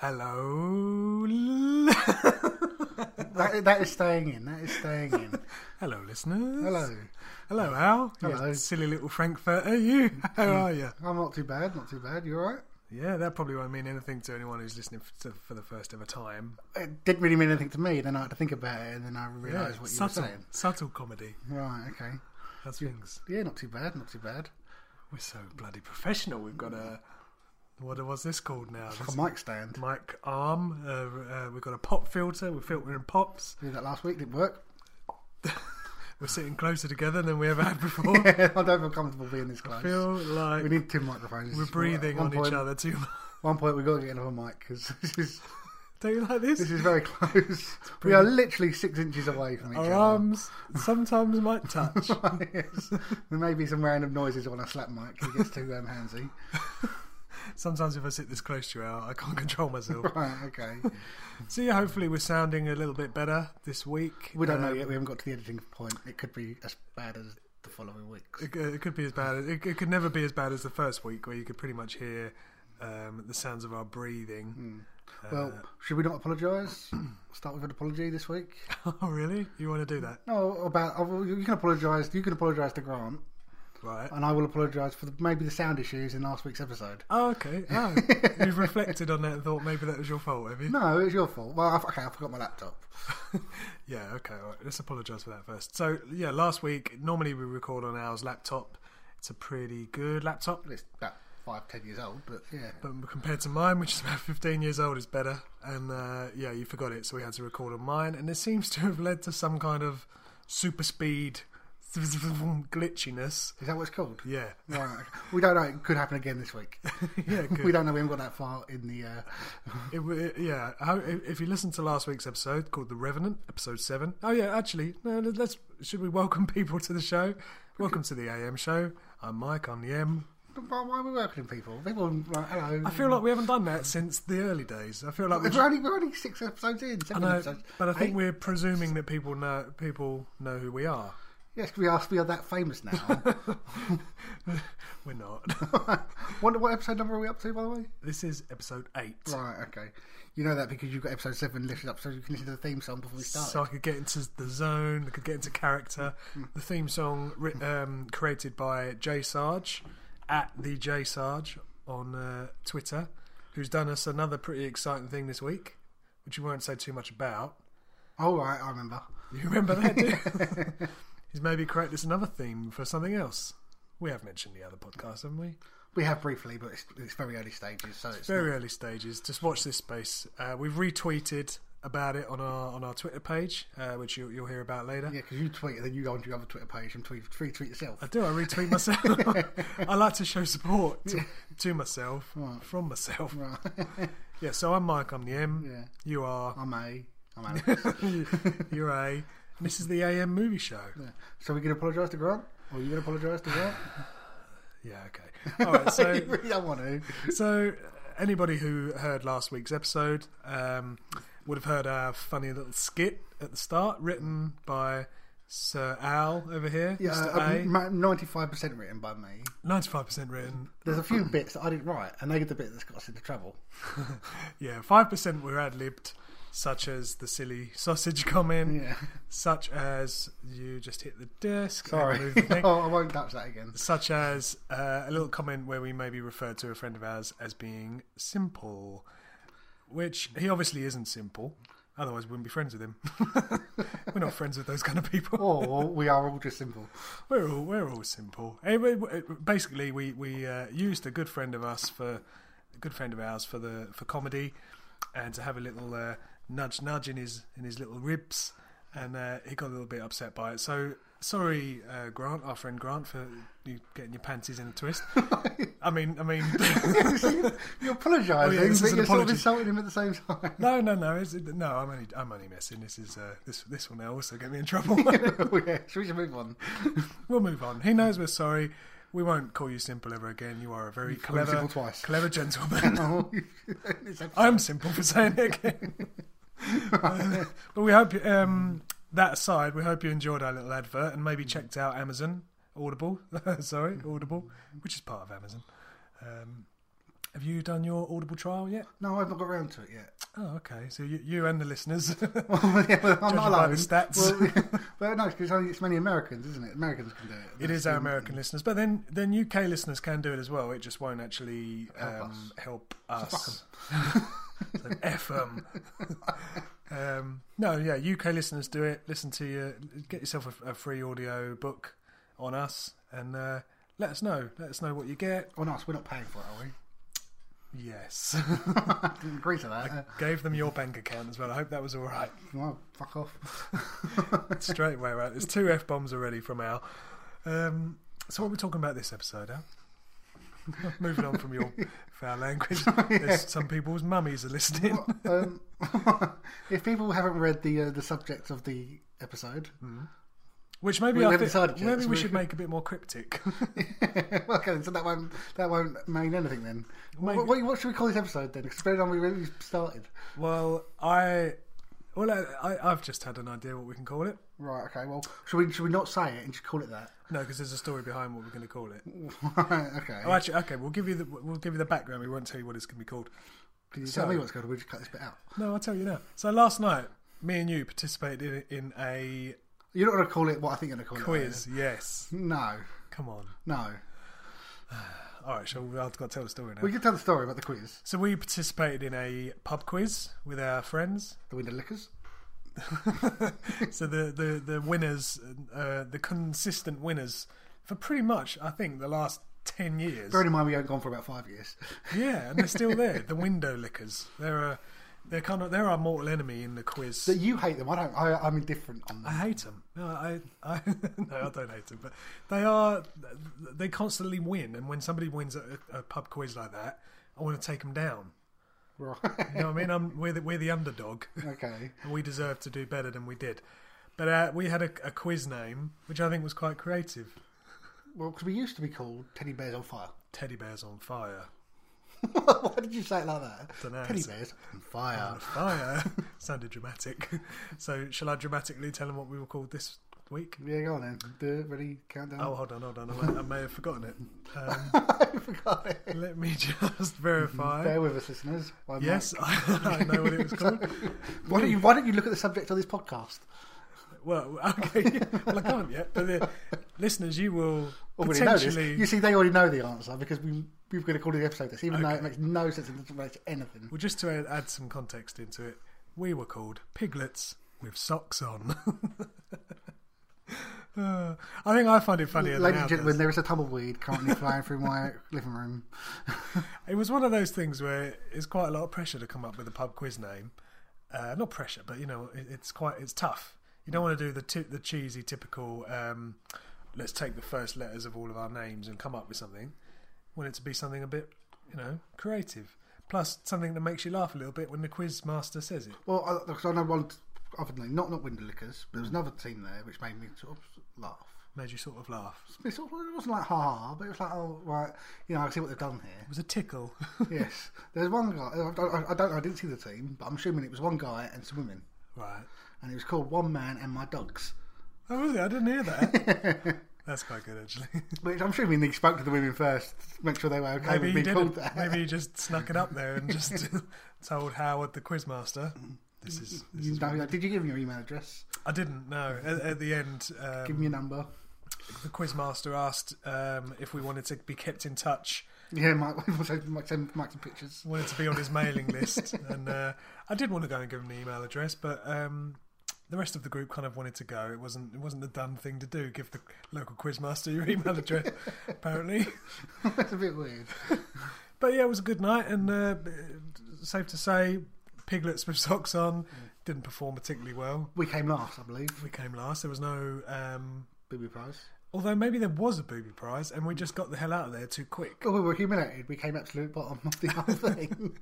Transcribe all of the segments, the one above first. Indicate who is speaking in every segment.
Speaker 1: Hello.
Speaker 2: That, that is staying in. That is staying in.
Speaker 1: Hello, listeners.
Speaker 2: Hello.
Speaker 1: Hello, Al. You
Speaker 2: Hello. Mm.
Speaker 1: silly little Frankfurter, you. How are you?
Speaker 2: I'm not too bad. Not too bad. You alright?
Speaker 1: Yeah, that probably won't mean anything to anyone who's listening f- to- for the first ever time.
Speaker 2: It didn't really mean anything to me. Then I had to think about it, and then I realised what you
Speaker 1: subtle,
Speaker 2: were saying.
Speaker 1: subtle comedy.
Speaker 2: Right. Okay.
Speaker 1: That's things.
Speaker 2: Yeah. Not too bad. Not too bad.
Speaker 1: We're so bloody professional. We've got a what was this called now?
Speaker 2: Like a mic stand.
Speaker 1: mic arm. Uh, uh, we've got a pop filter. We're filtering pops.
Speaker 2: Did that last week. Didn't work.
Speaker 1: We're sitting closer together than we ever had before.
Speaker 2: I don't feel comfortable being this
Speaker 1: I
Speaker 2: close.
Speaker 1: feel like
Speaker 2: we need two microphones.
Speaker 1: we're breathing
Speaker 2: At
Speaker 1: on
Speaker 2: one point,
Speaker 1: each other too much.
Speaker 2: One point we got to get another mic because this is
Speaker 1: Don't you like this?
Speaker 2: this is very close. we are literally six inches away from each
Speaker 1: Our
Speaker 2: other.
Speaker 1: arms sometimes might touch.
Speaker 2: yes. There may be some random noises when I slap Mike. He gets too um, handsy.
Speaker 1: sometimes if I sit this close to you, Al, I can't control myself.
Speaker 2: Right, okay.
Speaker 1: so yeah, hopefully we're sounding a little bit better this week.
Speaker 2: We don't know
Speaker 1: Um,
Speaker 2: yet. We haven't got to the editing point. It could be as bad as the following weeks.
Speaker 1: It, it could be as bad. It, it could never be as bad as the first week, where you could pretty much hear um, the sounds of our breathing.
Speaker 2: Well, should we not apologise? Start with an apology this week.
Speaker 1: oh, really? You want to do that?
Speaker 2: No, about oh, well, you can apologise. You can apologise to Grant,
Speaker 1: Right.
Speaker 2: and I will apologise for the, maybe the sound issues in last week's episode.
Speaker 1: Oh, okay. Oh, you've reflected on that and thought maybe that was your fault, have you?
Speaker 2: No, it's your fault. Well, I, okay, I forgot my laptop.
Speaker 1: yeah, okay. All right. Let's apologise for that first. So, yeah, last week, normally we record on ours laptop. It's a pretty good laptop,
Speaker 2: It's about five, ten years old, but yeah.
Speaker 1: but compared to mine, which is about 15 years old, is better. And uh, yeah, you forgot it, so we had to record on mine. And it seems to have led to some kind of super speed glitchiness.
Speaker 2: Is that what it's called?
Speaker 1: Yeah.
Speaker 2: Right. okay. We don't know. It could happen again this week.
Speaker 1: yeah, good.
Speaker 2: We don't know. We haven't got that far in the. Uh,
Speaker 1: It, w- it- yeah, how, if if you listen to last week's episode called "The Revenant," episode seven. Oh yeah, actually, no, let- let's should we welcome people to the show? Welcome to the AM show. I'm Mike. I'm the M.
Speaker 2: why why are we welcoming people? People, like, hello.
Speaker 1: I feel like we haven't done that since the early days. I feel like we.
Speaker 2: we're only, we're only six episodes
Speaker 1: I
Speaker 2: in. Seven
Speaker 1: know,
Speaker 2: episodes.
Speaker 1: but I think
Speaker 2: Eight?
Speaker 1: we're presuming that people know people know who we are.
Speaker 2: Yes, we are, we are that famous now.
Speaker 1: We're not.
Speaker 2: what, what episode number are we up to, by the way?
Speaker 1: this is episode eight.
Speaker 2: Right, okay. You know that because you've got episode seven lifted up, so you can listen to the theme song before we start.
Speaker 1: So I could get into the zone, I could get into character. The theme song writ- um, created by Jay Sarge at the Jay Sarge on uh, Twitter, who's done us another pretty exciting thing this week, which we won't say too much about.
Speaker 2: oh, right, I remember.
Speaker 1: You remember that, do you? He's maybe created us another theme for something else. We have mentioned the other podcast, haven't we?
Speaker 2: We have briefly, but it's, it's very early stages, so it's
Speaker 1: Very early stages. Just watch this space. Uh, we've retweeted about it on our on our Twitter page, uh, which you, you'll hear about later.
Speaker 2: not- yeah, because you tweet and then you go onto your other Twitter page and tweet, free tweet yourself.
Speaker 1: I do. I retweet myself. I like to show support to, to myself from myself.
Speaker 2: Right.
Speaker 1: Yeah. So I'm Mike. I'm the M.
Speaker 2: yeah,
Speaker 1: You are.
Speaker 2: I'm A. I'm Alex.
Speaker 1: You're A. And this is the AM movie show.
Speaker 2: Yeah. So we going to apologise to Grant? Or are you going to apologise to Grant?
Speaker 1: Yeah. Okay. All right.
Speaker 2: you
Speaker 1: So
Speaker 2: really don't want to.
Speaker 1: so anybody who heard last week's episode um, would have heard our funny little skit at the start, written by Sir Al over here.
Speaker 2: Yeah,
Speaker 1: Mr.
Speaker 2: uh,
Speaker 1: A.
Speaker 2: ninety-five percent written by me.
Speaker 1: 95% written.
Speaker 2: There's a few bits that I didn't write, and they are the bit that's got us into trouble.
Speaker 1: Yeah, five percent were ad libbed, such as the silly sausage comment,
Speaker 2: Yeah,
Speaker 1: such as you just hit the desk. and
Speaker 2: sorry.
Speaker 1: move the thing,
Speaker 2: oh, I won't touch that again.
Speaker 1: Such as uh, a little comment where we maybe referred to a friend of ours as being simple, which he obviously isn't simple. Otherwise, we wouldn't be friends with him. we're not friends with those kind of people.
Speaker 2: Or Oh, we are all just simple.
Speaker 1: We're all we're all simple. Eh, we- we- Basically, we we uh, used a good friend of us for a good friend of ours for the for comedy, and to have a little uh, nudge nudge in his in his little ribs and uh, he got a little bit upset by it. So sorry, uh, Grant, our friend Grant, for you getting your panties in a twist. I mean, I mean,
Speaker 2: You're apologising,
Speaker 1: Oh, yeah, this
Speaker 2: but
Speaker 1: is an
Speaker 2: you're sort of
Speaker 1: apology.
Speaker 2: insulting him at the same time.
Speaker 1: no, no, no, it's, no. I'm only, I'm only messing. This is uh, this this will now also get me in trouble.
Speaker 2: Oh, yeah, should we just move on?
Speaker 1: we'll move on. He knows we're sorry. We won't call you simple ever again. You are a very
Speaker 2: called me
Speaker 1: clever,
Speaker 2: simple twice.
Speaker 1: clever gentleman.
Speaker 2: Oh, it's a-
Speaker 1: I'm simple for saying it again. Uh, but we hope um, that aside, we hope you enjoyed our little advert and maybe checked out Amazon Audible. sorry, Audible, which is part of Amazon. Um, have you done your Audible trial yet?
Speaker 2: no, I've not got round to it yet.
Speaker 1: Oh, okay. So you, you and the listeners.
Speaker 2: Well, yeah, well, I'm
Speaker 1: Judging
Speaker 2: not
Speaker 1: by
Speaker 2: alone.
Speaker 1: the stats.
Speaker 2: Well, yeah, well, no, because it's, only- it's many Americans, isn't it? Americans can do it.
Speaker 1: It is our American listeners, but then then UK listeners can do it as well. It just won't actually
Speaker 2: Help
Speaker 1: um, help us. So F 'em. um, no, yeah, UK listeners do it. Listen to your, get yourself a, a free audio book on us, and uh, let us know. Let us know what you get.
Speaker 2: On us, Oh, we're not paying for it, are we?
Speaker 1: Yes,
Speaker 2: I didn't agree to that. Uh,
Speaker 1: gave them your bank account as well. I hope that was all right.
Speaker 2: well, fuck off.
Speaker 1: Straight away, right? There's two f bombs already from Al. Um, so what are we talking about this episode, Al? Moving on from your foul language, there's some people's mummies are listening.
Speaker 2: um, if people haven't read the uh, the subject of the episode,
Speaker 1: Hmm. Which maybe
Speaker 2: We
Speaker 1: I
Speaker 2: haven't
Speaker 1: think,
Speaker 2: decided yet,
Speaker 1: maybe
Speaker 2: so
Speaker 1: we
Speaker 2: we-
Speaker 1: should make a bit more cryptic.
Speaker 2: well, okay, so that won't that won't mean anything then.
Speaker 1: Maybe-
Speaker 2: What, what, what should we call this episode then? Because on we really started.
Speaker 1: well, I, well, I, I, I've just had an idea what we can call it.
Speaker 2: Right. Okay. Well, should we should we not say it and just call it that?
Speaker 1: No, because there's a story behind what we're going to call it.
Speaker 2: Right, okay.
Speaker 1: Oh, actually, okay, we'll give you the we'll give you the background. We won't tell you what it's going to be called.
Speaker 2: Can you
Speaker 1: so-
Speaker 2: tell me what's going on? We just cut this bit out.
Speaker 1: No, I'll tell you now. So last night, me and you participated in, in
Speaker 2: Oh,
Speaker 1: a
Speaker 2: You're not going to call it what I think you're going to call
Speaker 1: quiz. Yes,
Speaker 2: it. No.
Speaker 1: come on.
Speaker 2: No.
Speaker 1: All right, so I've got to tell the story now.
Speaker 2: We can tell the story about the quiz.
Speaker 1: So we participated in a pub quiz with our friends.
Speaker 2: The window lickers.
Speaker 1: so the the the winners, uh, the consistent winners for pretty much, I think, the last ten years.
Speaker 2: Bearing in mind we haven't gone for about five years.
Speaker 1: Yeah, and they're still there. The window lickers. They're a, they're kind of they're our mortal enemy in the quiz.
Speaker 2: That you hate them. I don't. I, I'm indifferent on
Speaker 1: I
Speaker 2: them.
Speaker 1: hate them. No, I, I no, I don't hate them. But they are they constantly win, and when somebody wins a, a pub quiz like that, I want to take them down.
Speaker 2: Right.
Speaker 1: You know what I mean? I'm we're the, we're the underdog.
Speaker 2: okay.
Speaker 1: and we deserve to do better than we did. But uh, we had a, a quiz name, which I think was quite creative.
Speaker 2: Well, because we used to be called Teddy Bears on Fire.
Speaker 1: Teddy bears on fire.
Speaker 2: Why did you say it like that?
Speaker 1: Dunno,
Speaker 2: Teddy
Speaker 1: it's-
Speaker 2: Bears on Fire.
Speaker 1: Fire sounded dramatic. So shall I dramatically tell them what we were called this week?
Speaker 2: Yeah, go on then. Do it. Ready? Countdown.
Speaker 1: Oh, hold on, hold on. I may, I may have forgotten it. Um,
Speaker 2: I forgot it.
Speaker 1: let me just verify.
Speaker 2: Bear with us, listeners. I'm
Speaker 1: Oh. Yes, I, I know what it was called.
Speaker 2: like, Why don't you Why don't you look at the subject of this podcast?
Speaker 1: Well, okay. Well, I can't yet. But the listeners, you will
Speaker 2: Already know this.
Speaker 1: potentially.
Speaker 2: You see, they already know the answer because we we've going to call it the episode this, even though
Speaker 1: Okay.
Speaker 2: it makes no sense. It doesn't relate to anything.
Speaker 1: Well, just to add, add some context into it, we were called piglets with socks on. Uh, I think I find it funnier than
Speaker 2: Ladies and
Speaker 1: Al
Speaker 2: gentlemen,
Speaker 1: does.
Speaker 2: there is a tumbleweed currently flying through my living room.
Speaker 1: It was one of those things where it's quite a lot of pressure to come up with a pub quiz name. Uh, not pressure, but you know, it, it's quite it's tough. You don't want to do the ti- the cheesy typical. Um, let's take the first letters of all of our names and come up with something. Want it to be something a bit, you know, creative. Plus something that makes you laugh a little bit when the quiz master says it.
Speaker 2: Well, because I, 'cause I know one other name, not not Window Lickers, but there was another team there which made me sort of laugh.
Speaker 1: Made you sort of laugh.
Speaker 2: It, sort of, it wasn't like ha ha, but it was like oh right, you know I see what they've done here.
Speaker 1: It was a tickle.
Speaker 2: yes, there's one guy. I, I, I don't. I didn't see the team, but I'm assuming it was one guy and some women,
Speaker 1: right.
Speaker 2: and it was called One Man and My Dogs.
Speaker 1: Oh, was it? I didn't hear that. That's quite good, actually.
Speaker 2: Which I'm assuming they spoke to the women first, to make sure they were okay
Speaker 1: Maybe
Speaker 2: with
Speaker 1: you
Speaker 2: being called
Speaker 1: didn't.
Speaker 2: that.
Speaker 1: Maybe you just snuck it up there and just told Howard the quizmaster. This is. This
Speaker 2: You
Speaker 1: is
Speaker 2: know, did you give him your email address?
Speaker 1: I didn't know. At, at the end,
Speaker 2: Give
Speaker 1: um,
Speaker 2: me your number.
Speaker 1: the quizmaster asked um, if we wanted to be kept in touch,
Speaker 2: Yeah, Mike. Send Mike send Mike some pictures.
Speaker 1: wanted to be on his mailing list, and uh, I did want to go and give him the email address, but. Um, the rest of the group kind of wanted to go. It wasn't. It wasn't the done thing to do. Give the local quizmaster your email address. apparently,
Speaker 2: That's a bit weird.
Speaker 1: But yeah, it was a good night, and uh, safe to say, piglets with socks on didn't perform particularly well.
Speaker 2: We came last, I believe.
Speaker 1: We came last. There was no. Um,
Speaker 2: Booby prize.
Speaker 1: although maybe there was a booby prize, and we just got the hell out of there too quick.
Speaker 2: But we were humiliated. We came absolute bottom of the whole thing.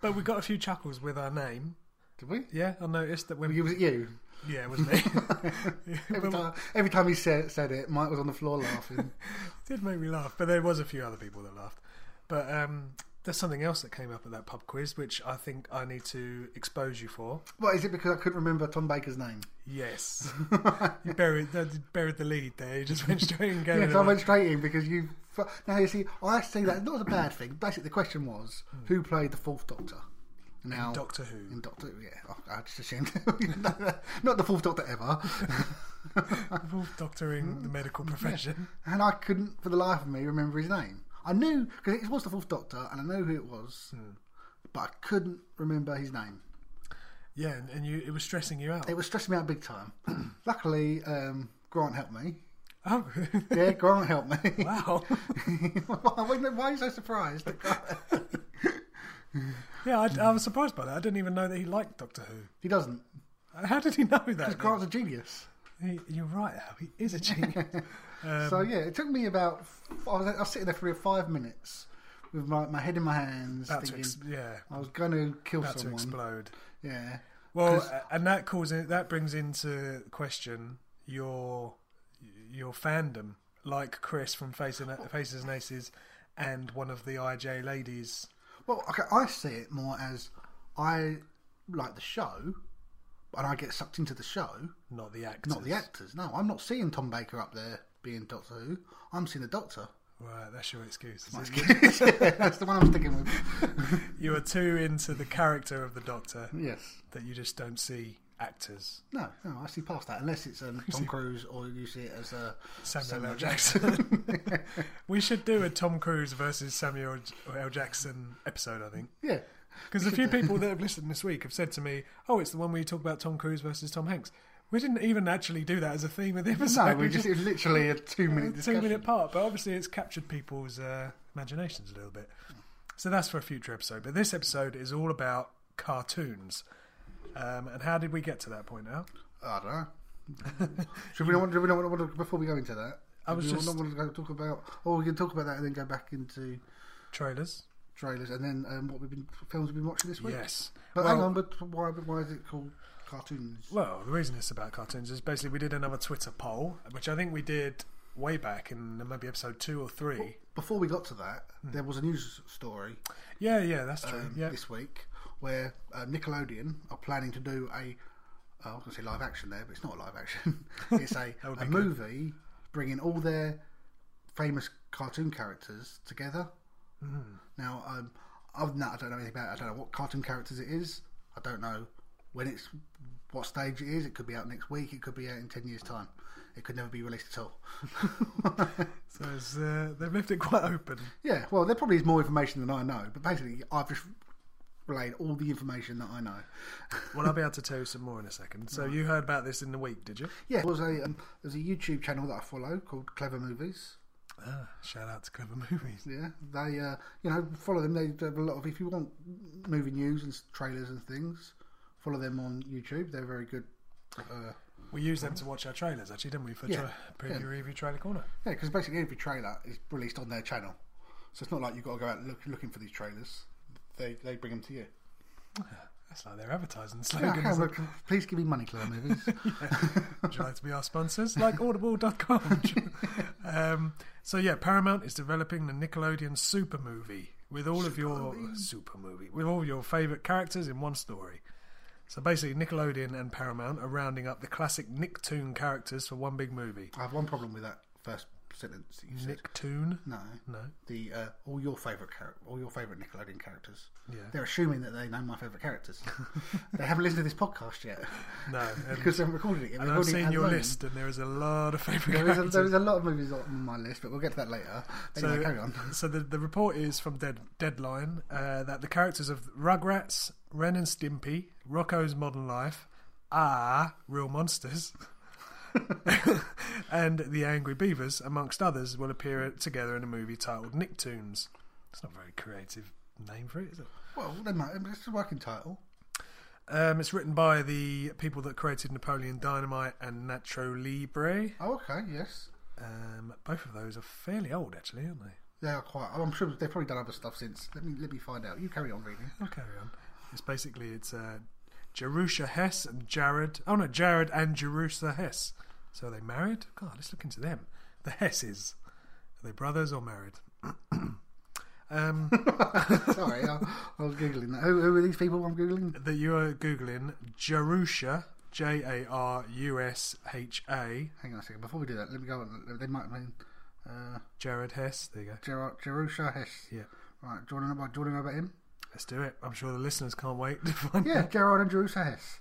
Speaker 1: But we got a few chuckles with our name.
Speaker 2: Did we?
Speaker 1: Yeah, I noticed that when
Speaker 2: It was you.
Speaker 1: yeah, it was me.
Speaker 2: Every time, every time he said, said it, Mike was on the floor laughing.
Speaker 1: did make me laugh, but there was a few other people that laughed. But um, there's something else that came up at that pub quiz, which I think I need to expose you for.
Speaker 2: what is it? Because I couldn't remember Tom Baker's name.
Speaker 1: Yes, you buried that- buried the lead there. You just went straight and gave
Speaker 2: Yes,
Speaker 1: it
Speaker 2: I
Speaker 1: away.
Speaker 2: went straight in because you. fu- Now you see, I see that not as a bad thing. Basically, the question was who played the Fourth Doctor. Now,
Speaker 1: Hmm. Doctor Who.
Speaker 2: in Doctor, yeah, oh, I just assumed not the Fourth Doctor ever.
Speaker 1: Wolf doctoring the medical profession.
Speaker 2: and I couldn't, for the life of me, remember his name. I knew because it was the Fourth Doctor, and I know who it was,
Speaker 1: Hmm.
Speaker 2: but I couldn't remember his name.
Speaker 1: Yeah, and, and you it was stressing you out.
Speaker 2: It was stressing me out big time. Luckily, um, Grant helped me.
Speaker 1: Oh,
Speaker 2: Yeah, Grant helped me.
Speaker 1: wow.
Speaker 2: why, why- why are you so surprised? at Grant?
Speaker 1: Yeah, I, I was surprised by that. I didn't even know that he liked Doctor Who.
Speaker 2: he doesn't.
Speaker 1: How did he know that?
Speaker 2: Because Grant's a genius.
Speaker 1: He, you're right, Al. He is a genius. Um,
Speaker 2: so yeah, it took me about. I was, I was sitting there for five minutes with my, my head in my hands,
Speaker 1: about to
Speaker 2: thinking
Speaker 1: ex- yeah,
Speaker 2: I was going to kill
Speaker 1: about to
Speaker 2: someone.
Speaker 1: explode.
Speaker 2: yeah,
Speaker 1: Well,
Speaker 2: 'Cause-
Speaker 1: a- and that causes that brings into question your your fandom, like Chris from Faces and, Faces and Aces, and one of the IJ ladies.
Speaker 2: Well, okay, I see it more as I like the show, and I get sucked into the show,
Speaker 1: Not the actors.
Speaker 2: not the actors. No, I'm not seeing Tom Baker up there being Doctor Who. I'm seeing the Doctor.
Speaker 1: Right, that's your excuse.
Speaker 2: That's the one I'm sticking with.
Speaker 1: You are too into the character of the Doctor
Speaker 2: Yes.
Speaker 1: that you just don't see actors.
Speaker 2: No, no, I see past that. Unless it's um, Tom Cruise or you see it as uh, a
Speaker 1: Samuel, L. Jackson. we should do a Tom Cruise versus Samuel L. Jackson episode, I think.
Speaker 2: yeah.
Speaker 1: Because a few people that have listened this week have said to me, "Oh, it's the one where you talk about Tom Cruise versus Tom Hanks." We didn't even actually do that as a theme of the episode.
Speaker 2: No, we just it's literally a two minute
Speaker 1: a
Speaker 2: discussion.
Speaker 1: two-minute part, but obviously it's captured people's uh, imaginations a little bit. So that's for a future episode. But this episode is all about cartoons. Um, and how did we get to that point now?
Speaker 2: I don't know. should we not want? Should we not want to, before we go into that?
Speaker 1: I was
Speaker 2: do you
Speaker 1: just-
Speaker 2: not want to go talk about. Or we can talk about that and then go back into
Speaker 1: Trailers.
Speaker 2: trailers and then um, what we've been films we've been watching this week.
Speaker 1: Yes.
Speaker 2: But
Speaker 1: well,
Speaker 2: hang on, but why why is it called cartoons?
Speaker 1: Well, the reason it's about cartoons is basically we did another Twitter poll, which I think we did way back in maybe episode two or three.
Speaker 2: Before we got to that,
Speaker 1: Hmm.
Speaker 2: there was a news story
Speaker 1: Yeah, yeah, that's true.
Speaker 2: um,
Speaker 1: yeah.
Speaker 2: this week where uh, Nickelodeon are planning to do a. Uh, I was going to say live action there, but it's not live action. it's a,
Speaker 1: would
Speaker 2: a
Speaker 1: be good.
Speaker 2: movie bringing all their famous cartoon characters together.
Speaker 1: Mm-hmm.
Speaker 2: Now, um, other than that, I don't know anything about it. I don't know what cartoon characters it is. I don't know when it's what stage it is. It could be out next week. It could be out in ten years' time. It could never be released at all.
Speaker 1: So it's, uh, they've left it quite open.
Speaker 2: yeah, well, there probably is more information than I know, but basically, I've just relayed all the information that I know.
Speaker 1: Well, I'll be able to tell you some more in a second. So you heard about this in the week, did you?
Speaker 2: Yeah, there was a um, there's a YouTube channel that I follow called Clever Movies.
Speaker 1: Ah, shout out to Clever Movies.
Speaker 2: Yeah, they uh, you know follow them. They have a lot of if you want movie news and s- trailers and things, follow them on YouTube. They're very good. Uh,
Speaker 1: We used them to watch our trailers, actually, didn't we? For
Speaker 2: Yeah,
Speaker 1: tra- preview
Speaker 2: yeah.
Speaker 1: review trailer corner.
Speaker 2: yeah, because basically every trailer is released on their channel, so it's not like you've got to go out look, looking for these trailers. They they bring them to you.
Speaker 1: That's like their advertising
Speaker 2: Yeah,
Speaker 1: slogan.
Speaker 2: okay,
Speaker 1: isn't
Speaker 2: well, please give me money, Clever Movies.
Speaker 1: it? Would you like to be our sponsors? Like audible.com. um, so, yeah, Paramount is developing the Nickelodeon super movie with all of your super movie, with all your favourite characters in one story. So basically, Nickelodeon and Paramount are rounding up the classic Nicktoon characters for one big movie.
Speaker 2: I have one problem with that first sentence that you said.
Speaker 1: Nicktoon?
Speaker 2: No,
Speaker 1: No.
Speaker 2: the uh, all your favorite char- all your favorite Nickelodeon characters.
Speaker 1: Yeah.
Speaker 2: They're assuming that they know my favourite characters. they haven't listened to this podcast yet
Speaker 1: No. And,
Speaker 2: because they haven't recorded it. yet.
Speaker 1: Um, and I've
Speaker 2: We've already
Speaker 1: seen
Speaker 2: had
Speaker 1: your
Speaker 2: loads.
Speaker 1: list, and there is a lot of favourite
Speaker 2: There is, a,
Speaker 1: characters.
Speaker 2: there is a lot of movies on my list, but we'll get to that later. Anyway, carry on.
Speaker 1: so the, the report is from Dead, Deadline uh, that the characters of Rugrats, Ren and Stimpy, Rocco's Modern Life are real monsters, and the Angry Beavers, amongst others, will appear together in a movie titled Nicktoons. It's not a very creative name for it, is it?
Speaker 2: Well, they might. It's a working title.
Speaker 1: Um, it's written by the people that created Napoleon Dynamite and Nacho Libre.
Speaker 2: Oh, okay, yes.
Speaker 1: Um, both of those are fairly old, actually, aren't they?
Speaker 2: They are quite. I'm sure they've probably done other stuff since. Let me let me find out. You carry on reading.
Speaker 1: I'll carry on. It's basically it's uh, Jerusha Hess and Jared. Oh no, Jared and Jerusha Hess. So are they married? God, let's look into them. The Hesses. Are they brothers or married? um,
Speaker 2: Sorry, I, I was googling that. Who, who are these people? I'm googling.
Speaker 1: that you are googling Jerusha. J A R U S H A.
Speaker 2: Hang on a second. Before we do that, let me go on. They might mean uh,
Speaker 1: Jared Hess. There you go.
Speaker 2: Jer- Jerusha Hess.
Speaker 1: Yeah.
Speaker 2: Right. Do you want to know about? Do you want to know about him?
Speaker 1: Let's do it. I'm sure the listeners can't wait to find
Speaker 2: Yeah,
Speaker 1: out.
Speaker 2: Gerard and Jerusha Hess.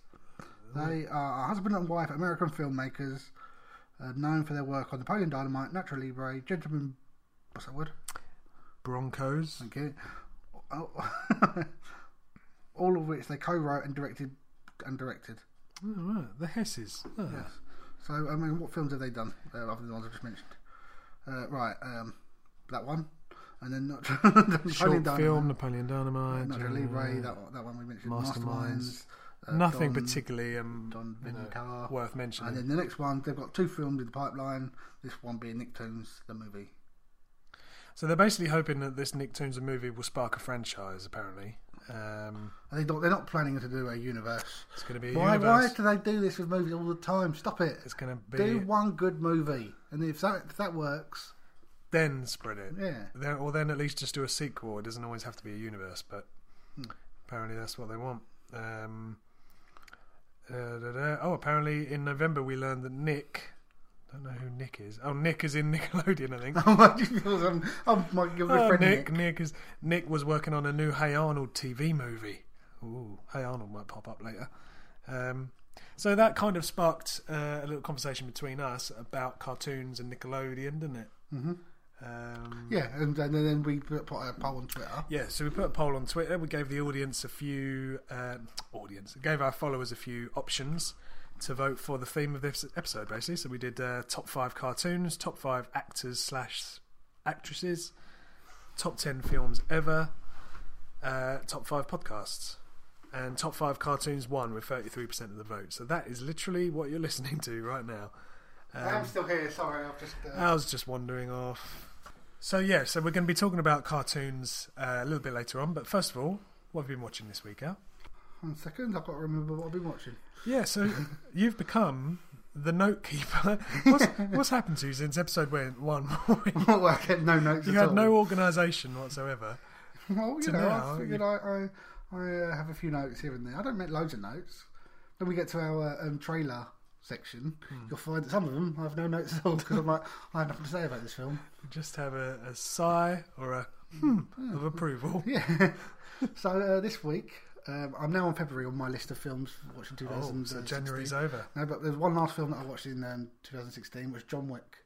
Speaker 2: They are a husband and wife, American filmmakers, uh, known for their work on Napoleon Dynamite, Natural Libre, Gentleman. What's that word?
Speaker 1: Broncos.
Speaker 2: Thank you. Oh, all of which they co-wrote and directed and directed.
Speaker 1: Oh, right. The Hesses. Oh.
Speaker 2: Yes. So I mean, what films have they done uh, other than the ones I just mentioned? Uh, right, um, that one, and then not Napoleon
Speaker 1: Short
Speaker 2: Dynamite,
Speaker 1: film, Napoleon Dynamite.
Speaker 2: Natural
Speaker 1: Jeremy
Speaker 2: Libre,
Speaker 1: Renner.
Speaker 2: that one, that one we mentioned,
Speaker 1: Masterminds.
Speaker 2: Masterminds. uh,
Speaker 1: Nothing
Speaker 2: Don-
Speaker 1: particularly um,
Speaker 2: Don
Speaker 1: you know,
Speaker 2: Vintar.
Speaker 1: worth
Speaker 2: And
Speaker 1: mentioning.
Speaker 2: then the next one, they've got two films in the pipeline. This one being Nicktoons, the movie.
Speaker 1: so they're basically hoping that this Nicktoons the movie will spark a franchise. Apparently, um,
Speaker 2: And they don't, they're not planning to do a universe.
Speaker 1: it's going to be a
Speaker 2: Why?
Speaker 1: universe.
Speaker 2: Why do they do this with movies all the time? Stop it!
Speaker 1: It's going to
Speaker 2: Do
Speaker 1: be
Speaker 2: one good movie, and if that if that works,
Speaker 1: then spread it.
Speaker 2: yeah.
Speaker 1: Then, or then at least just do a sequel. It doesn't always have to be a universe, but
Speaker 2: Hmm.
Speaker 1: apparently that's what they want. Um, uh, da, da. Oh, apparently in November we learned that Nick. Don't know who Nick is. Oh, Nick is in Nickelodeon, I think.
Speaker 2: Oh my God! Oh my God! Your
Speaker 1: Oh,
Speaker 2: friend
Speaker 1: Nick,
Speaker 2: Nick.
Speaker 1: Nick is Nick was working on a new Hey Arnold TV movie. Ooh, Hey Arnold might pop up later. Um, so that kind of sparked uh, a little conversation between us about cartoons and Nickelodeon, didn't it? Mm-hmm. Um,
Speaker 2: Yeah, and, and then we put, put a poll on Twitter.
Speaker 1: yeah, so we put a poll on Twitter. We gave the audience a few uh, audience gave our followers a few options to vote for the theme of this episode, basically. So we did uh, top five cartoons, top five actors slash actresses, top ten films ever, uh, top five podcasts, and top five cartoons won with thirty three percent of the vote. So that is literally what you're listening to right now. Um,
Speaker 2: I'm still here. Sorry, I've just. Uh,
Speaker 1: I was just wandering off. So yeah, so we're going to be talking about cartoons uh, a little bit later on, but first of all, what have you been watching this week, Al?
Speaker 2: one second, I've got to remember what I've been watching.
Speaker 1: Yeah, so you've become the note keeper. What's, what's happened to you since episode went one?
Speaker 2: well, I kept no notes
Speaker 1: you
Speaker 2: at
Speaker 1: had
Speaker 2: all.
Speaker 1: no organisation whatsoever.
Speaker 2: Well, you
Speaker 1: to
Speaker 2: know,
Speaker 1: now,
Speaker 2: I figured I, I, I uh, have a few notes here and there. I don't make loads of notes. Then we get to our um, trailer section.
Speaker 1: Hmm.
Speaker 2: You'll find that some of them I have no notes at all because I'm like, I have nothing to say about this film.
Speaker 1: You just have a, a sigh or a hmm of approval.
Speaker 2: Yeah. so uh, this week, um, I'm now on February on my list of films for watching uh,
Speaker 1: Oh,
Speaker 2: 2016.
Speaker 1: so January's over.
Speaker 2: No, but there's one last film that I watched in um, 2016 was John Wick.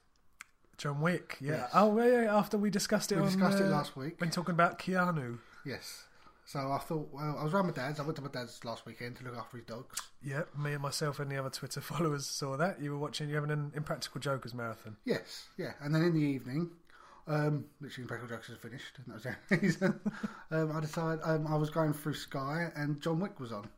Speaker 1: John Wick. Yeah.
Speaker 2: Yes.
Speaker 1: Oh, yeah, yeah, After we discussed it,
Speaker 2: We
Speaker 1: on,
Speaker 2: discussed it
Speaker 1: uh,
Speaker 2: last week.
Speaker 1: when talking about Keanu.
Speaker 2: Yes. So I thought, well, I was around my dad's. I went to my dad's last weekend to look after his dogs.
Speaker 1: Yep, me and myself and the other Twitter followers saw that. You were watching, you having an Impractical Jokers marathon.
Speaker 2: Yes, yeah. And then in the evening, um, literally, Impractical Jokers is finished, and that was the only reason. um, I decided um, I was going through Sky, and John Wick was on,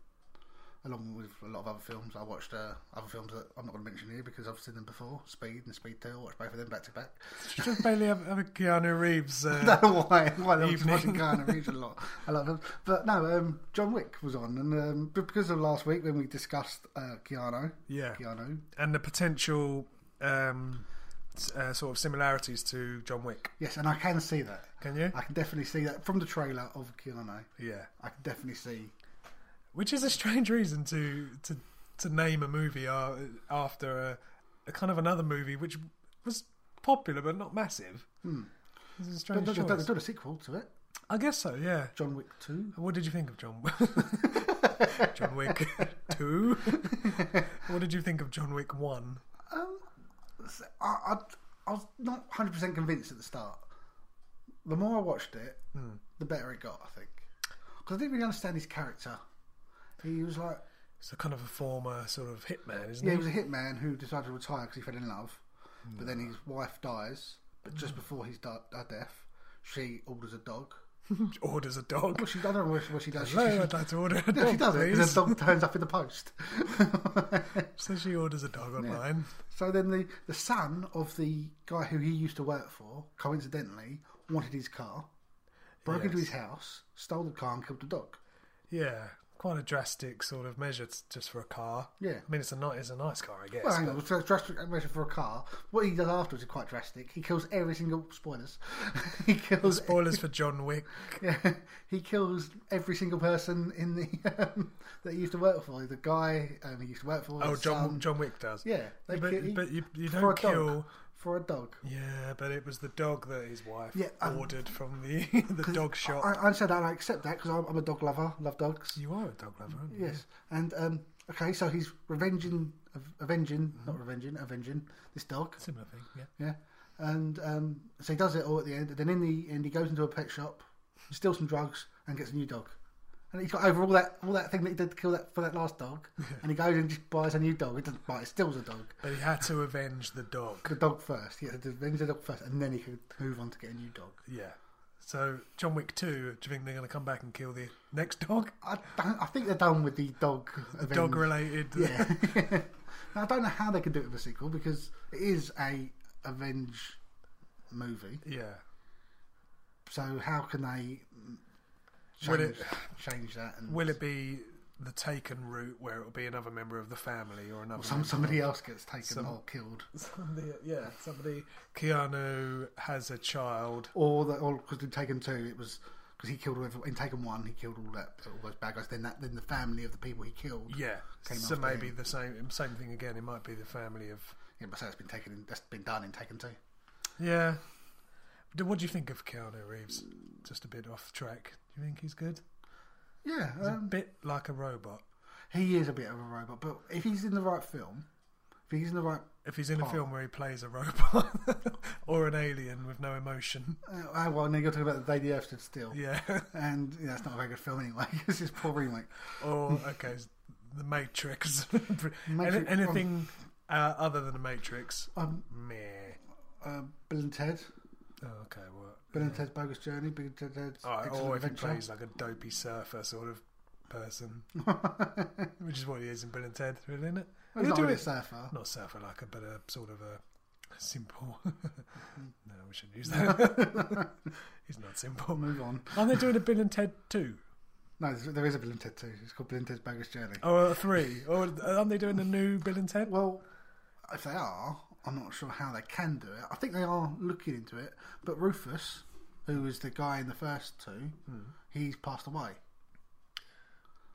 Speaker 2: along with a lot of other films. I watched uh, other films that I'm not going to mention here because I've seen them before Speed and Speed 2. I watched both of them back to back.
Speaker 1: Just barely have, have a Keanu Reeves.
Speaker 2: I
Speaker 1: Uh,
Speaker 2: don't know why, why they were just
Speaker 1: Evening.
Speaker 2: watching Guy and Reach a lot. I love them. But no, um, John Wick was on, and um, b- because of last week when we discussed uh, Keanu,
Speaker 1: yeah,
Speaker 2: Keanu,
Speaker 1: and the potential um, s- uh, sort of similarities to John Wick.
Speaker 2: yes, and I can see that.
Speaker 1: Can you?
Speaker 2: I can definitely see that from the trailer of Keanu.
Speaker 1: Yeah,
Speaker 2: I can definitely see
Speaker 1: which is a strange reason to to to name a movie uh, after a, a kind of another movie which was popular but not massive. This is a
Speaker 2: But
Speaker 1: strange
Speaker 2: they've done-
Speaker 1: choice.
Speaker 2: they've done a sequel to it,
Speaker 1: I guess so. Yeah.
Speaker 2: John Wick Two.
Speaker 1: What did you think of John? John Wick two. what did you think of John Wick one?
Speaker 2: Um, so I, I, I was not hundred percent convinced at the start. The more I watched it,
Speaker 1: Hmm.
Speaker 2: the better it got. I think because I didn't really understand his character. He was like,
Speaker 1: It's a kind of a former sort of hitman, isn't
Speaker 2: yeah, he
Speaker 1: it?
Speaker 2: was a hitman who decided to retire because he fell in love,
Speaker 1: Mm.
Speaker 2: but then his wife dies. But just before his di- her death, she orders a dog
Speaker 1: orders a dog.
Speaker 2: Well, she, I don't know what she, what she does. She,
Speaker 1: Hello, I'd like to order a
Speaker 2: she,
Speaker 1: dog.
Speaker 2: she does it
Speaker 1: please.
Speaker 2: because the dog turns up in the post.
Speaker 1: So she orders a dog online.
Speaker 2: so then the, the son of the guy who he used to work for, coincidentally, wanted his car, broke into
Speaker 1: Yes.
Speaker 2: his house, stole the car, and killed the dog.
Speaker 1: Yeah. quite a drastic sort of measure t- just for a car.
Speaker 2: Yeah.
Speaker 1: I mean, it's a nice, it's a nice car, I guess.
Speaker 2: Well, hang on, it's a drastic measure for a car. What he does afterwards is quite drastic. He kills every single spoilers. he kills
Speaker 1: Spoilers for John Wick.
Speaker 2: yeah, he kills every single person in the um, that he used to work for. The guy um, he used to work for.
Speaker 1: Oh,
Speaker 2: his
Speaker 1: John
Speaker 2: son.
Speaker 1: John Wick does.
Speaker 2: um, Yeah, they
Speaker 1: but,
Speaker 2: kill- he-
Speaker 1: but you, you
Speaker 2: for
Speaker 1: don't
Speaker 2: a dog.
Speaker 1: kill.
Speaker 2: for a dog.
Speaker 1: Yeah, but it was the dog that his wife
Speaker 2: Yeah, um,
Speaker 1: ordered from the the dog shop.
Speaker 2: I, I understand that. and I accept that because I'm, I'm a dog lover. Love dogs.
Speaker 1: you are a dog lover, aren't you?
Speaker 2: Yes, and um, okay, so he's revenging, avenging, not revenging, avenging this dog.
Speaker 1: Similar thing. Yeah.
Speaker 2: Yeah, and um, so he does it all at the end. And then in the end, he goes into a pet shop, steals some drugs, and gets a new dog. And he's got over all that all that thing that he did to kill that for that last dog. And he goes and just buys a new dog. He doesn't buy it, steals a dog.
Speaker 1: But he had to avenge the dog.
Speaker 2: The dog first. He had to avenge the dog first, and then he could move on to get a new dog.
Speaker 1: Yeah. So John Wick two. Do you think they're going to come back and kill the next dog?
Speaker 2: I don't, I think they're done with the dog. avenge.
Speaker 1: Dog related.
Speaker 2: Yeah. Now, I don't know how they could do it with a sequel because it is a avenge movie.
Speaker 1: yeah.
Speaker 2: So how can they mm,
Speaker 1: Will
Speaker 2: change,
Speaker 1: it-
Speaker 2: change that? And
Speaker 1: Will it be the Taken route where it'll be another member of the family or another?
Speaker 2: some
Speaker 1: member
Speaker 2: somebody
Speaker 1: of-
Speaker 2: else gets taken
Speaker 1: Some-
Speaker 2: or killed,
Speaker 1: somebody. Yeah, somebody. Keanu has a child.
Speaker 2: or the, or because in Taken Two it was because he killed everyone. In Taken One he killed all that all those bad guys. Then that then the family of the people he killed.
Speaker 1: Yeah.
Speaker 2: Came
Speaker 1: so
Speaker 2: after
Speaker 1: maybe
Speaker 2: him.
Speaker 1: the same same thing again. It might be the family of.
Speaker 2: Yeah, but so that's been taken. In, that's been done in Taken Two.
Speaker 1: Yeah. Do- What do you think of Keanu Reeves? Just a bit off track. Do you think he's good?
Speaker 2: Yeah,
Speaker 1: He's
Speaker 2: um,
Speaker 1: a bit like a robot.
Speaker 2: he is a bit of a robot, but if he's in the right film, if he's in the right
Speaker 1: If he's in a
Speaker 2: Oh.
Speaker 1: film where he plays a robot or an alien with no emotion,
Speaker 2: Uh, oh, well, now you're talking about the day the Earth stood still,
Speaker 1: yeah.
Speaker 2: and you know, it's not a very good film anyway. it's just poor remake.
Speaker 1: or okay, s- the Matrix. Any,
Speaker 2: Matrix,
Speaker 1: anything uh, other than the Matrix?
Speaker 2: Um,
Speaker 1: Meh.
Speaker 2: uh, Bill and Ted,
Speaker 1: Oh, okay. What?
Speaker 2: Bill and Ted's Bogus Journey, Bill and Ted's
Speaker 1: Alright,
Speaker 2: Excellent
Speaker 1: or if he
Speaker 2: Adventure.
Speaker 1: plays like a dopey surfer sort of person, which is what he is in Bill and Ted, really, isn't it?
Speaker 2: He's
Speaker 1: He'll
Speaker 2: not
Speaker 1: do
Speaker 2: really a
Speaker 1: it-
Speaker 2: surfer.
Speaker 1: not surfer like a but a sort of a simple.
Speaker 2: Mm-hmm.
Speaker 1: no, we shouldn't use that. He's not simple.
Speaker 2: Move on.
Speaker 1: Are they doing a Bill and Ted two?
Speaker 2: No, there's- there is a Bill and Ted too. It's called Bill and Ted's Bogus Journey.
Speaker 1: Or a three? Or aren't they doing a new Bill and Ted?
Speaker 2: Well, if they are, I'm not sure how they can do it. I think they are looking into it, but Rufus, who was the guy in the first two, he's passed away.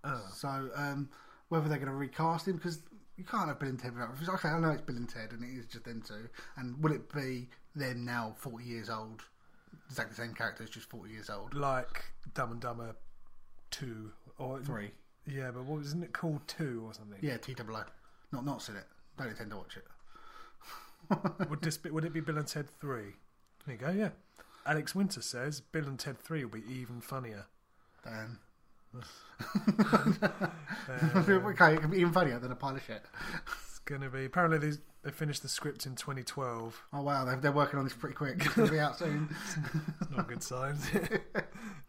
Speaker 1: Oh.
Speaker 2: So um, whether they're going to recast him because you can't have Bill and Ted without Rufus. Okay, I know it's Bill and Ted, and it is just them two. And will it be them now, forty years old, exactly the same characters, just forty years old?
Speaker 1: Like Dumb and Dumber two or
Speaker 2: Three.
Speaker 1: Yeah, but what wasn't it called two or something?
Speaker 2: Yeah, T double O. Not not seen it. Don't intend to watch it.
Speaker 1: Would this be, would it be Bill and Ted three? There you go. Yeah. Alex Winter says Bill and Ted three will be even funnier.
Speaker 2: Dan. okay, it can be even funnier than a pile of shit.
Speaker 1: It's gonna be apparently they they finished the script in 2012.
Speaker 2: Oh wow, they're, they're working on this pretty quick. It's going to be out soon.
Speaker 1: It's not a good sign. is it?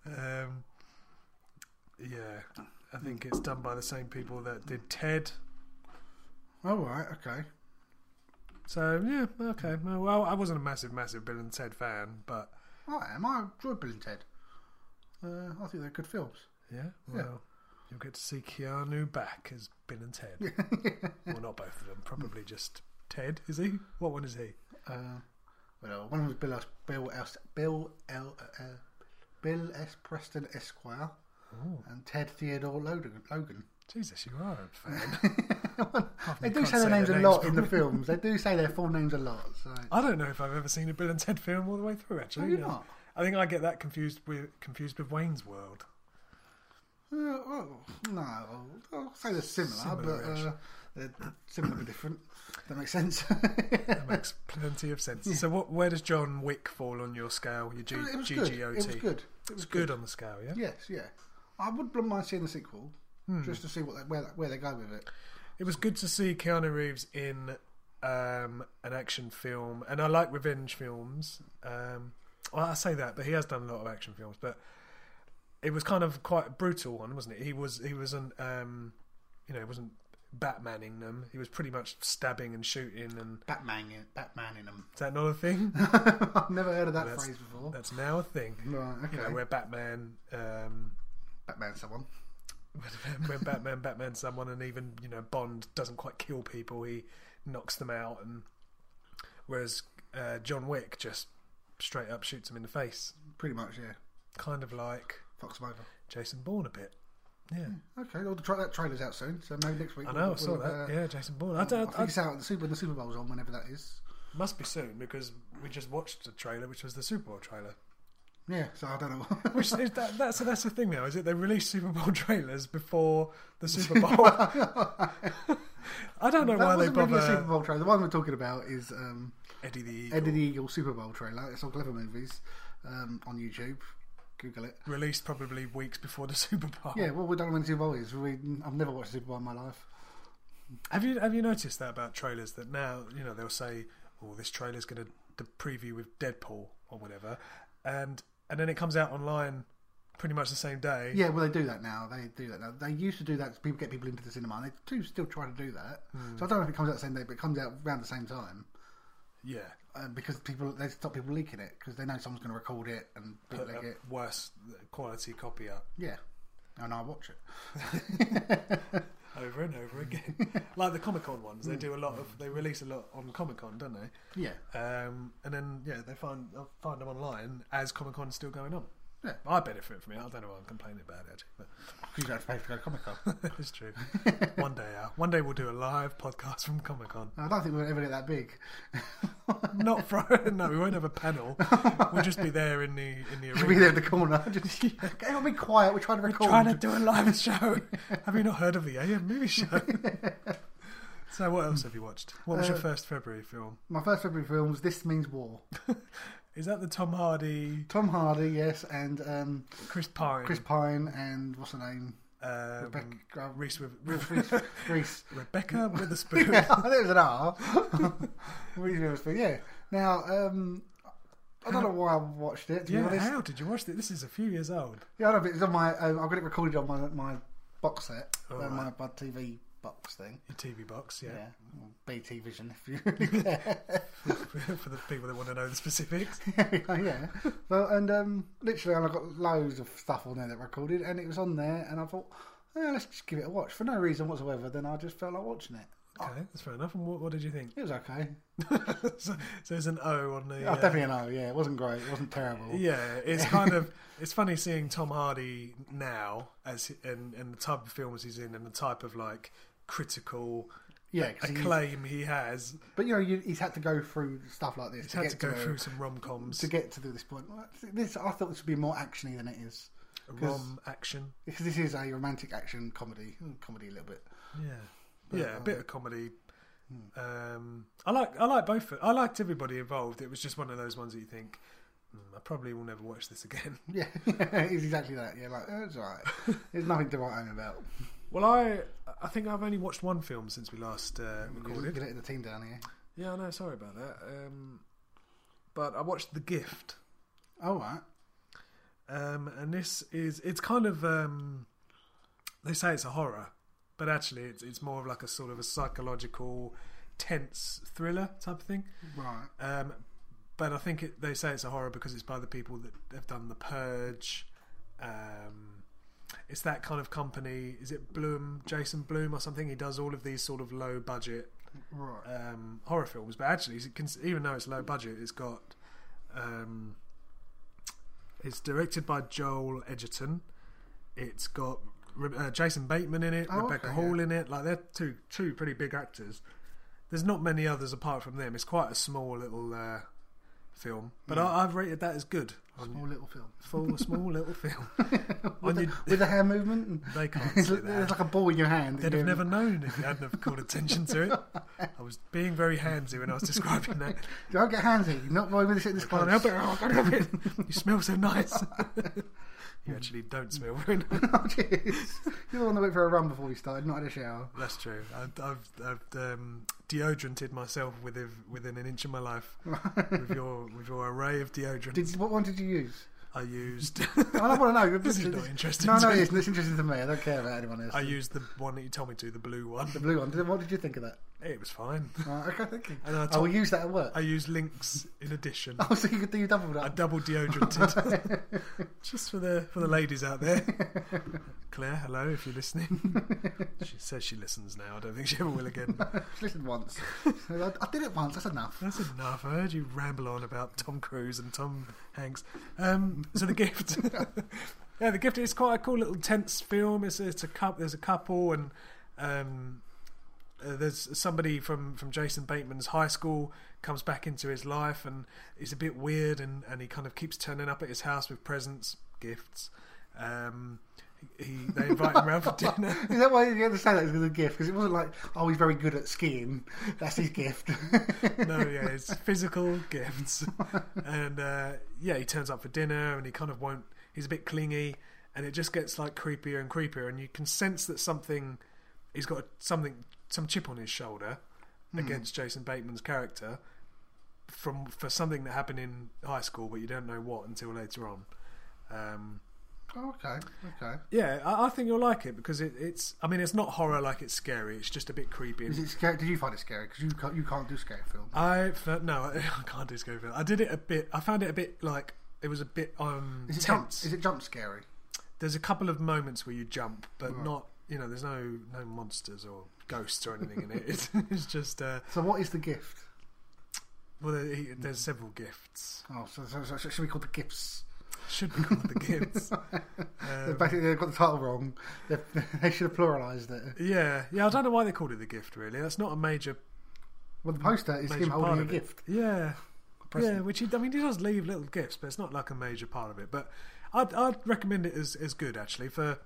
Speaker 1: um, yeah, I think it's done by the same people that did Ted.
Speaker 2: All Oh, right, okay.
Speaker 1: So yeah, okay. Well, I wasn't a massive, massive Bill and Ted fan, but
Speaker 2: Oh, I am. I enjoy Bill and Ted. Uh, I think they're good films.
Speaker 1: yeah, well, you'll get to see Keanu back as Bill and Ted. Well, not both of them. Probably just Ted. Is he? What one is he?
Speaker 2: Uh, well, one of them was Bill S. Bill S. Bill L. Uh, Bill S. Preston Esquire
Speaker 1: Oh,
Speaker 2: and Ted Theodore Logan. Logan.
Speaker 1: Jesus, you are a fan.
Speaker 2: they do
Speaker 1: can't
Speaker 2: say their
Speaker 1: say
Speaker 2: names
Speaker 1: their
Speaker 2: a
Speaker 1: names
Speaker 2: lot in the films. They do say their full names a lot. So
Speaker 1: I don't know if I've ever seen a Bill and Ted film all the way through. Actually,
Speaker 2: Have you
Speaker 1: No.
Speaker 2: not?
Speaker 1: I think I get that confused with confused with Wayne's World.
Speaker 2: Uh, well, no, I'll say they're similar, but
Speaker 1: Similar-ish.
Speaker 2: uh, they're similar but different. That makes sense.
Speaker 1: That makes plenty of sense. So, what? Where does John Wick fall on your scale? Your G-
Speaker 2: it was good. It
Speaker 1: GGOT.
Speaker 2: was good. It
Speaker 1: It's
Speaker 2: was
Speaker 1: good on the scale, yeah.
Speaker 2: Yes, yeah. I would not mind seeing the sequel
Speaker 1: Hmm.
Speaker 2: just to see what they, where where they go with it.
Speaker 1: It was good to see Keanu Reeves in um, an action film, and I like revenge films. Um, well, I say that, but he has done a lot of action films. But it was kind of quite a brutal one, wasn't it? He was he wasn't um, you know he wasn't Batmaning them. He was pretty much stabbing and shooting. And
Speaker 2: Batman, Batman in them.
Speaker 1: is that not a thing?
Speaker 2: I've never heard of that
Speaker 1: That's-
Speaker 2: phrase before.
Speaker 1: That's now a thing.
Speaker 2: Right, okay.
Speaker 1: You know, where Batman, um,
Speaker 2: Batman, someone.
Speaker 1: where Batman, Batman someone, and even you know Bond doesn't quite kill people. He knocks them out, and whereas uh, John Wick just straight up shoots him in the face,
Speaker 2: Pretty much, yeah.
Speaker 1: kind of like
Speaker 2: Fox him over.
Speaker 1: Jason Bourne a bit. Yeah,
Speaker 2: Okay, well, the tra- that trailer's out soon, so maybe next week.
Speaker 1: I
Speaker 2: we'll-
Speaker 1: know. I
Speaker 2: we'll
Speaker 1: saw
Speaker 2: have,
Speaker 1: that.
Speaker 2: uh,
Speaker 1: Yeah, Jason Bourne. I
Speaker 2: I
Speaker 1: don't.
Speaker 2: think
Speaker 1: I,
Speaker 2: it's out at the Super, when the Super Bowl's on, whenever that is.
Speaker 1: must be soon because we just watched the trailer, which was the Super Bowl trailer.
Speaker 2: Yeah, so I don't know.
Speaker 1: Which is that, that's that's the thing now, is it? They release Super Bowl trailers before the Super Bowl. I don't know
Speaker 2: that
Speaker 1: why they
Speaker 2: wasn't really a Super
Speaker 1: bother
Speaker 2: Bowl trailer. The one we're talking about is um,
Speaker 1: Eddie the E Eagle.
Speaker 2: Eddie the Eagle Super Bowl trailer. It's on Clever Movies um, on YouTube. Google it.
Speaker 1: Released probably weeks before the Super Bowl.
Speaker 2: Yeah, well, we don't know when the Super Bowl is. We, I've never watched a Super Bowl in my life.
Speaker 1: Have you have you noticed that about trailers that now you know they'll say, "Oh, this trailer's going to the preview with Deadpool or whatever," and and then it comes out online pretty much the same day.
Speaker 2: Yeah, well, they do that now. They do that now. They used to do that to people get people into the cinema, and they do still try to do that.
Speaker 1: Hmm.
Speaker 2: So I don't know if it comes out the same day, but it comes out around the same time
Speaker 1: Yeah.
Speaker 2: uh, because people they stop people leaking it because they know someone's going to record it and
Speaker 1: Put
Speaker 2: bootleg
Speaker 1: a
Speaker 2: it.
Speaker 1: worse uh, quality copy up
Speaker 2: Yeah, and I watch it.
Speaker 1: over and over again, like the Comic Con ones. They do a lot of they release a lot on Comic Con, don't they?
Speaker 2: Yeah,
Speaker 1: Um, and then yeah, they find they'll find them online as Comic Con's still going on.
Speaker 2: Yeah.
Speaker 1: I benefit from it. I don't know why I'm complaining about it, actually,
Speaker 2: you don't have to pay to go to Comic Con.
Speaker 1: but it's true. one day, uh, one day we'll do a live podcast from Comic Con.
Speaker 2: I don't think we'll ever get that big.
Speaker 1: Not for no, we won't have a panel. We'll just be there in the in the
Speaker 2: Should be
Speaker 1: arena.
Speaker 2: there in the corner. Just, everyone be quiet. We're trying to record.
Speaker 1: Trying to do a live show. have you not heard of the AM movie show? so what else have you watched? What was your
Speaker 2: Uh,
Speaker 1: first February film?
Speaker 2: My first February film was This Means War.
Speaker 1: Is that the Tom Hardy,
Speaker 2: Tom Hardy, yes, and um,
Speaker 1: Chris Pine,
Speaker 2: Chris Pine, and what's her name?
Speaker 1: um,
Speaker 2: Rebecca. uh,
Speaker 1: Reese with
Speaker 2: Reese. Reese.
Speaker 1: Rebecca Witherspoon?
Speaker 2: yeah, there was an R. Reese Witherspoon, yeah. Now, um, I don't know why I watched it. To be
Speaker 1: Yeah,
Speaker 2: honest,
Speaker 1: how did you watch it? This is a few years old.
Speaker 2: yeah, I know, but it's on my. Um, I've got it recorded on my my box set, uh,
Speaker 1: Alright.
Speaker 2: my, my TV box thing.
Speaker 1: Your TV box,
Speaker 2: Yeah,
Speaker 1: yeah.
Speaker 2: Or BT Vision, if you really care.
Speaker 1: For the people that want to know the specifics.
Speaker 2: yeah. Well, and um, literally, and I got loads of stuff on there that recorded, and it was on there, and I thought, eh, let's just give it a watch for no reason whatsoever. Then I just felt like watching it.
Speaker 1: Okay, that's fair enough. And what, what did you think?
Speaker 2: It was okay.
Speaker 1: so, so it's an O on the.
Speaker 2: Oh,
Speaker 1: uh,
Speaker 2: definitely no. Yeah, it wasn't great. It wasn't terrible.
Speaker 1: yeah, it's kind of it's funny seeing Tom Hardy now as and and the type of films he's in and the type of like critical
Speaker 2: Yeah, 'cause he-
Speaker 1: acclaim he has.
Speaker 2: but you know, you, he's had to go through stuff like this
Speaker 1: He's
Speaker 2: to
Speaker 1: had
Speaker 2: get
Speaker 1: to go
Speaker 2: a-
Speaker 1: through some rom coms,
Speaker 2: to get to this point. Well, This I thought this would be more actiony than it is
Speaker 1: rom action.
Speaker 2: because this is a romantic action comedy, Hmm, comedy a little bit.
Speaker 1: Yeah, yeah, a bit of comedy. Um, I like I like both. I liked everybody involved. It was just one of those ones that you think, mm, I probably will never watch this again.
Speaker 2: Yeah, it's exactly that. Yeah, like eh, it's alright. There's nothing to write home about.
Speaker 1: Well, I I think I've only watched one film since we last uh,
Speaker 2: You're
Speaker 1: recorded.
Speaker 2: letting the team down here.
Speaker 1: Yeah, I know. Sorry about that. Um, but I watched The Gift,
Speaker 2: All right.
Speaker 1: um, and this is it's kind of um, they say it's a horror, but actually it's it's more of like a sort of a psychological, tense thriller type of thing.
Speaker 2: Right.
Speaker 1: Um, but I think it, they say it's a horror because it's by the people that have done The Purge. Um, it's that kind of company. Is it Bloom, Jason Bloom, or something? He does all of these sort of low budget
Speaker 2: Right.
Speaker 1: um, horror films. But actually, it's- it can- even though it's low budget, it's got. Um, it's directed by Joel Edgerton. It's got Re- uh, Jason Bateman in it,
Speaker 2: Oh,
Speaker 1: Rebecca
Speaker 2: okay,
Speaker 1: Hall in it. Like they're two two pretty big actors. There's not many others apart from them. It's quite a small little uh, film, but I, I've rated that as good. On
Speaker 2: Small little film.
Speaker 1: full small little film. on
Speaker 2: With, the,
Speaker 1: your,
Speaker 2: with the hand movement. and-
Speaker 1: they can't
Speaker 2: It's
Speaker 1: see
Speaker 2: like,
Speaker 1: that.
Speaker 2: there's like a ball in your hand.
Speaker 1: They'd have
Speaker 2: and
Speaker 1: never known if you hadn't have called attention to it. I was being very handsy when I was describing that.
Speaker 2: Don't get handsy. Not why we're sitting this
Speaker 1: Can't
Speaker 2: close.
Speaker 1: help it, I can't help it. You smell so nice. you actually don't smell very nice.
Speaker 2: Oh, jeez. You're the one that went for a run before we started, not had a shower.
Speaker 1: That's true. I've, I've, I've um, deodoranted myself within, within an inch of my life with your with your array of deodorants.
Speaker 2: Did what one did you use?
Speaker 1: I used.
Speaker 2: I don't want to know.
Speaker 1: This is not interesting
Speaker 2: No,
Speaker 1: to
Speaker 2: no, it
Speaker 1: me.
Speaker 2: isn't. It's interesting to me. I don't care about anyone else.
Speaker 1: I used the one that you told me to, the blue one.
Speaker 2: the blue one. Did- What did you think of that?
Speaker 1: It was fine.
Speaker 2: Uh, okay, thank you.
Speaker 1: And I
Speaker 2: I will
Speaker 1: told,
Speaker 2: use that at work.
Speaker 1: I used links in addition.
Speaker 2: Oh, so you could do double
Speaker 1: I
Speaker 2: that.
Speaker 1: double deodoranted just for the for the ladies out there. Claire, hello, if you're listening. she says she listens now. I don't think she ever will again.
Speaker 2: Just Listen once. I, I did it once. That's enough.
Speaker 1: That's enough. I heard you ramble on about Tom Cruise and Tom Hanks. Um, so the gift, yeah, the gift is quite a cool little tense film. It's it's a cup. There's a couple and um, uh, there's somebody from from Jason Bateman's high school comes back into his life and is a bit weird and and he kind of keeps turning up at his house with presents, gifts. Um, he they invite him round for dinner.
Speaker 2: Is that why you had to say that was a gift? Because it wasn't like, oh, he's very good at skiing. That's his gift.
Speaker 1: no, yeah, it's physical gifts. And uh, yeah, he turns up for dinner and he kind of won't, he's a bit clingy and it just gets like creepier and creepier. And you can sense that something, he's got something, some chip on his shoulder against Jason Bateman's character from for something that happened in high school, but you don't know what until later on. Um,
Speaker 2: Oh, okay, okay.
Speaker 1: yeah, I, I think you'll like it because it, it's, I mean, it's not horror like it's scary, it's just a bit creepy. and
Speaker 2: Is it scary? Did you find it scary? Because you can't, you can't do scary films.
Speaker 1: I felt no, I, I can't do scary film. I did it a bit. I found it a bit like it was a bit um
Speaker 2: Is it jump?
Speaker 1: tense.
Speaker 2: Is it jump scary?
Speaker 1: There's a couple of moments where you jump, but not you know. There's no no monsters or ghosts or anything in it. It's, it's just uh,
Speaker 2: So what is the gift?
Speaker 1: well, there- he- there's several gifts.
Speaker 2: Oh, so, so, so should we call the gifts?
Speaker 1: Should be called the gifts.
Speaker 2: They've
Speaker 1: Um,
Speaker 2: Basically, they got the title wrong. They've- they should have pluralised it.
Speaker 1: yeah, yeah. I don't know why they called it the gift. Really, that's not a major
Speaker 2: Well, the poster is
Speaker 1: major
Speaker 2: him
Speaker 1: part
Speaker 2: holding a
Speaker 1: of it.
Speaker 2: gift.
Speaker 1: Yeah.
Speaker 2: present.
Speaker 1: Yeah, which he, I mean, he does leave little gifts, but it's not like a major part of it. But I'd, I'd recommend it as, as good actually for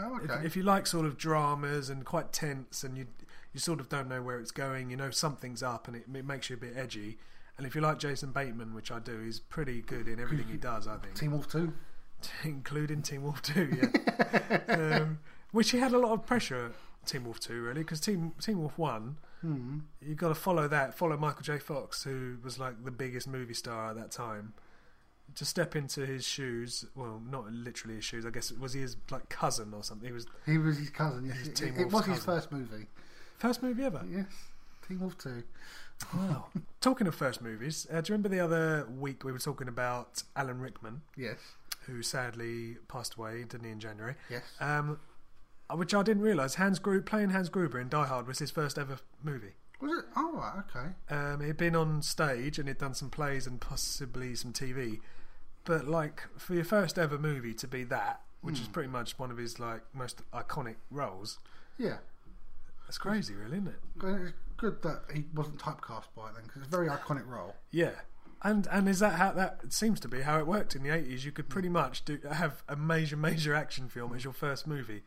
Speaker 2: Oh,
Speaker 1: If,
Speaker 2: okay.
Speaker 1: if you like sort of dramas and quite tense and you you sort of don't know where it's going, you know something's up and it, it makes you a bit edgy. And if you like Jason Bateman, which I do, he's pretty good in everything he does, I think,
Speaker 2: Team Wolf Two.
Speaker 1: including Team Wolf Two, yeah. um, which he had a lot of pressure. Team Wolf Two, really, because Team Team Wolf One,
Speaker 2: Hmm.
Speaker 1: you've got to follow that. Follow Michael J. Fox, who was like the biggest movie star at that time. To step into his shoes, well, not literally his shoes. I guess was he his like cousin or something. He was
Speaker 2: He was his cousin. Yes,
Speaker 1: He's
Speaker 2: it,
Speaker 1: Team
Speaker 2: it
Speaker 1: Wolf's
Speaker 2: was his
Speaker 1: cousin. Uh.
Speaker 2: first movie.
Speaker 1: first movie ever.
Speaker 2: Yes, Team Wolf Two.
Speaker 1: Wow. talking of first movies, uh, do you remember the other week we were talking about Alan Rickman,
Speaker 2: Yes,
Speaker 1: who sadly passed away, didn't he, in January?
Speaker 2: yes.
Speaker 1: Um, uh, which I didn't realise. Hans Gruber, playing Hans Gruber in Die Hard was his first ever movie.
Speaker 2: Was it? Oh, right. Okay.
Speaker 1: Um, he'd been on stage and he'd done some plays and possibly some TV, but like for your first ever movie to be that, which is pretty much one of his like most iconic roles,
Speaker 2: Yeah.
Speaker 1: that's crazy, really, isn't it?
Speaker 2: Well, It's good that he wasn't typecast by it then, because it's a very iconic role.
Speaker 1: Yeah. And and is that how that seems to be how it worked in the eighties? You could pretty much do have a major major action film as your first movie.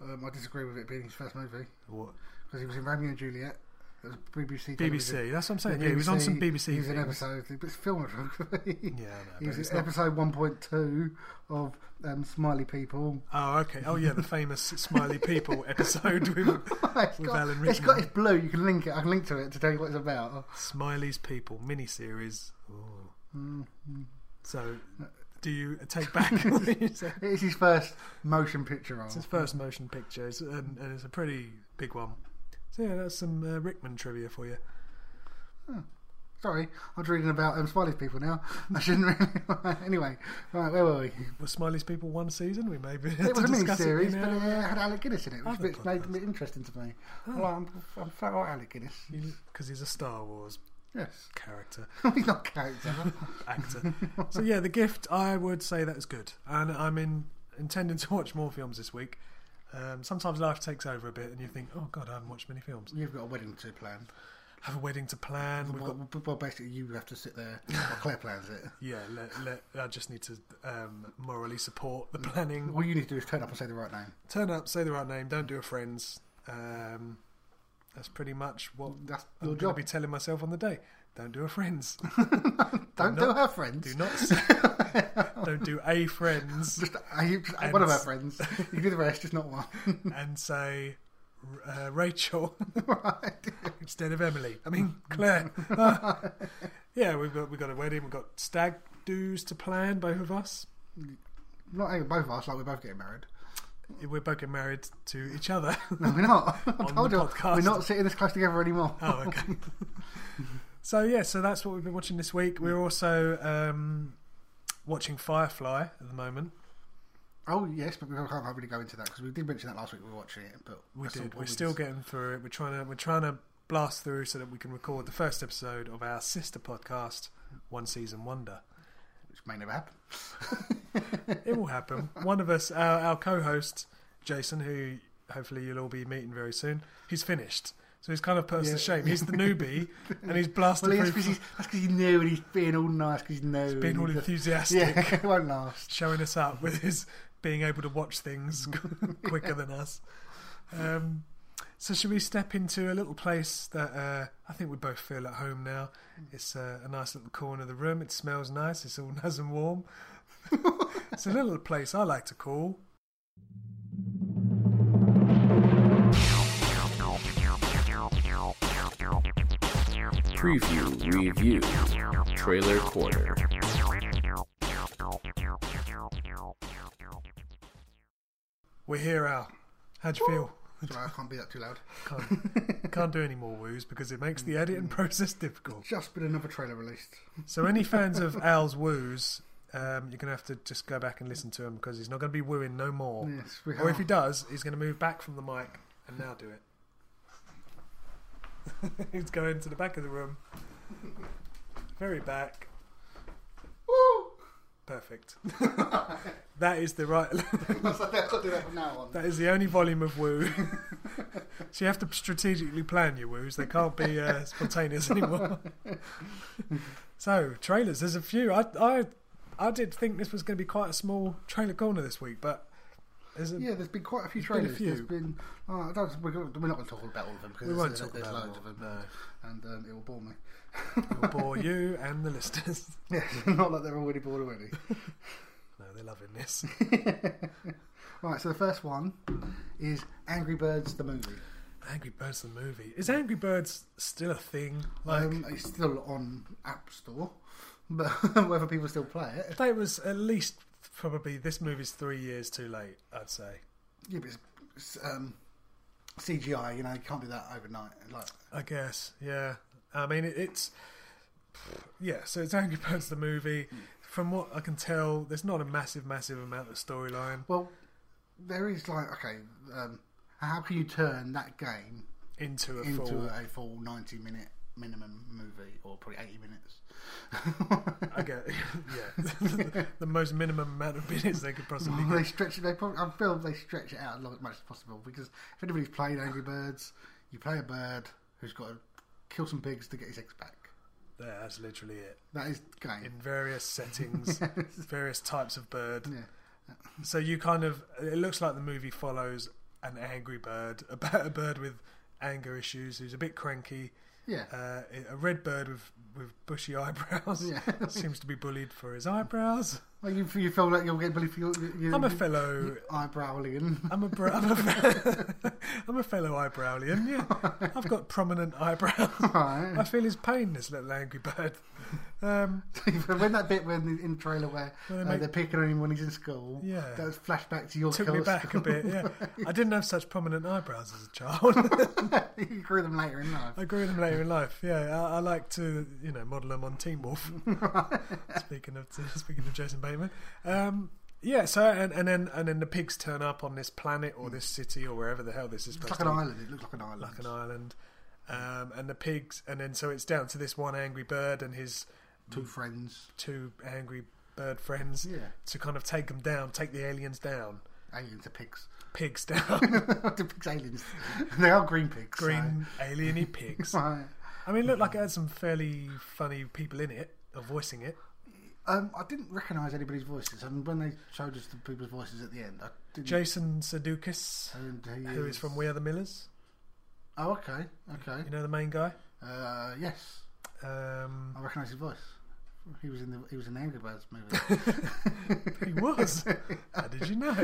Speaker 2: Um, I disagree with it being his first movie
Speaker 1: What
Speaker 2: because he was in Romeo and Juliet. It was BBC. television.
Speaker 1: BBC? That's what I'm saying. Yeah, he was on some BBC.
Speaker 2: He was an
Speaker 1: things.
Speaker 2: episode. It was film photography.
Speaker 1: Yeah, I know,
Speaker 2: he
Speaker 1: but
Speaker 2: was
Speaker 1: it's
Speaker 2: in
Speaker 1: not-
Speaker 2: episode one point two of um, Smiley People.
Speaker 1: Oh, okay. Oh, yeah, the famous Smiley People episode with
Speaker 2: It's
Speaker 1: With
Speaker 2: got-
Speaker 1: Alan
Speaker 2: it's got
Speaker 1: Rickman.
Speaker 2: it's blue. You can link it. I can link to it to tell you what it's about.
Speaker 1: Smiley's People miniseries. Ooh.
Speaker 2: Mm.
Speaker 1: So, do you take back what you said?
Speaker 2: It is his first motion picture role.
Speaker 1: It's his first motion picture, it's, and, and it's a pretty big one. So yeah, that's some uh, Rickman trivia for you.
Speaker 2: Sorry, I was reading about um, Smiley People now. I shouldn't really. anyway, right, where were we?
Speaker 1: Was Smiley's People one season? We maybe had
Speaker 2: It
Speaker 1: to
Speaker 2: was a mini
Speaker 1: discuss
Speaker 2: series,
Speaker 1: it. in
Speaker 2: but it
Speaker 1: our-
Speaker 2: had Alec Guinness in it,
Speaker 1: Other Oh.
Speaker 2: which made it interesting to me. Well, I'm, I'm flat out Alec Guinness.
Speaker 1: because he's a Star Wars
Speaker 2: Yes.
Speaker 1: character
Speaker 2: He's not a character.
Speaker 1: actor. so yeah, the gift I would say that is good, and I'm in intending to watch more films this week. Um, sometimes life takes over a bit, and you think, "Oh God, I haven't watched many films.
Speaker 2: You've got a wedding to plan.
Speaker 1: I have a wedding to plan. We've
Speaker 2: Well,
Speaker 1: got
Speaker 2: well, well, basically, you have to sit there while Claire plans it.
Speaker 1: yeah. Let, let, I just need to um, morally support the planning.
Speaker 2: All you need to do is turn up and say the right name.
Speaker 1: Turn up, say the right name. Don't do a friends. Um, that's pretty much what
Speaker 2: That's
Speaker 1: I'm
Speaker 2: your
Speaker 1: going to
Speaker 2: job.
Speaker 1: be telling myself on the day. Don't do a friends.
Speaker 2: Don't
Speaker 1: not-
Speaker 2: do her friends.
Speaker 1: Do not. s- don't do a friends
Speaker 2: Just, uh, I, just
Speaker 1: And-
Speaker 2: one of her friends. You do the rest, just not one.
Speaker 1: and say uh, Rachel
Speaker 2: right.
Speaker 1: instead of Emily. I mean Claire. Ah. yeah, we've got we've got a wedding. We've got stag do's to plan. Both of us.
Speaker 2: Not even both of us, like we're both getting married.
Speaker 1: We're both getting married to each other.
Speaker 2: No, we're not. I
Speaker 1: On
Speaker 2: told
Speaker 1: the
Speaker 2: you,
Speaker 1: podcast.
Speaker 2: we're not sitting this close together anymore.
Speaker 1: Oh, okay. so yeah, so that's what we've been watching this week. We're also um, watching Firefly at the moment.
Speaker 2: Oh, yes, but we can't really go into that because we did mention that last week we were watching it, but
Speaker 1: We
Speaker 2: that's
Speaker 1: did.
Speaker 2: all
Speaker 1: We're
Speaker 2: we
Speaker 1: still
Speaker 2: just-
Speaker 1: getting through it. We're trying to we're trying to blast through so that we can record the first episode of our sister podcast, One Season Wonder.
Speaker 2: which may never happen.
Speaker 1: It will happen. One of us, our, our co-host Jason, who hopefully you'll all be meeting very soon, he's finished. So he's kind of put us
Speaker 2: Yeah.
Speaker 1: to shame. He's the newbie, and he's blasted
Speaker 2: Well, that's
Speaker 1: through.
Speaker 2: because he's, that's 'cause he knew and he's being all nice because he knew. He's
Speaker 1: being all enthusiastic.
Speaker 2: Yeah, it won't last.
Speaker 1: showing us up with his being able to watch things quicker than us. Um, so should we step into a little place that uh, I think we both feel at home now? It's uh, a nice little corner of the room. It smells nice. It's all nice and warm. it's a little place I like to call.
Speaker 3: Preview Review Trailer Quarter.
Speaker 1: We're here, Al. How'd you feel?
Speaker 2: Sorry, I can't be that too loud.
Speaker 1: Can't, can't do any more woos because it makes the editing process difficult.
Speaker 2: Just been another trailer released.
Speaker 1: So any fans of Al's woos, um, you're gonna have to just go back and listen to him because he's not gonna be wooing no more.
Speaker 2: Yes, we
Speaker 1: Or if
Speaker 2: have.
Speaker 1: he does, he's going to move back from the mic and now do it. he's going to the back of the room. Very back.
Speaker 2: Woo!
Speaker 1: Perfect. that is the right.
Speaker 2: I've got to do that from now on.
Speaker 1: that is the only volume of woo. so you have to strategically plan your woos. They can't be uh, spontaneous anymore. so trailers, there's a few. I I I did think this was going to be quite a small trailer corner this week, but there's a,
Speaker 2: Yeah, there's been quite a few
Speaker 1: There's been a
Speaker 2: trailers.
Speaker 1: few.
Speaker 2: There's been. Oh, I don't, we're, gonna- we're not going to talk about all of them because
Speaker 1: we won't
Speaker 2: there's,
Speaker 1: talk
Speaker 2: there's
Speaker 1: about
Speaker 2: loads
Speaker 1: it.
Speaker 2: of them,
Speaker 1: No.
Speaker 2: and um, it will bore me.
Speaker 1: will bore you and the listeners.
Speaker 2: Yeah, not like they're already bored already.
Speaker 1: No, they're loving this.
Speaker 2: right, so the first one is Angry Birds the movie.
Speaker 1: Angry Birds the movie. Is Angry Birds still a thing? Like
Speaker 2: Um, it's still on App Store, but whether people still play it,
Speaker 1: that was at least probably this movie's three years too late, I'd say.
Speaker 2: yeah, but it's, it's um, CGI. You know, you can't do that overnight. Like,
Speaker 1: I guess, yeah. I mean, it, it's yeah. So it's Angry Birds the movie. From what I can tell, there's not a massive, massive amount of storyline
Speaker 2: well, there is like, okay, um, how can you turn that game
Speaker 1: into a
Speaker 2: into
Speaker 1: full.
Speaker 2: a full ninety-minute minimum movie, or probably eighty minutes?
Speaker 1: I get, yeah, the most minimum amount of minutes they could possibly
Speaker 2: Well,
Speaker 1: get.
Speaker 2: they stretch it. They probably, I feel they stretch it out as long- as much as possible because if anybody's played Angry Birds, you play a bird who's got to kill some pigs to get his eggs back.
Speaker 1: Yeah, that's literally it.
Speaker 2: That is the
Speaker 1: In
Speaker 2: game.
Speaker 1: various settings, various types of bird.
Speaker 2: Yeah.
Speaker 1: So you kind of it looks like the movie follows an angry bird, about a bird with anger issues who's a bit cranky,
Speaker 2: Yeah.
Speaker 1: uh, a red bird with with bushy eyebrows.
Speaker 2: Yeah.
Speaker 1: seems to be bullied for his eyebrows.
Speaker 2: Well, you, you feel like you'll get bullied for your, your,
Speaker 1: I'm a
Speaker 2: your
Speaker 1: fellow.
Speaker 2: eyebrowling.
Speaker 1: I'm a, br- I'm, a fe- I'm a fellow eyebrowlian, yeah. I've got prominent eyebrows. I
Speaker 2: Right.
Speaker 1: feel his pain, this little angry bird. Um,
Speaker 2: when that bit when the- in the trailer where
Speaker 1: When they
Speaker 2: uh,
Speaker 1: make-
Speaker 2: they're picking on him when he's in school,
Speaker 1: Yeah.
Speaker 2: that was flashback to your
Speaker 1: took me
Speaker 2: school.
Speaker 1: back a bit, yeah. I didn't have such prominent eyebrows as a child.
Speaker 2: you grew them later in life.
Speaker 1: I grew them later in life. Yeah, I, I like to, you know, model them on Team Wolf. speaking of speaking of Jason Bateman, um, yeah. So and, and then and then the pigs turn up on this planet or this city or wherever the hell this is
Speaker 2: It's
Speaker 1: supposed to
Speaker 2: like an
Speaker 1: be,
Speaker 2: island. It looks like an island.
Speaker 1: like an island. Um, and the pigs, and then so it's down to this one angry bird and his
Speaker 2: Two friends,
Speaker 1: two angry bird friends
Speaker 2: Yeah.
Speaker 1: to kind of take them down, take the aliens down,
Speaker 2: aliens are pigs.
Speaker 1: pigs down,
Speaker 2: the pigs aliens. They are green pigs. so-
Speaker 1: green alieny pigs.
Speaker 2: Right.
Speaker 1: I mean, look like it had some fairly funny people in it, or voicing it.
Speaker 2: Um, I didn't recognise anybody's voices, and when they showed us the people's voices at the end, I didn't.
Speaker 1: Jason Sudeikis,
Speaker 2: and he
Speaker 1: who is from We Are the Millers.
Speaker 2: Oh, okay, okay.
Speaker 1: You know the main guy.
Speaker 2: Uh, yes,
Speaker 1: Um,
Speaker 2: I recognise his voice. He was in the he was in the Angry Birds movie.
Speaker 1: He was. How did you know?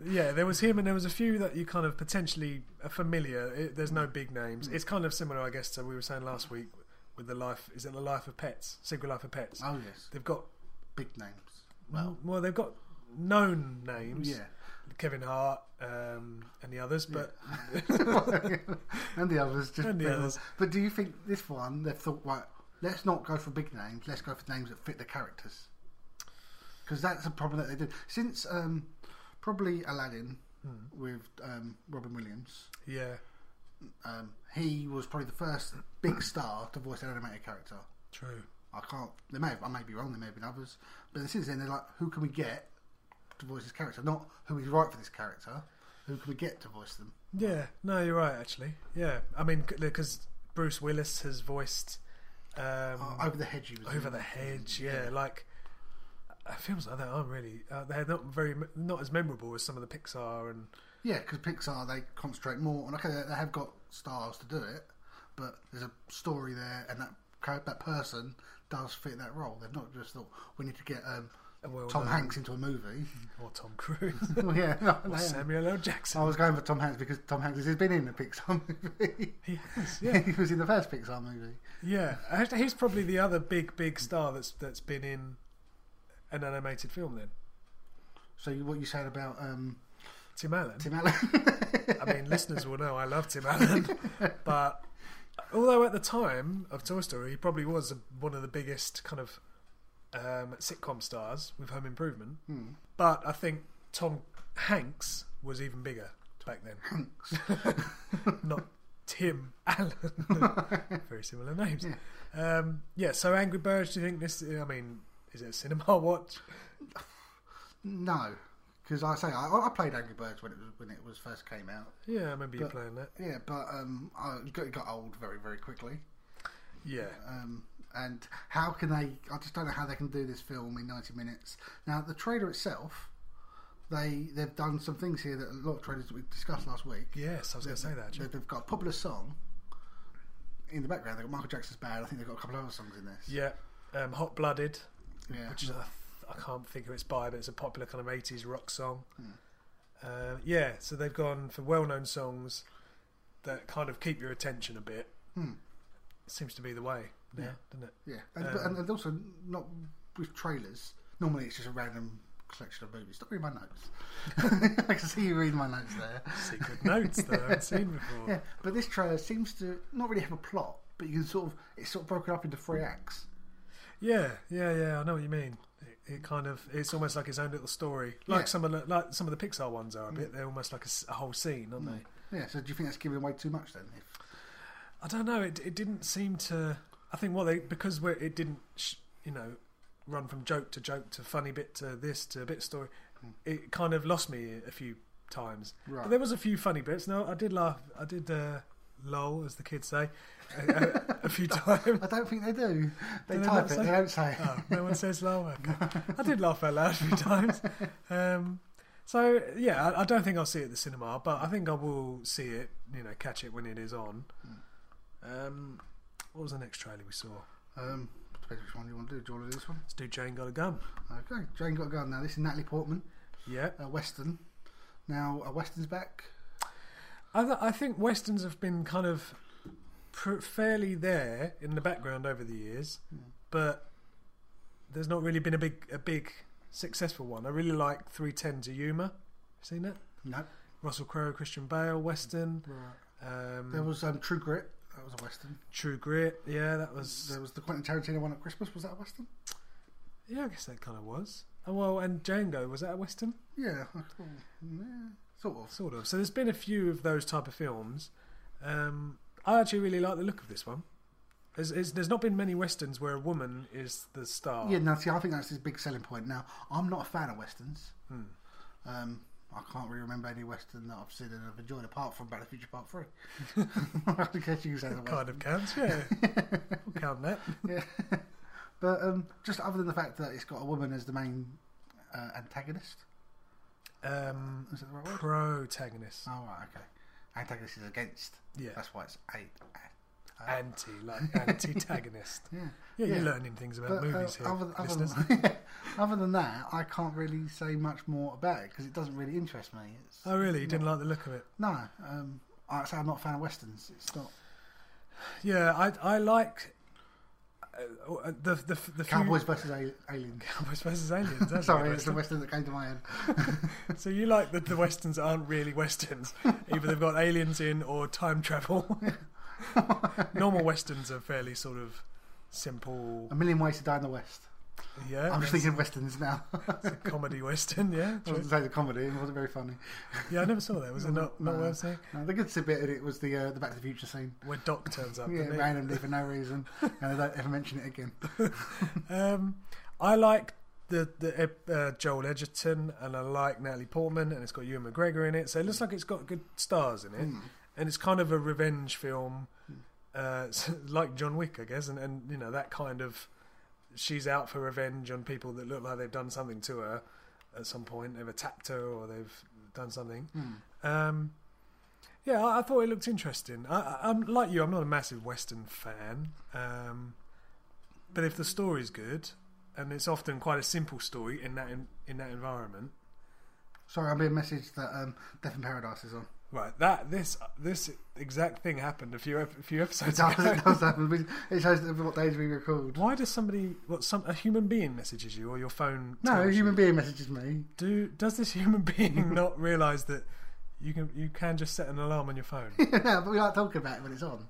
Speaker 1: Yeah, there was him, and there was a few that you kind of potentially are familiar. It, there's no big names. It's kind of similar, I guess, to we were saying last week with the life. Is it the life of pets? Secret life of pets.
Speaker 2: oh yes,
Speaker 1: They've got
Speaker 2: big names.
Speaker 1: well, well, they've got known names.
Speaker 2: Yeah,
Speaker 1: Kevin Hart um, and the others, but
Speaker 2: and the others just
Speaker 1: And the
Speaker 2: big
Speaker 1: others.
Speaker 2: ones. But do you think this one they've thought right? Let's not go for big names. Let's go for names that fit the characters. Because that's a problem that they did since um, probably Aladdin
Speaker 1: Hmm.
Speaker 2: with um, Robin Williams.
Speaker 1: yeah,
Speaker 2: Um, he was probably the first big star to voice an animated character.
Speaker 1: true.
Speaker 2: I can't. They may. Have, I may be wrong. There may have been others. But since then, they're like, who can we get to voice this character? Not who is right for this character. Who can we get to voice them?
Speaker 1: Yeah, no, you're right. Actually, yeah. I mean, because Bruce Willis has voiced um,
Speaker 2: Over the hedge. He was
Speaker 1: Over
Speaker 2: in.
Speaker 1: the Hedge. Yeah, like uh, films like that aren't really uh, they're not very me- not as memorable as some of the Pixar and
Speaker 2: Yeah, because Pixar they concentrate more on. Okay, they, they have got stars to do it, but there's a story there, and that char- that person does fit that role. They've not just thought we need to get um,
Speaker 1: uh, well,
Speaker 2: Tom
Speaker 1: known-
Speaker 2: Hanks into a movie.
Speaker 1: or Tom Cruise
Speaker 2: well, yeah, no,
Speaker 1: or
Speaker 2: they-
Speaker 1: Samuel L. Jackson.
Speaker 2: I was going for Tom Hanks because Tom Hanks has been in the Pixar movie.
Speaker 1: He has, yeah,
Speaker 2: he was in the first Pixar movie.
Speaker 1: yeah. Actually, He's probably the other big big star that's that's been in an animated film. Then
Speaker 2: So you, what you said about um,
Speaker 1: Tim Allen.
Speaker 2: Tim Allen?
Speaker 1: I mean, listeners will know I love Tim Allen, but although at the time of Toy Story, he probably was one of the biggest kind of um, sitcom stars with Home Improvement. But I think Tom Hanks was even bigger back then, not Tim Allen. Very similar names. Um, yeah. So Angry Birds. Do you think this? I mean, is it a cinema watch?
Speaker 2: no, because I say I, I played Angry Birds when it was when it was first came out.
Speaker 1: Yeah, I remember you
Speaker 2: But-
Speaker 1: playing that.
Speaker 2: Yeah, but um, I it got, it got old very very quickly.
Speaker 1: Yeah.
Speaker 2: Um, and how can they? I just don't know how they can do this film in ninety minutes. Now the trailer itself, they they've done some things here that a lot of trailers that we discussed last week.
Speaker 1: Yes, I was going to say that. Actually.
Speaker 2: They- They've got a popular song in the background. They've got Michael Jackson's band. I think they've got a couple of other songs in this.
Speaker 1: Yeah. Um, Hot Blooded.
Speaker 2: Yeah.
Speaker 1: which is a, I can't think who it's by, but it's a popular kind of eighties rock song.
Speaker 2: Hmm.
Speaker 1: Uh, yeah, so they've gone for well-known songs that kind of keep your attention a bit. Seems to be the way now, doesn't it?
Speaker 2: Hmm. Yeah, and, but,
Speaker 1: Um,
Speaker 2: and, and also not with trailers. Normally, it's just a random collection of movies. Stop reading my notes. I can see you reading my notes there.
Speaker 1: Secret notes that I haven't seen before.
Speaker 2: Yeah, but this trailer seems to not really have a plot, but you can sort of it's sort of broken up into three acts.
Speaker 1: Yeah, yeah, yeah. I know what you mean. It, it kind of it's almost like its own little story, like
Speaker 2: Yeah. Hmm.
Speaker 1: some of the, like some of the Pixar ones are a bit. They're almost like a, s- a whole scene, aren't they?
Speaker 2: Yeah, so do you think that's giving away too much then? If,
Speaker 1: I don't know. It it didn't seem to. I think what they because we're, it didn't sh- you know run from joke to joke to funny bit to this to a bit of story. It kind of lost me a few times.
Speaker 2: Right.
Speaker 1: But there was a few funny bits. No, I did laugh. I did uh, lol as the kids say a, a, a few times.
Speaker 2: I don't think they do. They
Speaker 1: Do they
Speaker 2: type
Speaker 1: not
Speaker 2: it.
Speaker 1: say-
Speaker 2: They don't say.
Speaker 1: Oh, no one says lol. Okay. I did laugh out loud a few times. Um, so yeah, I, I don't think I'll see it at the cinema, but I think I will see it. You know, catch it when it is on. Um, what was the next trailer we saw?
Speaker 2: Um, depends which one you want to do. Do you want to do this one?
Speaker 1: Let's do Jane Got a Gun.
Speaker 2: Okay, Jane got a gun now. This is Natalie Portman,
Speaker 1: Yeah.
Speaker 2: a Western. Now a Western's back.
Speaker 1: I, th- I think Westerns have been kind of pr- fairly there in the background over the years, but there's not really been a big a big successful one. I really like 310 to Yuma. Seen it?
Speaker 2: No,
Speaker 1: Russell Crowe, Christian Bale, Western.
Speaker 2: right. There
Speaker 1: Um,
Speaker 2: was um, True Grit. That was a Western.
Speaker 1: True Grit. Yeah, that was.
Speaker 2: There was the Quentin Tarantino one at Christmas. Was that a Western?
Speaker 1: Yeah, I guess that kind of was. Oh, well, and Django, was that a Western?
Speaker 2: Yeah, I thought- yeah, sort of.
Speaker 1: Sort of. So there's been a few of those type of films. Um, I actually really like the look of this one. There's, there's, there's not been many westerns where a woman is the star.
Speaker 2: Yeah, now see, I think that's his big selling point. Now, I'm not a fan of westerns. Um, I can't really remember any western that I've seen and I've enjoyed apart from Back to the Future Part Three. I guess you can say the western.
Speaker 1: kind of counts. Yeah, we'll count that.
Speaker 2: Yeah. but um, just other than the fact that it's got a woman as the main uh, antagonist,
Speaker 1: Um,
Speaker 2: is Uh, that the right word?
Speaker 1: protagonist.
Speaker 2: Oh right, okay. Antagonist is against.
Speaker 1: Yeah.
Speaker 2: That's why it's eight.
Speaker 1: anti like antagonist.
Speaker 2: Yeah.
Speaker 1: yeah, you're
Speaker 2: Yeah.
Speaker 1: learning things about
Speaker 2: But uh,
Speaker 1: movies here,
Speaker 2: other, other,
Speaker 1: listeners.
Speaker 2: than, other than that, I can't really say much more about it because it doesn't really interest me. It's,
Speaker 1: oh, really? You didn't like the look of it?
Speaker 2: no, um, I say I'm not a fan of westerns. It's not
Speaker 1: Yeah, I I like uh, uh, the the the few-
Speaker 2: Cowboys versus a- Aliens.
Speaker 1: Cowboys versus aliens. that's
Speaker 2: Sorry,
Speaker 1: a
Speaker 2: it's the
Speaker 1: western.
Speaker 2: western that came to my head.
Speaker 1: So you like the, the westerns that aren't really westerns? Either they've got aliens in or time travel. Normal westerns are fairly sort of simple.
Speaker 2: A Million Ways to Die in the West.
Speaker 1: Yeah,
Speaker 2: I'm just
Speaker 1: that's
Speaker 2: thinking westerns now.
Speaker 1: a comedy western. Yeah,
Speaker 2: I
Speaker 1: true.
Speaker 2: wasn't saying the comedy, it wasn't very funny.
Speaker 1: yeah. I never saw that. Was it not not
Speaker 2: No.
Speaker 1: worth seeing?
Speaker 2: No, the good bit in it was the uh, the Back to the Future scene.
Speaker 1: Where Doc turns up.
Speaker 2: Yeah,
Speaker 1: doesn't he?
Speaker 2: randomly for no reason, and I don't ever mention it again.
Speaker 1: Um, I like the the uh, Joel Edgerton and I like Natalie Portman and it's got Ewan McGregor in it, so it looks like it's got good stars in it, and it's kind of a revenge film, uh, s- like John Wick, I guess, and, and you know that kind of she's out for revenge on people that look like they've done something to her at some point, they've attacked her or they've done something. Um, yeah, I, I thought it looked interesting. I, I, I'm like you; I'm not a massive Western fan. Um, but if the story's good, and it's often quite a simple story in that in, in that environment,
Speaker 2: Sorry, I'm being messaged that um, Death in Paradise is on.
Speaker 1: right? That this this exact thing happened a few ep- a few
Speaker 2: It
Speaker 1: episodes
Speaker 2: does,
Speaker 1: ago.
Speaker 2: it does happen. We- It shows what days we record.
Speaker 1: Why does somebody what some a human being messages you or your phone?
Speaker 2: No, a
Speaker 1: tells
Speaker 2: human
Speaker 1: you?
Speaker 2: being messages me.
Speaker 1: Do does this human being not realise that you can you can just set an alarm on your phone?
Speaker 2: yeah, but we like talking about it when it's on.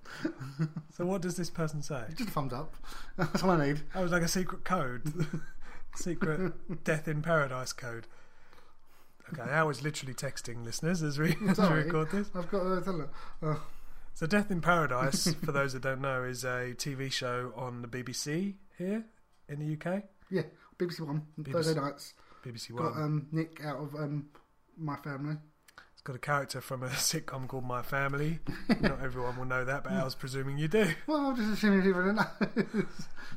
Speaker 1: so what does this person say?
Speaker 2: Just a thumbs up. That's all I need.
Speaker 1: Oh, it was like a secret code, secret death in paradise code. Okay, I was literally texting listeners as we, as we
Speaker 2: Sorry.
Speaker 1: record this.
Speaker 2: I've got uh, tell her. Oh,
Speaker 1: So, Death in Paradise, for those that don't know, is a TV show on the BBC here in the UK.
Speaker 2: yeah, BBC One Thursday nights.
Speaker 1: BBC One.
Speaker 2: Got um, Nick out of um, my family.
Speaker 1: it's got a character from a sitcom called My Family. Not everyone will know that, but I was presuming you do.
Speaker 2: Well, I'm just assuming people don't know.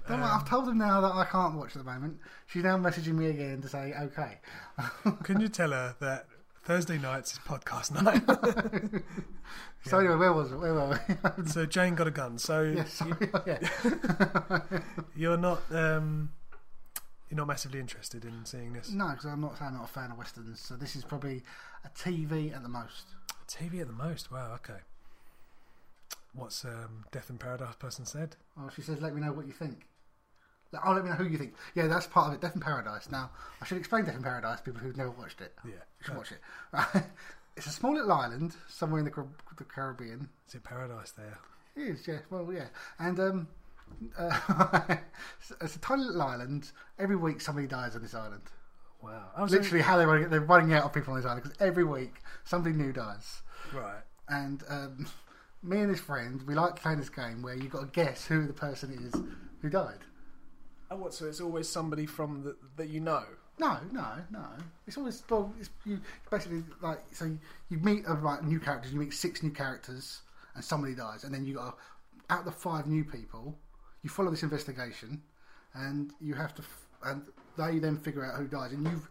Speaker 2: Don't worry, I've told them now that I can't watch at the moment. She's now messaging me again to say okay.
Speaker 1: Can you tell her that Thursday nights is podcast night?
Speaker 2: So anyway, where was it? Where were we?
Speaker 1: so, Jane got a gun. So,
Speaker 2: yeah, sorry. yeah.
Speaker 1: you're not. Um, you're not massively interested in seeing this
Speaker 2: No, because I'm not saying I'm not a fan of westerns. So this is probably a TV at the most.
Speaker 1: TV at the most. Wow. Okay. What's um, Death in Paradise person said?
Speaker 2: Oh, she says, let me know what you think. Like, oh, let me know who you think. Yeah, that's part of it. Death in Paradise. Now, I should explain Death in Paradise to people who've never watched it.
Speaker 1: Yeah.
Speaker 2: You should watch it. Right. It's a small little island somewhere in the, Car- the Caribbean.
Speaker 1: Is it Paradise there?
Speaker 2: It is, yeah. Well, yeah. And um, uh, it's a tiny little island. Every week somebody dies on this island.
Speaker 1: Wow. I was
Speaker 2: Literally, how they're running, they're running out of people on this island because every week somebody new dies.
Speaker 1: Right.
Speaker 2: and um, me and his friend, we like playing this game where you've got to guess who the person is who died.
Speaker 1: Oh, what? So it's always somebody from the, that you know.
Speaker 2: No, no, no. It's always well. It's, you basically like so you, you meet a like new characters. You meet six new characters, and somebody dies, and then you got to, out of the five new people, you follow this investigation, and you have to f- and they then figure out who dies, and you've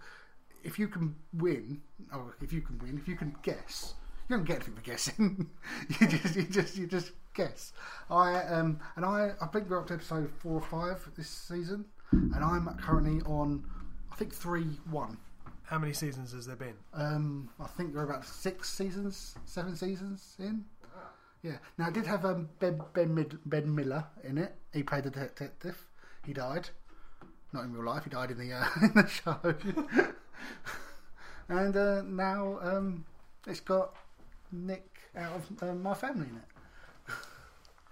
Speaker 2: if you can win or if you can win if you can guess. You don't get anything for guessing. you just, you just, you just guess. I um, and I, I think we're up to episode four or five this season, and I'm currently on I think three one.
Speaker 1: How many seasons has there been?
Speaker 2: Um, I think we're about six seasons, seven seasons in. Yeah. Now it did have um, Ben Ben, Mid- ben Miller in it. He played the detective. He died, not in real life. He died in the uh, in the show. and uh, now um, it's got Nick out of um, my family in it.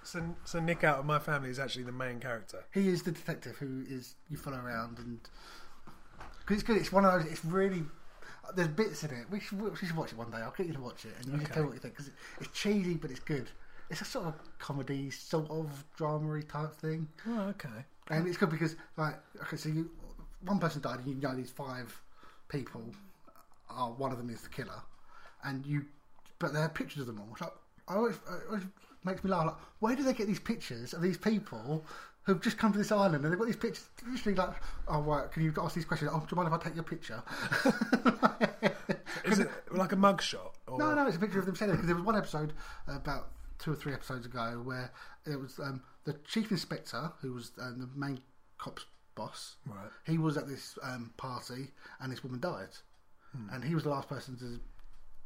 Speaker 1: So, so Nick out of my family is actually the main character.
Speaker 2: He is the detective who is you follow around and 'cause it's good. It's one of those. It's really there's bits in it. We should, we should watch it one day. I'll get you to watch it and you can tell me what you think because it's cheesy but it's good. It's a sort of comedy, sort of drama type thing,
Speaker 1: Oh, okay.
Speaker 2: and it's good because like okay, so you one person died and you know these five people are one of them is the killer, and you but they have pictures of them all. It's like I always, it always makes me laugh. Like, where do they get these pictures of these people who've just come to this island and they've got these pictures? Usually, like, oh, right, can you ask these questions? Oh, do you mind if I take your picture?
Speaker 1: Is it like a mugshot? Or...
Speaker 2: No, no, it's a picture of them selling because there was one episode uh, about two or three episodes ago where it was um, the chief inspector who was um, the main cop's boss.
Speaker 1: Right.
Speaker 2: He was at this um, party and this woman died, and he was the last person to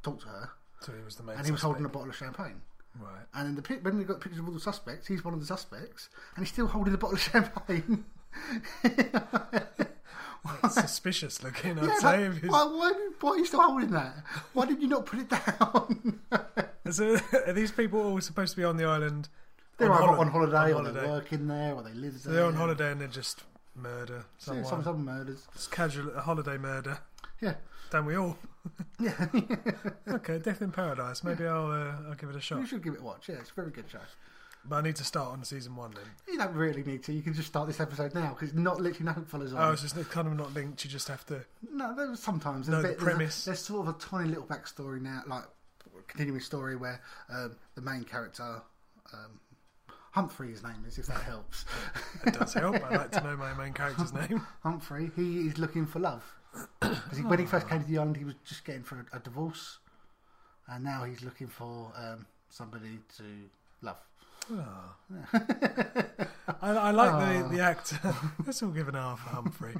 Speaker 2: talk to her,
Speaker 1: So he was the main.
Speaker 2: and he was holding a bottle of champagne.
Speaker 1: Right.
Speaker 2: And then the pic- when they got pictures of all the suspects, he's one of the suspects, and he's still holding a bottle of champagne.
Speaker 1: That's suspicious looking. I'd
Speaker 2: Yeah,
Speaker 1: say.
Speaker 2: like,
Speaker 1: if he's-
Speaker 2: why, why, why are you still holding that? Why did you not put it down?
Speaker 1: So, are these people all supposed to be on the island?
Speaker 2: they're
Speaker 1: on,
Speaker 2: either
Speaker 1: holi-
Speaker 2: on holiday, or
Speaker 1: holiday.
Speaker 2: they're working there, or they live there.
Speaker 1: They're on holiday and they just murder
Speaker 2: Yeah,
Speaker 1: someone.
Speaker 2: some, some murders.
Speaker 1: It's casual a holiday murder.
Speaker 2: Yeah.
Speaker 1: Don't we all?
Speaker 2: Yeah.
Speaker 1: Okay, Death in Paradise. Maybe I'll uh, I'll give it a shot.
Speaker 2: you should give it a watch. Yeah, it's a very good show.
Speaker 1: But I need to start on season one then.
Speaker 2: You don't really need to. You can just start this episode now because not literally nothing follows on.
Speaker 1: Oh, it's just they're kind of not linked. You just have to.
Speaker 2: No, there was sometimes
Speaker 1: No, the
Speaker 2: there's, a bit, there's a-
Speaker 1: premise.
Speaker 2: there's sort of a tiny little backstory now, like continuing story where um, the main character, um, Humphrey, his name is, if that helps.
Speaker 1: It does help. I like to know my main character's name.
Speaker 2: Humphrey, he is looking for love because when he
Speaker 1: Oh.
Speaker 2: first came to the island, he was just getting for a, a divorce, and now he's looking for um, somebody to love.
Speaker 1: Oh. I, I like the,
Speaker 2: Ah.
Speaker 1: the actor. Let's all give an R for Humphrey.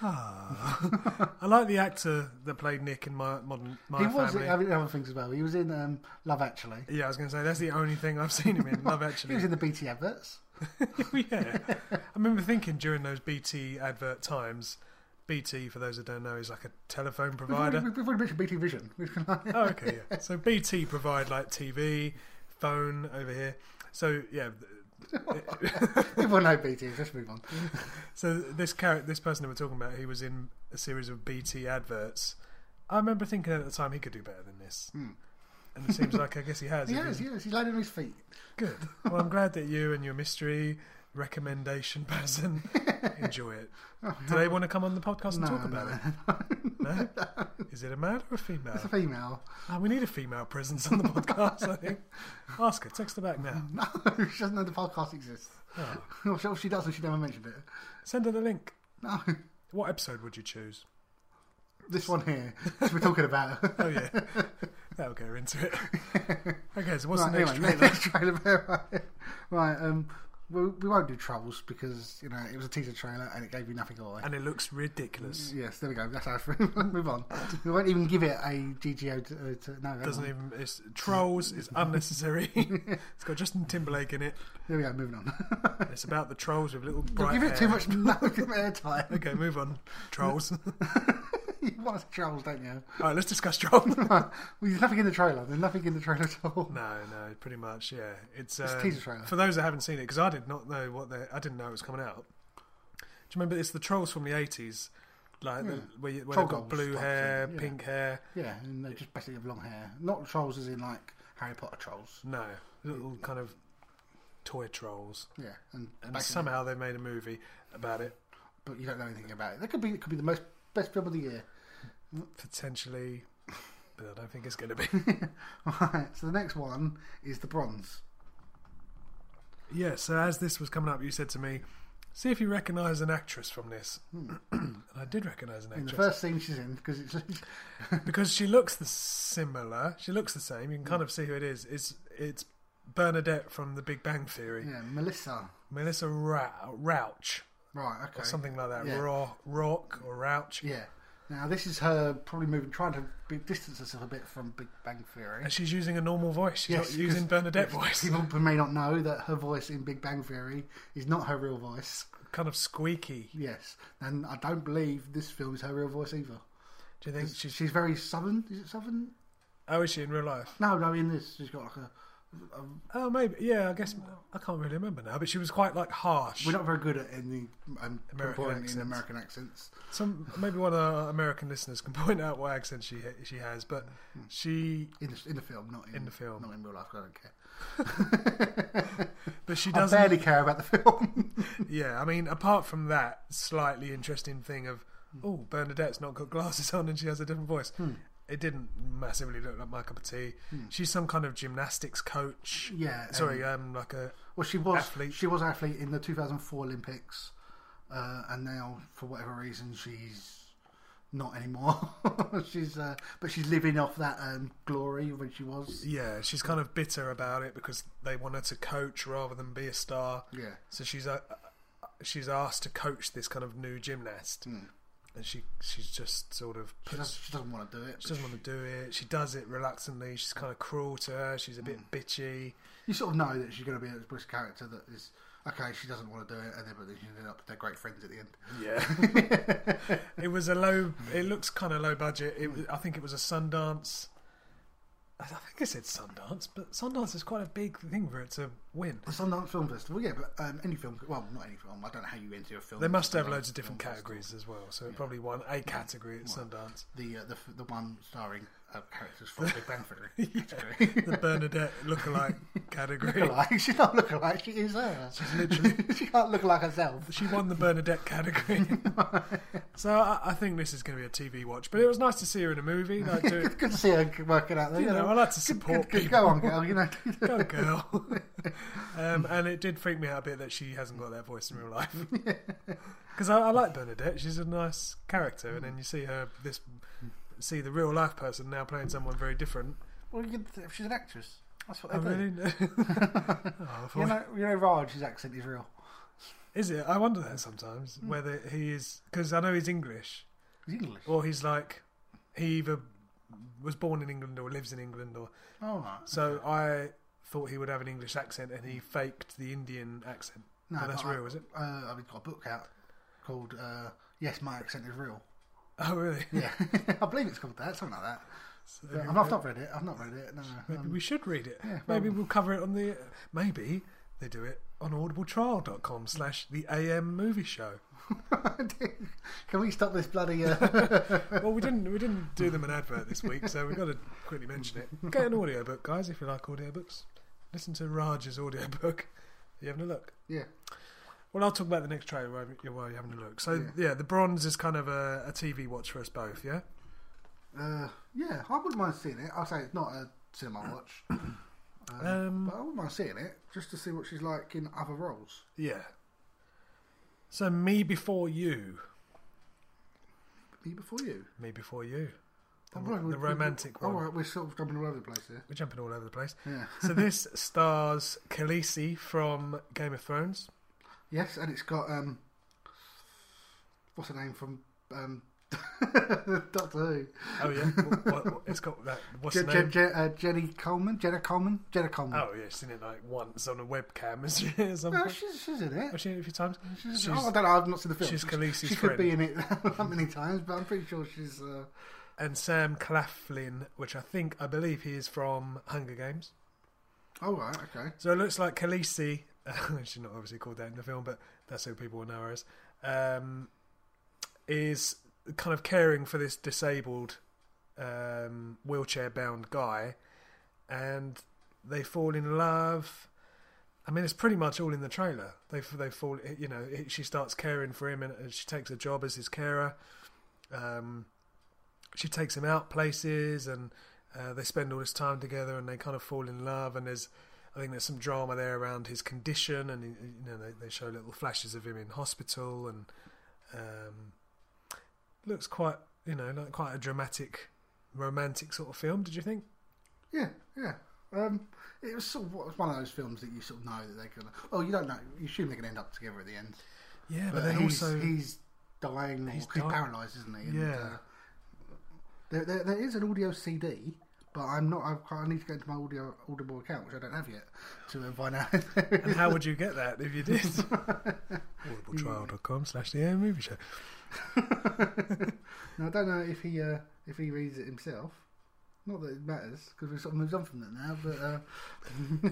Speaker 1: Ah. I like the actor that played Nick in my modern my
Speaker 2: he was
Speaker 1: family.
Speaker 2: in I mean, other things as well. He was in um, Love Actually.
Speaker 1: yeah, I was going to say that's the only thing I've seen him in. Love
Speaker 2: He was
Speaker 1: Actually.
Speaker 2: in the BT adverts.
Speaker 1: yeah, I remember thinking during those BT advert times. BT, for those that don't know, is like a telephone
Speaker 2: We've already,
Speaker 1: provider.
Speaker 2: we've already mentioned BT Vision. We've
Speaker 1: oh, okay, yeah. So BT provide like TV, phone over here. So yeah,
Speaker 2: Everyone know BT. Let's move on.
Speaker 1: so this character, this person that we're talking about, he was in a series of BT adverts. I remember thinking at the time he could do better than this, and it seems like I guess Hmm. he has.
Speaker 2: He
Speaker 1: if
Speaker 2: has,
Speaker 1: he's-
Speaker 2: yes, he's laid on his feet.
Speaker 1: Good. Well, I'm glad that you and your mystery recommendation person enjoy it. Do they want to come on the podcast and talk about it? No. Is it a male or a female?
Speaker 2: It's a female.
Speaker 1: Oh, we need a female presence on the podcast. I think. Ask her. Text her back now.
Speaker 2: No, she doesn't know the podcast exists.
Speaker 1: Oh.
Speaker 2: Or she- or she does, and she never mentioned it.
Speaker 1: Send her the link.
Speaker 2: No,
Speaker 1: What episode would you choose?
Speaker 2: this one here, which we're talking about.
Speaker 1: Oh yeah, that'll get her into it. Okay, so what's
Speaker 2: right,
Speaker 1: the next
Speaker 2: anyway,
Speaker 1: trailer?
Speaker 2: next trailer. right, right, um, we, we won't do Trolls because you know it was a teaser trailer and it gave you nothing away.
Speaker 1: And it looks ridiculous.
Speaker 2: Yes, there we go. That's our move on. We won't even give it a GGO. To, uh, to, no, hang
Speaker 1: Doesn't
Speaker 2: on.
Speaker 1: even. It's trolls. It's unnecessary. it's got Justin Timberlake in it.
Speaker 2: There we go. Moving on.
Speaker 1: It's about the trolls with little
Speaker 2: Don't
Speaker 1: bright
Speaker 2: give it
Speaker 1: hair.
Speaker 2: too much no, give it airtime.
Speaker 1: Okay, move on. Trolls. All
Speaker 2: you want to Trolls, don't you?
Speaker 1: right, let's discuss trolls. no,
Speaker 2: well, there's nothing in the trailer. There's nothing in the trailer at all.
Speaker 1: no, pretty much. Yeah, it's,
Speaker 2: a
Speaker 1: um,
Speaker 2: teaser trailer.
Speaker 1: For those that haven't seen it, because I did not know what they. I didn't know it was coming out. Do you remember? It's the trolls from the eighties, like the, where, you, where
Speaker 2: Hmm. Troll
Speaker 1: they've got
Speaker 2: dolls
Speaker 1: blue
Speaker 2: type
Speaker 1: hair,
Speaker 2: thing, yeah.
Speaker 1: pink hair.
Speaker 2: Yeah, and they just basically have long hair. Not trolls as in like Harry Potter trolls.
Speaker 1: No, little kind of toy trolls,
Speaker 2: Yeah, and,
Speaker 1: and
Speaker 2: basically-
Speaker 1: somehow they made a movie about it.
Speaker 2: but you don't know anything about it. That could be it could be the most best film of the year.
Speaker 1: Potentially, but I don't think it's going to be.
Speaker 2: right. So the next one is the Bronze.
Speaker 1: yeah. So as this was coming up, you said to me, "See if you recognise an actress from this," and I did recognise an
Speaker 2: Hmm. In the
Speaker 1: actress
Speaker 2: first scene she's in because it's
Speaker 1: because she looks the similar. She looks the same. You can
Speaker 2: Hmm.
Speaker 1: kind of see who it is. It's it's Bernadette from The Big Bang Theory,
Speaker 2: yeah Melissa.
Speaker 1: Melissa Rou- Rauch
Speaker 2: Right. Okay.
Speaker 1: or something like that.
Speaker 2: Yeah.
Speaker 1: Raw Rock or Rauch.
Speaker 2: Yeah. Now this is her probably moving, trying to be, distance herself a bit from Big Bang Theory.
Speaker 1: And she's using a normal voice. She's
Speaker 2: Yes,
Speaker 1: not using
Speaker 2: 'cause-
Speaker 1: Bernadette voice.
Speaker 2: People may not know that her voice in Big Bang Theory is not her real voice.
Speaker 1: kind of squeaky.
Speaker 2: Yes, and I don't believe this film is her real voice either.
Speaker 1: Do you think
Speaker 2: She's,
Speaker 1: she's?
Speaker 2: she's very southern. Is it southern?
Speaker 1: Oh, is she in real life?
Speaker 2: No, no. In this, she's got like a.
Speaker 1: Oh, maybe. Yeah, I guess I can't really remember now. But she was quite like harsh.
Speaker 2: We're not very good at any um,
Speaker 1: American
Speaker 2: American in
Speaker 1: accents.
Speaker 2: American accents.
Speaker 1: Some maybe one of our American listeners can point out what accent she she has. But she,
Speaker 2: In the, in the film, not in,
Speaker 1: In the film.
Speaker 2: not in real life. 'cause I don't care.
Speaker 1: but she
Speaker 2: I
Speaker 1: doesn't.
Speaker 2: barely care about the film.
Speaker 1: Yeah, I mean, apart from that slightly interesting thing of oh Bernadette's not got glasses on and she has a different voice.
Speaker 2: Hmm.
Speaker 1: It didn't massively look like my cup of tea. She's some kind of gymnastics coach.
Speaker 2: Yeah,
Speaker 1: sorry, um, like a
Speaker 2: well, she was
Speaker 1: Athlete.
Speaker 2: she was athlete in the 2004 Olympics, uh, and now for whatever reason she's not anymore. she's uh, but she's living off that um, glory when she was.
Speaker 1: Yeah, she's kind of bitter about it because they want her to coach rather than be a star.
Speaker 2: Yeah.
Speaker 1: So she's uh, she's asked to coach this kind of new gymnast, and she she's just sort of
Speaker 2: Hmm. She
Speaker 1: puts,
Speaker 2: doesn't, she doesn't want to do it.
Speaker 1: she
Speaker 2: but
Speaker 1: doesn't want to do it. She does it reluctantly. She's kind of cruel to her. She's a bit
Speaker 2: Hmm.
Speaker 1: bitchy.
Speaker 2: you sort of know that she's going to be a British character that is okay. She doesn't want to do it, and then but then she ended up they're great friends at the end.
Speaker 1: Yeah. it was a low.
Speaker 2: Hmm.
Speaker 1: It looks kind of low budget. It was, I think it was a Sundance. I I think I said Sundance, but Sundance is quite a big thing for it to win.
Speaker 2: The Sundance Film Festival, yeah, but um, any film, well, not any film. I don't know how you enter a film.
Speaker 1: They must have
Speaker 2: Sundance
Speaker 1: loads of different
Speaker 2: Film
Speaker 1: categories as well, so it probably won a category at Sundance.
Speaker 2: Festival. The uh, the f- the one starring uh, characters from Big Bang Theory.
Speaker 1: The Bernadette lookalike category.
Speaker 2: Lookalike. She's not look alike. She is her. She's literally. she can't look like herself.
Speaker 1: She won the Bernadette category. so I, I think this is going to be a TV watch, but it was nice to see her in a movie. Like, do it,
Speaker 2: Good, good to see her working out there.
Speaker 1: You know, I like to
Speaker 2: Good-
Speaker 1: support
Speaker 2: good- good-
Speaker 1: people.
Speaker 2: Go on, girl. You know.
Speaker 1: Go girl. um, and it did freak me out a bit that she hasn't got that voice in real life. Because I, I like Bernadette; she's a nice character, and then you see her this see the real life person now playing someone very different.
Speaker 2: well, you can, if she's an actress, that's what
Speaker 1: I
Speaker 2: they do.
Speaker 1: really, Oh,
Speaker 2: You know, you know, Raj's accent is real.
Speaker 1: is it? I wonder that sometimes
Speaker 2: Hmm.
Speaker 1: whether he is because I know he's English,
Speaker 2: He's English.
Speaker 1: or he's like he either was born in England or lives in England, or
Speaker 2: All right.
Speaker 1: so I thought he would have an English accent, and he faked the Indian accent. No, that's
Speaker 2: but I-
Speaker 1: real, is it?
Speaker 2: Uh, I've got a book out called uh, "Yes, My Accent Is Real."
Speaker 1: Oh, really?
Speaker 2: Yeah, I believe it's called that, something like that. But I've, I've not read it. I've not read it. No.
Speaker 1: Maybe
Speaker 2: Um,
Speaker 1: we should read it. maybe we'll cover it on the. Maybe they do it on audibletrial.com slash the AM movie show.
Speaker 2: Can we stop this bloody? Uh,
Speaker 1: Well, we didn't we didn't do them an advert this week, so we've got to quickly mention it. Get an audiobook, guys, if you like audiobooks. Listen to Raj's audiobook. Are you having a look?
Speaker 2: yeah,
Speaker 1: Well, I'll talk about the next trailer while you- while you're having a look. So, yeah, The Bronze is kind of a, a TV watch for us both, yeah?
Speaker 2: uh, yeah. I wouldn't mind seeing it. I say it's not a cinema watch, um,
Speaker 1: Um,
Speaker 2: but I wouldn't mind seeing it just to see what she's like in other roles.
Speaker 1: Yeah. So, Me Before You.
Speaker 2: Me before you.
Speaker 1: Me Before You. The,
Speaker 2: All right, we-
Speaker 1: the romantic
Speaker 2: we,
Speaker 1: one.
Speaker 2: All right, we're sort of jumping all over the place here.
Speaker 1: We're jumping all over the place.
Speaker 2: Yeah.
Speaker 1: so this stars Khaleesi from Game of Thrones.
Speaker 2: Yes, and it's got um, what's her name from um, Doctor Who?
Speaker 1: Oh yeah, What- what- what- it's got that. What's
Speaker 2: Je-
Speaker 1: the
Speaker 2: Je-
Speaker 1: name?
Speaker 2: Je- uh, Jenny Coleman, Jenna Coleman, Jenna Coleman.
Speaker 1: Oh yeah, I've seen it like once on a webcam or something.
Speaker 2: No,
Speaker 1: I've
Speaker 2: she's, she's in it.
Speaker 1: seen it a few times.
Speaker 2: She's,
Speaker 1: She's-
Speaker 2: oh, I don't know. I've not seen the film.
Speaker 1: she's
Speaker 2: She-
Speaker 1: Khaleesi's
Speaker 2: She could be in
Speaker 1: friend.
Speaker 2: it that many times, but I'm pretty sure she's. Uh,
Speaker 1: and Sam Claflin, which I think I believe he is from Hunger Games.
Speaker 2: oh right, okay.
Speaker 1: So it looks like Khaleesi. she's not obviously called that in the film, but that's who people will know her as. Um, is kind of caring for this disabled, um, wheelchair-bound guy, and they fall in love. I mean, it's pretty much all in the trailer. They f- they fall. You know, it- she starts caring for him, and and she takes a job as his carer. Um, she takes him out places, and uh, they spend all this time together, and they kind of fall in love. And there's, I think, there's some drama there around his condition, and you know, they, they show little flashes of him in hospital, and um, looks quite, you know, like quite a dramatic, romantic sort of film. Did you think?
Speaker 2: Yeah, yeah. Um, it was sort of it was one of those films that you sort of know that they're gonna. Oh, you don't know. You assume they're gonna end up together at the end.
Speaker 1: Yeah,
Speaker 2: But,
Speaker 1: then
Speaker 2: he's,
Speaker 1: also
Speaker 2: he's dying. He's,
Speaker 1: He's
Speaker 2: he's
Speaker 1: di-
Speaker 2: paralysed, isn't he? And,
Speaker 1: Yeah.
Speaker 2: Uh, there, there, there is an audio CD, but I'm not. I've, got- I need to go into my audio Audible account, which I don't have yet, to uh, find out.
Speaker 1: And how would you get that if you did? audibletrial.com slash the AM movie show.
Speaker 2: now I don't know if he uh, if he reads it himself. Not that it matters because we've sort of moved on from that now. But uh,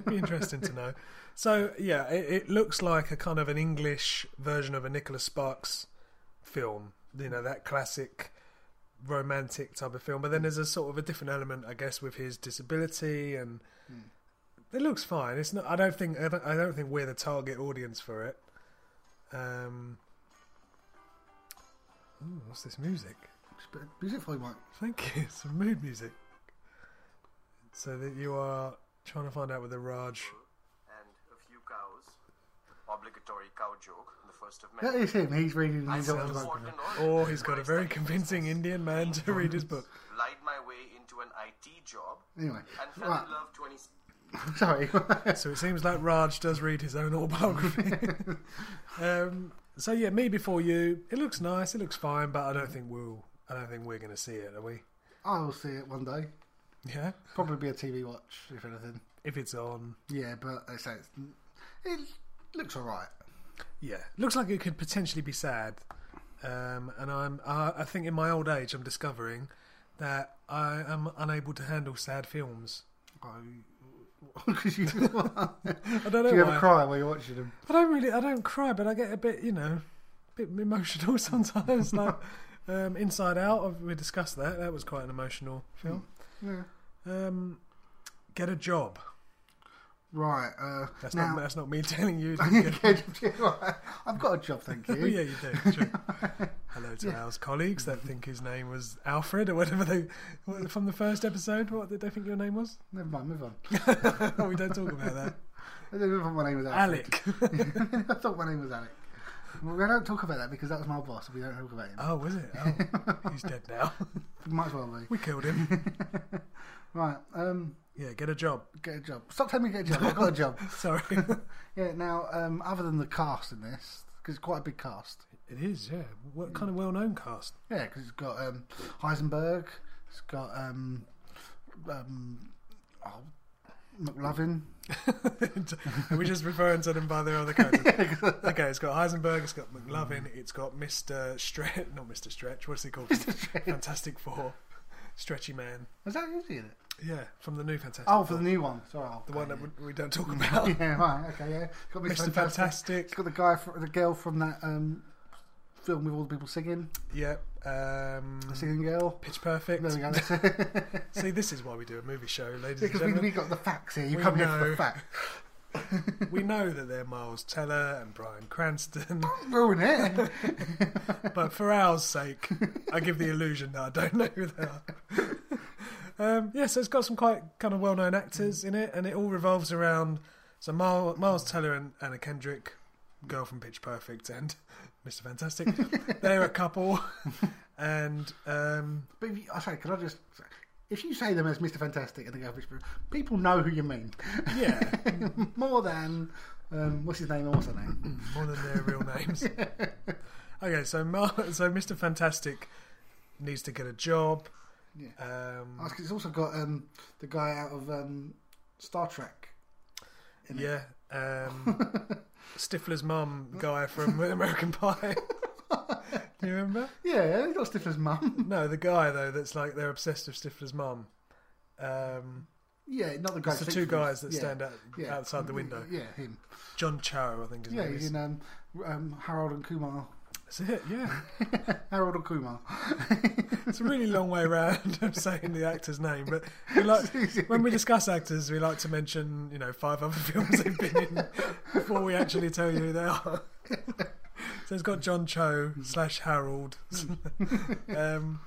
Speaker 1: Be interesting to know. So yeah, it, it looks like a kind of an English version of a Nicholas Sparks film. You know that classic romantic type of film. But then there's a sort of a different element, I guess, with his disability, and it looks fine. It's not. I don't think. I don't, I don't think we're the target audience for it. Um. ooh, what's this music?
Speaker 2: it's a bit beautiful, Mike.
Speaker 1: Thank you. Some mood music. So that you are trying to find out whether Raj
Speaker 4: and a few cows. obligatory cow joke, the first of many.
Speaker 2: That is him. He's reading
Speaker 4: I
Speaker 2: his
Speaker 4: felt
Speaker 2: autobiography.
Speaker 4: important on
Speaker 1: Or Oh, he's got
Speaker 4: where
Speaker 1: a
Speaker 4: I
Speaker 1: very
Speaker 4: studied
Speaker 1: convincing
Speaker 4: business,
Speaker 1: Indian man to read his book.
Speaker 4: Lied my way into an IT job
Speaker 2: Anyway,
Speaker 4: and fell
Speaker 2: right.
Speaker 4: in love 20.
Speaker 2: Sorry.
Speaker 1: So it seems like Raj does read his own autobiography. um, so yeah, me before you. It looks nice. It looks fine, but I don't think we'll. I don't think we're going to see it, are we?
Speaker 2: I will see it one day.
Speaker 1: Yeah,
Speaker 2: Probably be a TV watch, if anything.
Speaker 1: if it's on.
Speaker 2: Yeah, but I say it's, it looks alright.
Speaker 1: Yeah, looks like it could potentially be sad. Um, and I'm. I, I think in my old age, I'm discovering that I am unable to handle sad films.
Speaker 2: Because you,
Speaker 1: I don't know
Speaker 2: do you
Speaker 1: why.
Speaker 2: ever cry while you're watching them?
Speaker 1: I don't really. I don't cry, but I get a bit, you know, a bit emotional sometimes. like um, Inside Out, I've- we discussed that. That was quite an emotional film.
Speaker 2: Hmm.
Speaker 1: Um, get a job.
Speaker 2: Right. Uh,
Speaker 1: That's
Speaker 2: now,
Speaker 1: not. That's not me telling you. To get,
Speaker 2: I've got a job, thank you.
Speaker 1: oh yeah, you do. True. Hello to our colleagues that think his name was Alfred or whatever they what- from the first episode. What did they think your name was?
Speaker 2: Never mind, move on.
Speaker 1: Oh, we don't talk about that.
Speaker 2: I didn't know if my name was Alfred.
Speaker 1: Alec.
Speaker 2: I thought my name was Alec. We don't talk about that because that was my boss. We don't talk about him.
Speaker 1: Oh, was it? Oh, he's dead now.
Speaker 2: Might as well be.
Speaker 1: We killed him.
Speaker 2: Right. Um,
Speaker 1: Yeah, get a job.
Speaker 2: get a job. Stop telling me to get a job. I've got a job.
Speaker 1: Sorry.
Speaker 2: Yeah. Now, um, other than the cast in this, because it's quite a big cast.
Speaker 1: It is, yeah. What kind of well-known cast?
Speaker 2: Yeah, because it's got um, Heisenberg. It's got um, um, oh, McLovin.
Speaker 1: Are we just referring to them by their other characters? okay, it's got Heisenberg, it's got McLovin, it's got Mr. Stretch, not Mr. Stretch, what's he called? Fantastic Four, Stretchy Man.
Speaker 2: Was that who's in it?
Speaker 1: Yeah, from the new Fantastic
Speaker 2: Oh,
Speaker 1: Four.
Speaker 2: for the new one. Sorry, I'll
Speaker 1: The
Speaker 2: go,
Speaker 1: one
Speaker 2: yeah.
Speaker 1: that we- we don't talk about.
Speaker 2: Yeah, right. Okay, yeah. It's got
Speaker 1: Mr. Fantastic.
Speaker 2: It's got the guy, fr the girl from that um, film with all the people singing,
Speaker 1: Yep. Um,
Speaker 2: the singing girl.
Speaker 1: Pitch Perfect.
Speaker 2: There we go. that's it.
Speaker 1: See, this is why we do a movie show, ladies and
Speaker 2: Because we, we
Speaker 1: gentlemen.
Speaker 2: got the facts here. You
Speaker 1: We
Speaker 2: come here for
Speaker 1: know.
Speaker 2: the facts.
Speaker 1: We know that they're Miles Teller and Brian Cranston,
Speaker 2: Ruin it.
Speaker 1: but for our sake, I give the illusion that I don't know who they are. Um, yeah, so it's got some quite kind of well-known actors in it, and it all revolves around so Miles, Miles Teller and Anna Kendrick, girl from Pitch Perfect, and Mr. Fantastic. They're a couple, and um,
Speaker 2: but if you, oh, sorry, can I just? If you say them as Mr. Fantastic and the girl from Pittsburgh, people know who you mean.
Speaker 1: yeah,
Speaker 2: More than um, what's his name? and What's her name?
Speaker 1: more than their real names. Okay, so Mar- so Mr. Fantastic needs to get a job.
Speaker 2: Yeah.
Speaker 1: Um,
Speaker 2: Oh, 'cause it's also got um, the guy out of um, Star Trek.
Speaker 1: Yeah. Um, Stifler's mum guy from American Pie. Do you remember?
Speaker 2: Yeah, he's got Stifler's mum.
Speaker 1: No, the guy though that's like they're obsessed with Stifler's mum. Um,
Speaker 2: Yeah, not the guy.
Speaker 1: it's the
Speaker 2: that
Speaker 1: two
Speaker 2: sleeps with-
Speaker 1: guys that
Speaker 2: yeah,
Speaker 1: stand out
Speaker 2: yeah.
Speaker 1: outside the window.
Speaker 2: Yeah, him.
Speaker 1: John Cho, I think. Is
Speaker 2: Yeah,
Speaker 1: name
Speaker 2: he's
Speaker 1: is.
Speaker 2: in um, um, Harold and Kumar.
Speaker 1: That's it. Yeah,
Speaker 2: Harold and Kumar.
Speaker 1: it's a really long way round of saying the actor's name, but we like when we discuss actors, we like to mention you know five other films they've been in before we actually tell you who they are. So it's got John Cho slash Harold. um,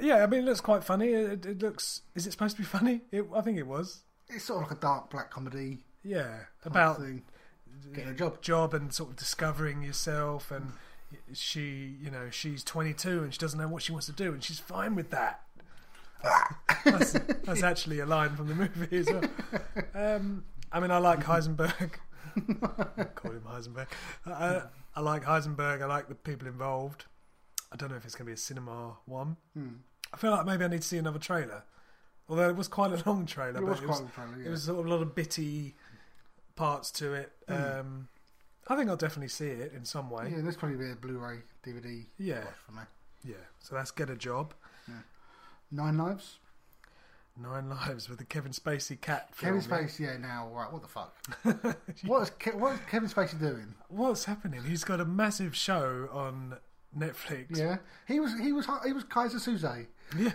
Speaker 1: yeah, I mean it looks quite funny. It, it looks. Is it supposed to be funny? It, I think it was.
Speaker 2: It's sort of like a dark black comedy
Speaker 1: Yeah, about
Speaker 2: thing. Getting a job.
Speaker 1: job and sort of discovering yourself and she you know she's 22 and she doesn't know what she wants to do and she's fine with that that's, that's actually a line from the movie as well um, i mean i like heisenberg call him heisenberg I, I, I like heisenberg i like the people involved i don't know if it's going to be a cinema one
Speaker 2: Hmm.
Speaker 1: i feel like maybe i need to see another trailer although it was quite a long trailer
Speaker 2: It
Speaker 1: but
Speaker 2: was
Speaker 1: it was,
Speaker 2: quite a trailer, yeah.
Speaker 1: it was sort of a lot of bitty parts to it. Um, I think I'll definitely see it in some way.
Speaker 2: Hmm. Yeah, there's probably be a Blu-ray, DVD.
Speaker 1: Yeah.
Speaker 2: watch for me.
Speaker 1: Yeah. So that's Get a Job.
Speaker 2: Nine Lives.
Speaker 1: Nine Lives with the Kevin Spacey cat.
Speaker 2: Kevin
Speaker 1: film.
Speaker 2: Spacey. Yeah, now right. What the fuck? what is Ke- what is Kevin Spacey doing?
Speaker 1: What's happening? He's got a massive show on Netflix.
Speaker 2: Yeah, he was he was he was Kaiser Soze.
Speaker 1: Yeah.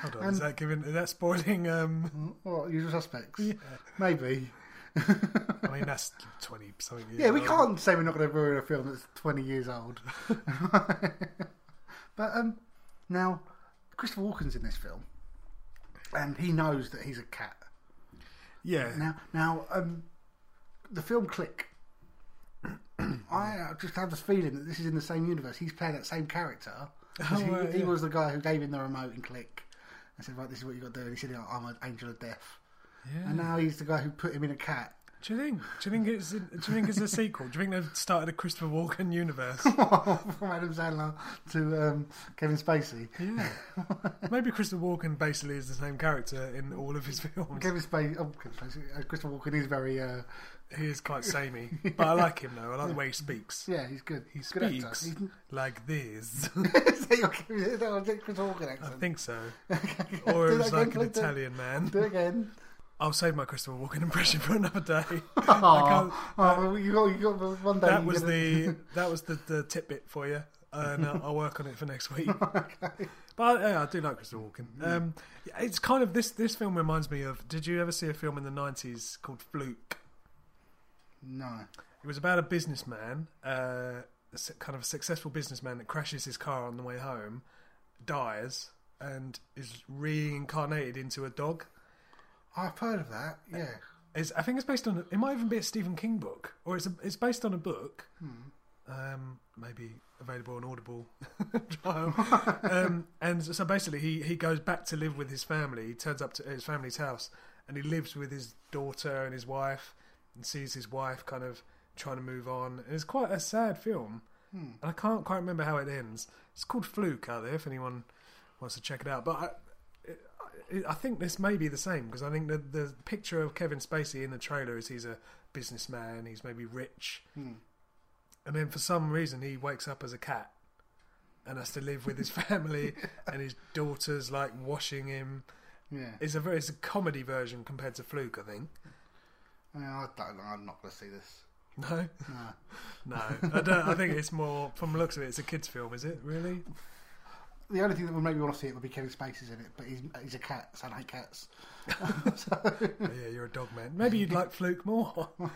Speaker 1: Hold on. is that giving? Is that spoiling? Um.
Speaker 2: Or Usual Suspects. Maybe.
Speaker 1: I mean, that's twenty something. years
Speaker 2: Yeah, we
Speaker 1: old.
Speaker 2: can't say we're not going to ruin a film that's 20 years old. but um, now, Christopher Walken's in this film, and he knows that he's a cat.
Speaker 1: Yeah.
Speaker 2: Now, now, um, the film Click. I uh, just have this feeling that this is in the same universe. He's playing that same character. 'Cause
Speaker 1: Oh,
Speaker 2: he,
Speaker 1: right,
Speaker 2: he
Speaker 1: yeah.
Speaker 2: was the guy who gave him the remote in Click and said, "Right, this is what you got to do." And he said, "I'm an angel of death."
Speaker 1: Yeah.
Speaker 2: And now he's the guy who put him in a cat.
Speaker 1: Do you think? Do you think it's? Do you think it's a sequel? Do you think they've started a Christopher Walken universe?
Speaker 2: from Adam Sandler to um, Kevin Spacey.
Speaker 1: Yeah. Maybe Christopher Walken basically is the same character in all of his films.
Speaker 2: Kevin Spacey, oh, Kevin Spacey, uh, Christopher Walken is very, uh,
Speaker 1: He is quite samey, but I like him though. I like the way he speaks.
Speaker 2: yeah, he's good.
Speaker 1: He
Speaker 2: He's a good
Speaker 1: speaks
Speaker 2: actor.
Speaker 1: like this.
Speaker 2: He's, is that your Kevin, is that your Christopher Walken
Speaker 1: I
Speaker 2: accent?
Speaker 1: think so.
Speaker 2: Okay,
Speaker 1: Or
Speaker 2: do
Speaker 1: it was
Speaker 2: that
Speaker 1: like
Speaker 2: again,
Speaker 1: an
Speaker 2: please do-
Speaker 1: Italian man.
Speaker 2: Do it again.
Speaker 1: I'll save my Christopher Walken impression for another day. I
Speaker 2: Oh,
Speaker 1: can't-
Speaker 2: you got, you got the- one day.
Speaker 1: that
Speaker 2: you
Speaker 1: was
Speaker 2: get it.
Speaker 1: the that was the, the tidbit for you, and uh, I'll, I'll work on it for next week. But yeah, I do like Christopher Walken. Um, yeah, it's kind of this this film reminds me of. Did you ever see a film in the nineties called Fluke?
Speaker 2: no.
Speaker 1: It was about a businessman, uh, a s- kind of a successful businessman that crashes his car on the way home, dies, and is reincarnated into a dog.
Speaker 2: I've heard of that. Yeah.
Speaker 1: It's, I think it's based on. It might even be a Stephen King book, or it's a, it's based on a book. Um, maybe available on Audible trial. um, and so basically, he he goes back to live with his family. He turns up to his family's house, and he lives with his daughter and his wife, and sees his wife kind of trying to move on. And it's quite a sad film, and I can't quite remember how it ends. It's called Fluke out there if anyone wants to check it out. But I, I- I think this may be the same because I think the the picture of Kevin Spacey in the trailer is he's a businessman, he's maybe rich, and then for some reason he wakes up as a cat and has to live with his family and his daughters like washing him.
Speaker 2: Yeah.
Speaker 1: It's a very it's a comedy version compared to Fluke, I think.
Speaker 2: I, mean, I don't know. I'm not going to see this.
Speaker 1: No, no, I don't. I think it's more from the looks of it, it's a kids' film, is it really?
Speaker 2: The only thing that would make me want to see it would be Kevin Spacey's in it, but he's, he's a cat, so I hate cats. so,
Speaker 1: Oh, yeah, you're a dog man. Maybe you'd like Fluke more. I'm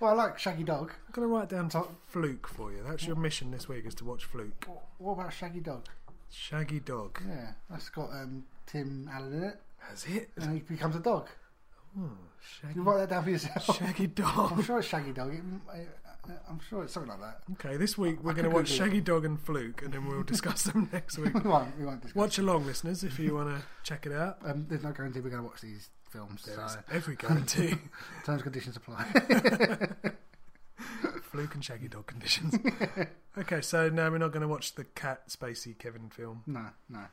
Speaker 2: well, I like Shaggy Dog.
Speaker 1: gonna write down Fluke for you. That's your mission this week is to watch Fluke.
Speaker 2: What about Shaggy Dog?
Speaker 1: Shaggy dog.
Speaker 2: Yeah, that's got um, Tim Allen in it,
Speaker 1: That's it.
Speaker 2: and he becomes a dog.
Speaker 1: Shaggy,
Speaker 2: You write that down for yourself.
Speaker 1: Shaggy
Speaker 2: I'm
Speaker 1: dog.
Speaker 2: sure it's Shaggy Dog. It, I, I'm sure it's something like that.
Speaker 1: Okay, this week we're
Speaker 2: I
Speaker 1: going to
Speaker 2: could
Speaker 1: watch
Speaker 2: Google it.
Speaker 1: Shaggy Dog and Fluke, and then we'll discuss them next week.
Speaker 2: We won't. We won't discuss.
Speaker 1: Watch along, listeners, if you want to check it out.
Speaker 2: Um, there's no guarantee we're going to watch these films.
Speaker 1: There's
Speaker 2: so
Speaker 1: every guarantee.
Speaker 2: terms and conditions apply.
Speaker 1: Fluke and Shaggy Dog conditions. okay, so now we're not going to watch the Cat Spacey Kevin film.
Speaker 2: no, no.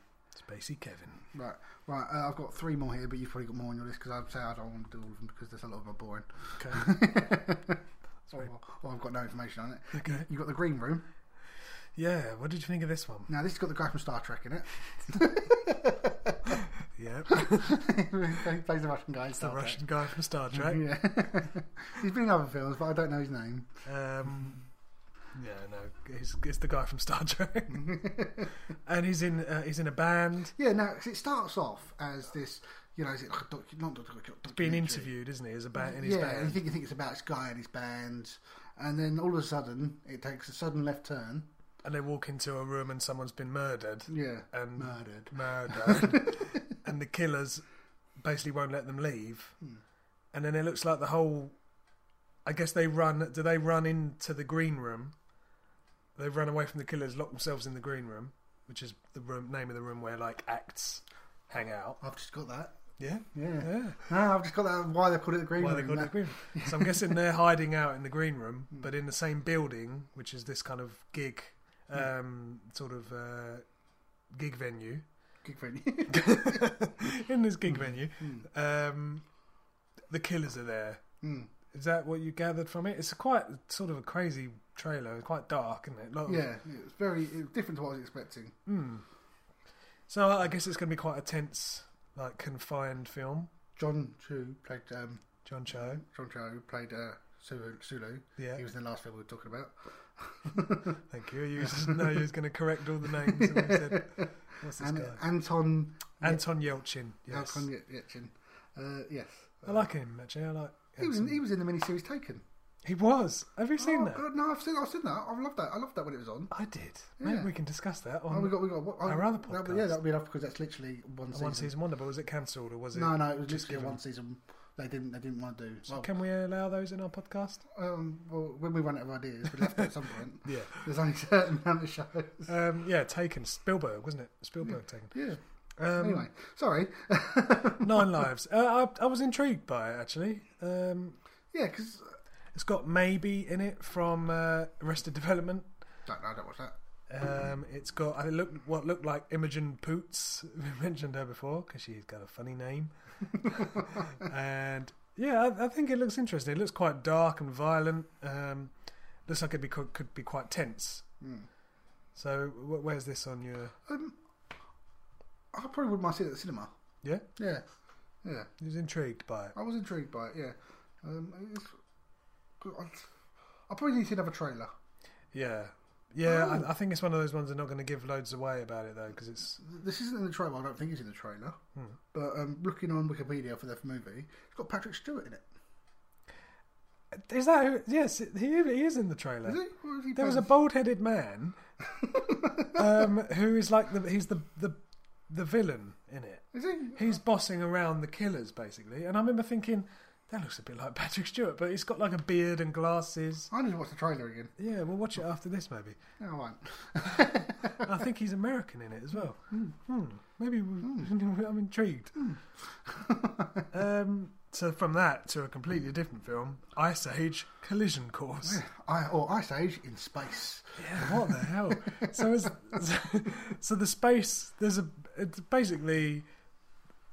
Speaker 1: Spacey Kevin.
Speaker 2: Right, right. Uh, I've got three more here, but you've probably got more on your list because I'd say I don't want to do all of them because there's a lot of them are boring.
Speaker 1: Okay.
Speaker 2: Or, or I've got no information on it.
Speaker 1: Okay.
Speaker 2: You've got the Green Room.
Speaker 1: Yeah, what did you think of this one?
Speaker 2: Now this has got the guy from Star Trek in it.
Speaker 1: Yeah,
Speaker 2: he plays the Russian guy in
Speaker 1: the
Speaker 2: Star Trek.
Speaker 1: Russian guy from Star Trek.
Speaker 2: Yeah. He's been in other films, but I don't know his name.
Speaker 1: Um, yeah, no, he's, he's the guy from Star Trek, and he's in uh, he's in a band.
Speaker 2: Yeah, now 'cause it starts off as this, you know, is it like a docu- not docu- documentary?
Speaker 1: Being interviewed, isn't he? As a ba- in his
Speaker 2: yeah,
Speaker 1: band.
Speaker 2: you think you think it's about this guy and his band, and then all of a sudden it takes a sudden left turn.
Speaker 1: and they walk into a room and someone's been murdered.
Speaker 2: Yeah,
Speaker 1: And
Speaker 2: murdered.
Speaker 1: Murdered. and the killers basically won't let them leave.
Speaker 2: Hmm.
Speaker 1: And then it looks like the whole. I guess they run. Do they run into the green room? They run away from the killers, lock themselves in the green room, which is the room, name of the room where like acts hang out.
Speaker 2: I've just got that.
Speaker 1: Yeah,
Speaker 2: Yeah.
Speaker 1: yeah.
Speaker 2: No, I've just got that. Why they called it the green
Speaker 1: Why they
Speaker 2: room? Hmm.
Speaker 1: called it the green
Speaker 2: that-
Speaker 1: room. So I'm guessing they're hiding out in the green room, but in the same building, which is this kind of gig,
Speaker 2: Hmm.
Speaker 1: um, sort of uh, gig venue.
Speaker 2: Gig venue.
Speaker 1: in this
Speaker 2: Hmm.
Speaker 1: gig venue, um, the killers are there.
Speaker 2: Hmm.
Speaker 1: Is that what you gathered from it? It's quite sort of a crazy trailer, quite dark, isn't it? Lot of-
Speaker 2: yeah, it was very it was different to what I was expecting.
Speaker 1: So I guess it's going to be quite a tense, like confined film.
Speaker 2: John Chu played um,
Speaker 1: John Cho.
Speaker 2: John Chu played uh, Sulu, Sulu.
Speaker 1: Yeah.
Speaker 2: he was in the last film we were talking about.
Speaker 1: Thank you. You just know you was going to correct all the names. that we said. What's this
Speaker 2: And
Speaker 1: guy?
Speaker 2: Anton
Speaker 1: Anton Yelchin. Yes.
Speaker 2: Anton Ye- Yelchin. Uh, yes,
Speaker 1: I like him actually. I like.
Speaker 2: he was,
Speaker 1: Anton.
Speaker 2: in, he was in the miniseries Taken.
Speaker 1: He was. Have you seen
Speaker 2: Oh,
Speaker 1: that?
Speaker 2: God, no, I've seen I've seen that. I loved that. I loved that when it was on.
Speaker 1: I did. Maybe
Speaker 2: Yeah.
Speaker 1: we can discuss that on
Speaker 2: Oh, we got, we got what,
Speaker 1: Our other
Speaker 2: That, yeah,
Speaker 1: podcast.
Speaker 2: that would be enough because that's literally one season.
Speaker 1: one season wonder. But was it cancelled or was it?
Speaker 2: No, no, it was
Speaker 1: just
Speaker 2: literally a
Speaker 1: given-
Speaker 2: one season they didn't they didn't want to do. Well,
Speaker 1: Can we allow those in our podcast?
Speaker 2: um, well, when we run out of ideas, we left at some point.
Speaker 1: Yeah.
Speaker 2: There's only a certain amount of shows.
Speaker 1: Um, yeah, Taken. Spielberg, wasn't it? Spielberg Taken.
Speaker 2: Yeah.
Speaker 1: Um,
Speaker 2: Anyway, sorry.
Speaker 1: Nine Lives. Uh, I, I was intrigued by it actually. Um,
Speaker 2: yeah, because
Speaker 1: it's got maybe in it from uh, Arrested Development.
Speaker 2: don't know, I don't watch that.
Speaker 1: Um, it's got I look what looked like Imogen Poots. We mentioned her before because she's got a funny name. and yeah, I, I think it looks interesting. It looks quite dark and violent. Um, looks like it be, could, could be quite tense.
Speaker 2: Hmm.
Speaker 1: So wh- where's this on your?
Speaker 2: Um, I probably wouldn't mind seeing it at the cinema.
Speaker 1: Yeah,
Speaker 2: Yeah, yeah.
Speaker 1: I was intrigued by it.
Speaker 2: I was intrigued by it. Yeah. Um, it's, I- I probably need to see another trailer.
Speaker 1: Yeah, yeah.
Speaker 2: Oh.
Speaker 1: I, I think it's one of those ones they're not going to give loads away about it though because it's
Speaker 2: This isn't in the trailer. I don't think it's in the trailer. But um, looking on Wikipedia for the movie, it's got Patrick Stewart in it.
Speaker 1: is that who, yes he, he is in the trailer.
Speaker 2: Is it? Or is he
Speaker 1: There was a
Speaker 2: playing-
Speaker 1: bald-headed man um, who is like the he's the the the villain in it.
Speaker 2: Is he?
Speaker 1: He's bossing around the killers basically, and I remember thinking that looks a bit like Patrick Stewart, but he's got like a beard and glasses.
Speaker 2: I need to watch the trailer again.
Speaker 1: Yeah, we'll watch it after this maybe.
Speaker 2: No, I won't.
Speaker 1: And I think he's American in it as well. Hmm. Maybe we, I'm intrigued. um, so from that to a completely different film, Ice Age Collision Course.
Speaker 2: I, or Ice Age in space.
Speaker 1: Yeah, what the hell? So, is, so, so the space there's a it's basically,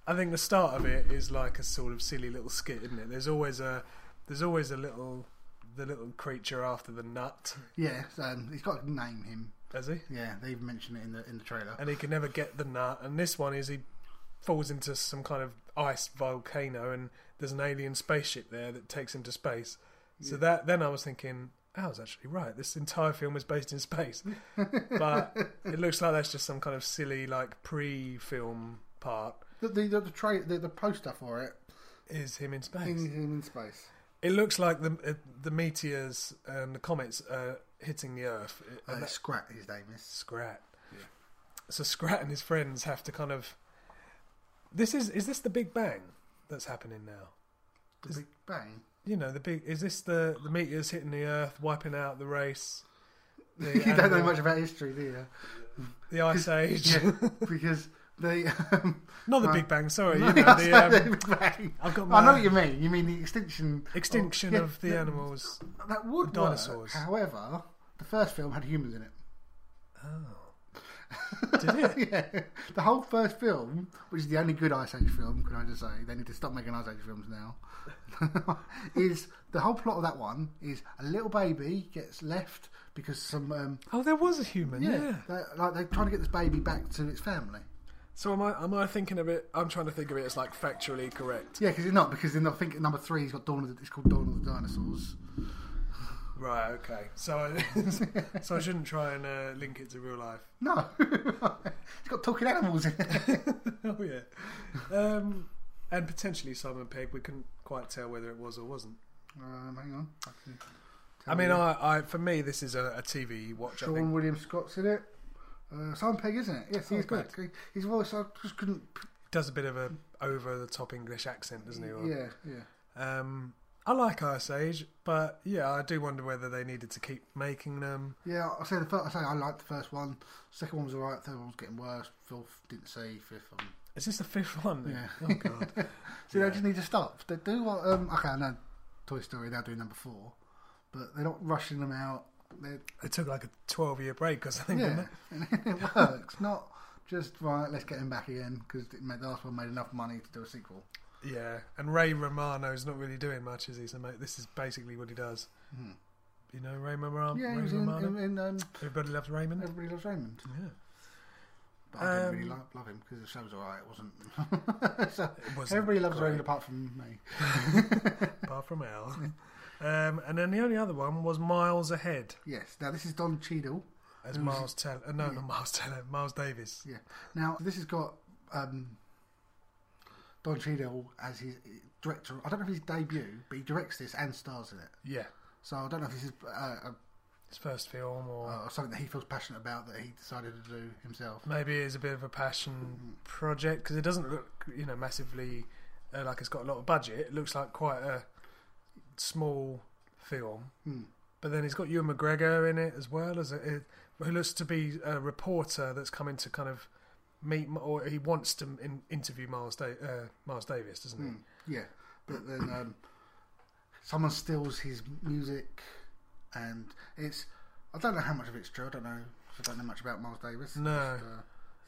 Speaker 1: I think the start of it is like a sort of silly little skit, isn't it? There's always a there's always a little the little creature after the nut,
Speaker 2: Yeah, so, um, he's got to name him.
Speaker 1: does he?
Speaker 2: Yeah, they even mentioned it in the in the trailer.
Speaker 1: And he can never get the nut. And this one is he falls into some kind of ice volcano, and there's an alien spaceship there that takes him to space. So that then I was thinking. oh, I was actually right. This entire film is based in space. but it looks like that's just some kind of silly like pre-film part
Speaker 2: The the the, the, tra- the, the poster for it
Speaker 1: is him in
Speaker 2: is
Speaker 1: space
Speaker 2: him in space.
Speaker 1: it looks like the uh, the meteors and the comets are hitting the earth It-
Speaker 2: Uh,
Speaker 1: and that-
Speaker 2: Scrat, his name is.
Speaker 1: scrat so scrat and his friends have to kind of this is is this the big bang that's happening now
Speaker 2: The Big Bang.
Speaker 1: you know the big is this the the meteors hitting the earth wiping out the race the,
Speaker 2: you don't know
Speaker 1: animal-
Speaker 2: much about history, do you?
Speaker 1: the ice age
Speaker 2: because they. Um,
Speaker 1: not the
Speaker 2: no.
Speaker 1: big bang sorry
Speaker 2: No,
Speaker 1: you know,
Speaker 2: that's
Speaker 1: the,
Speaker 2: not
Speaker 1: um,
Speaker 2: the Big Bang.
Speaker 1: I've got
Speaker 2: I know
Speaker 1: my-
Speaker 2: what you mean. You mean the extinction.
Speaker 1: extinction
Speaker 2: yeah,
Speaker 1: of the
Speaker 2: that-
Speaker 1: animals
Speaker 2: That would work.
Speaker 1: dinosaurs.
Speaker 2: However, the first film had humans in it.
Speaker 1: Oh. did it
Speaker 2: yeah, the whole first film, which is the only good Ice Age film, can I just say? They need to stop making Ice Age films now. is the whole plot of that one is a little baby gets left because some um,
Speaker 1: Oh, there was a human. Yeah.
Speaker 2: yeah, They, like they're trying to get this baby back to its family.
Speaker 1: So am I? Am I thinking of it? I'm trying to think of it as like factually correct.
Speaker 2: Yeah, because it's not because then I think number three has got Dawn of the, it's called Dawn of the Dinosaurs.
Speaker 1: Right. Okay. So I, so I shouldn't try and uh, link it to real life.
Speaker 2: No, it's got talking animals in it.
Speaker 1: oh yeah. Um, and potentially Simon Pegg. We couldn't quite tell whether it was or wasn't.
Speaker 2: um, hang on, I can Oh,
Speaker 1: I mean, I, I for me this is a, a TV watch. I
Speaker 2: Sean
Speaker 1: think.
Speaker 2: William Scott's in it. Uh, Simon Pegg, isn't it? Yes,
Speaker 1: Oh,
Speaker 2: he's good.
Speaker 1: bad.
Speaker 2: He- His voice, I just couldn't.
Speaker 1: Does a bit of a over the top English accent, doesn't he? Or-
Speaker 2: Yeah, yeah.
Speaker 1: Um, I like Ice Age, but yeah, I do wonder whether they needed to keep making them.
Speaker 2: Yeah, I say the first. I say I liked the first one. Second one was alright. Third one was getting worse. Fourth didn't see. Fifth one.
Speaker 1: Is this the fifth one?
Speaker 2: Yeah.
Speaker 1: Oh god.
Speaker 2: See, they just need to stop. They do what? Um, okay, I know Toy Story. They're doing number four, but they're not rushing them out. They're,
Speaker 1: It took like a 12 year break or something, didn't
Speaker 2: yeah,
Speaker 1: it?
Speaker 2: and it works. Not just right. Let's get him back again because the last one made enough money to do a sequel.
Speaker 1: Yeah. And Ray Romano's not really doing much, is he? So, mate, this is basically what he does. You know, Ray Romano?
Speaker 2: Hmm. Yeah,
Speaker 1: Ray
Speaker 2: he was in,
Speaker 1: Romano?
Speaker 2: in, in um,
Speaker 1: Everybody loves Raymond?
Speaker 2: Everybody Loves Raymond.
Speaker 1: Yeah.
Speaker 2: But I didn't
Speaker 1: Um,
Speaker 2: really love, love him because the show's alright. It wasn't. so
Speaker 1: wasn't
Speaker 2: everybody loves
Speaker 1: great.
Speaker 2: Raymond apart from me.
Speaker 1: Apart from Al. Um, and then the only other one was Miles Ahead
Speaker 2: Yes. Now this is Don Cheadle.
Speaker 1: as Miles Teller. Uh, no, not Miles Teller, Miles Davis.
Speaker 2: Yeah. Now this has got um, Don Cheadle as his director. I don't know if his debut, but he directs this and stars in it.
Speaker 1: Yeah.
Speaker 2: So I don't know if this is uh,
Speaker 1: His first film, or
Speaker 2: uh, uh, something that he feels passionate about that he decided to do himself.
Speaker 1: maybe it's a bit of a passion project because it doesn't look, you know, massively uh, like it's got a lot of budget. It looks like quite a small film, but then it's got Ewan McGregor in it as well as a, a- who looks to be a reporter that's coming to kind of meet M- or he wants to in, interview Miles da- uh, Miles Davis, doesn't he?
Speaker 2: Yeah, but then um, someone steals his music, and it's I don't know how much of it's true. I don't know. I don't know much about Miles Davis.
Speaker 1: No.
Speaker 2: Just, uh,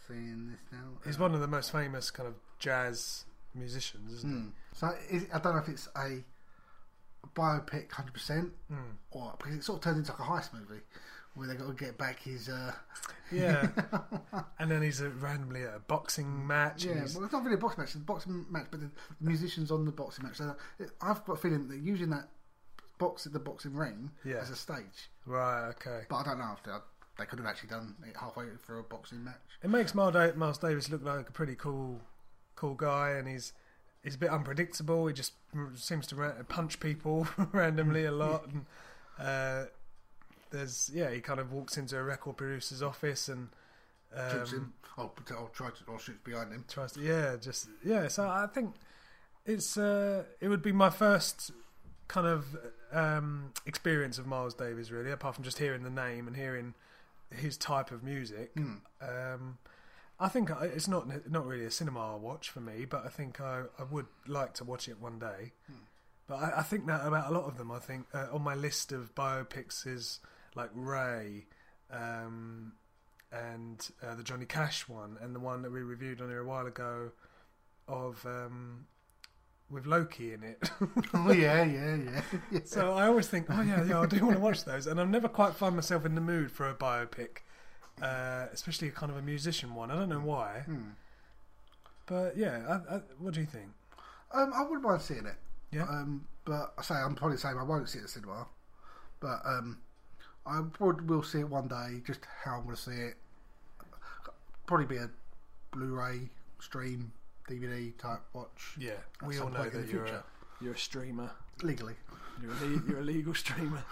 Speaker 2: seeing this now.
Speaker 1: He's one of the most famous kind of jazz musicians, isn't he?
Speaker 2: Mm. So is, I don't know if it's a biopic, hundred percent,
Speaker 1: Hmm.
Speaker 2: or because it sort of turns into like a heist movie where they got to get back his. Uh,
Speaker 1: Yeah. and then he's uh randomly at a boxing match. and
Speaker 2: yeah,
Speaker 1: he's,
Speaker 2: well, it's not really a boxing match. It's a boxing match, but the musicians on the boxing match. So I've got a feeling that using that box the boxing ring
Speaker 1: Yeah.
Speaker 2: as a stage.
Speaker 1: right, okay.
Speaker 2: But I don't know if they, they could have actually done it halfway through a boxing match.
Speaker 1: It makes Miles Da- Miles Davis look like a pretty cool, cool guy, and he's he's a bit unpredictable. He just r- seems to ra- punch people randomly a lot, and uh, there's yeah, he kind of walks into a record producer's office and
Speaker 2: Shoots
Speaker 1: um,
Speaker 2: him, Oh, or, or tries to, or shoots behind him.
Speaker 1: tries to yeah, just yeah. So I think it's uh, it would be my first kind of um, experience of Miles Davis really, apart from just hearing the name and hearing his type of music. Um, I think I- it's not not really a cinema watch for me, but I think I, I would like to watch it one day. But I, I think that about a lot of them. I think uh, on my list of biopics is like Ray, um, and uh, the Johnny Cash one, and the one that we reviewed on here a while ago of um, with Loki in it.
Speaker 2: oh yeah, yeah, yeah. yeah.
Speaker 1: so I always think, oh yeah, yeah, I do want to watch those, and I've never quite found myself in the mood for a biopic, uh, especially a kind of a musician one. I don't know why,
Speaker 2: Hmm.
Speaker 1: but yeah, I, I, what do you think?
Speaker 2: Um, I wouldn't mind seeing it.
Speaker 1: Yeah.
Speaker 2: Um, but I say I'm probably saying I won't see it at the cinema, but um, I would will see it one day. Just how I'm going to see it, probably be a Blu-ray stream, DVD type watch.
Speaker 1: yeah,
Speaker 2: at
Speaker 1: we all
Speaker 2: some
Speaker 1: know
Speaker 2: point in
Speaker 1: that
Speaker 2: the
Speaker 1: you're a,
Speaker 2: future.
Speaker 1: you're a streamer.
Speaker 2: legally.
Speaker 1: You're a, le- you're a legal streamer.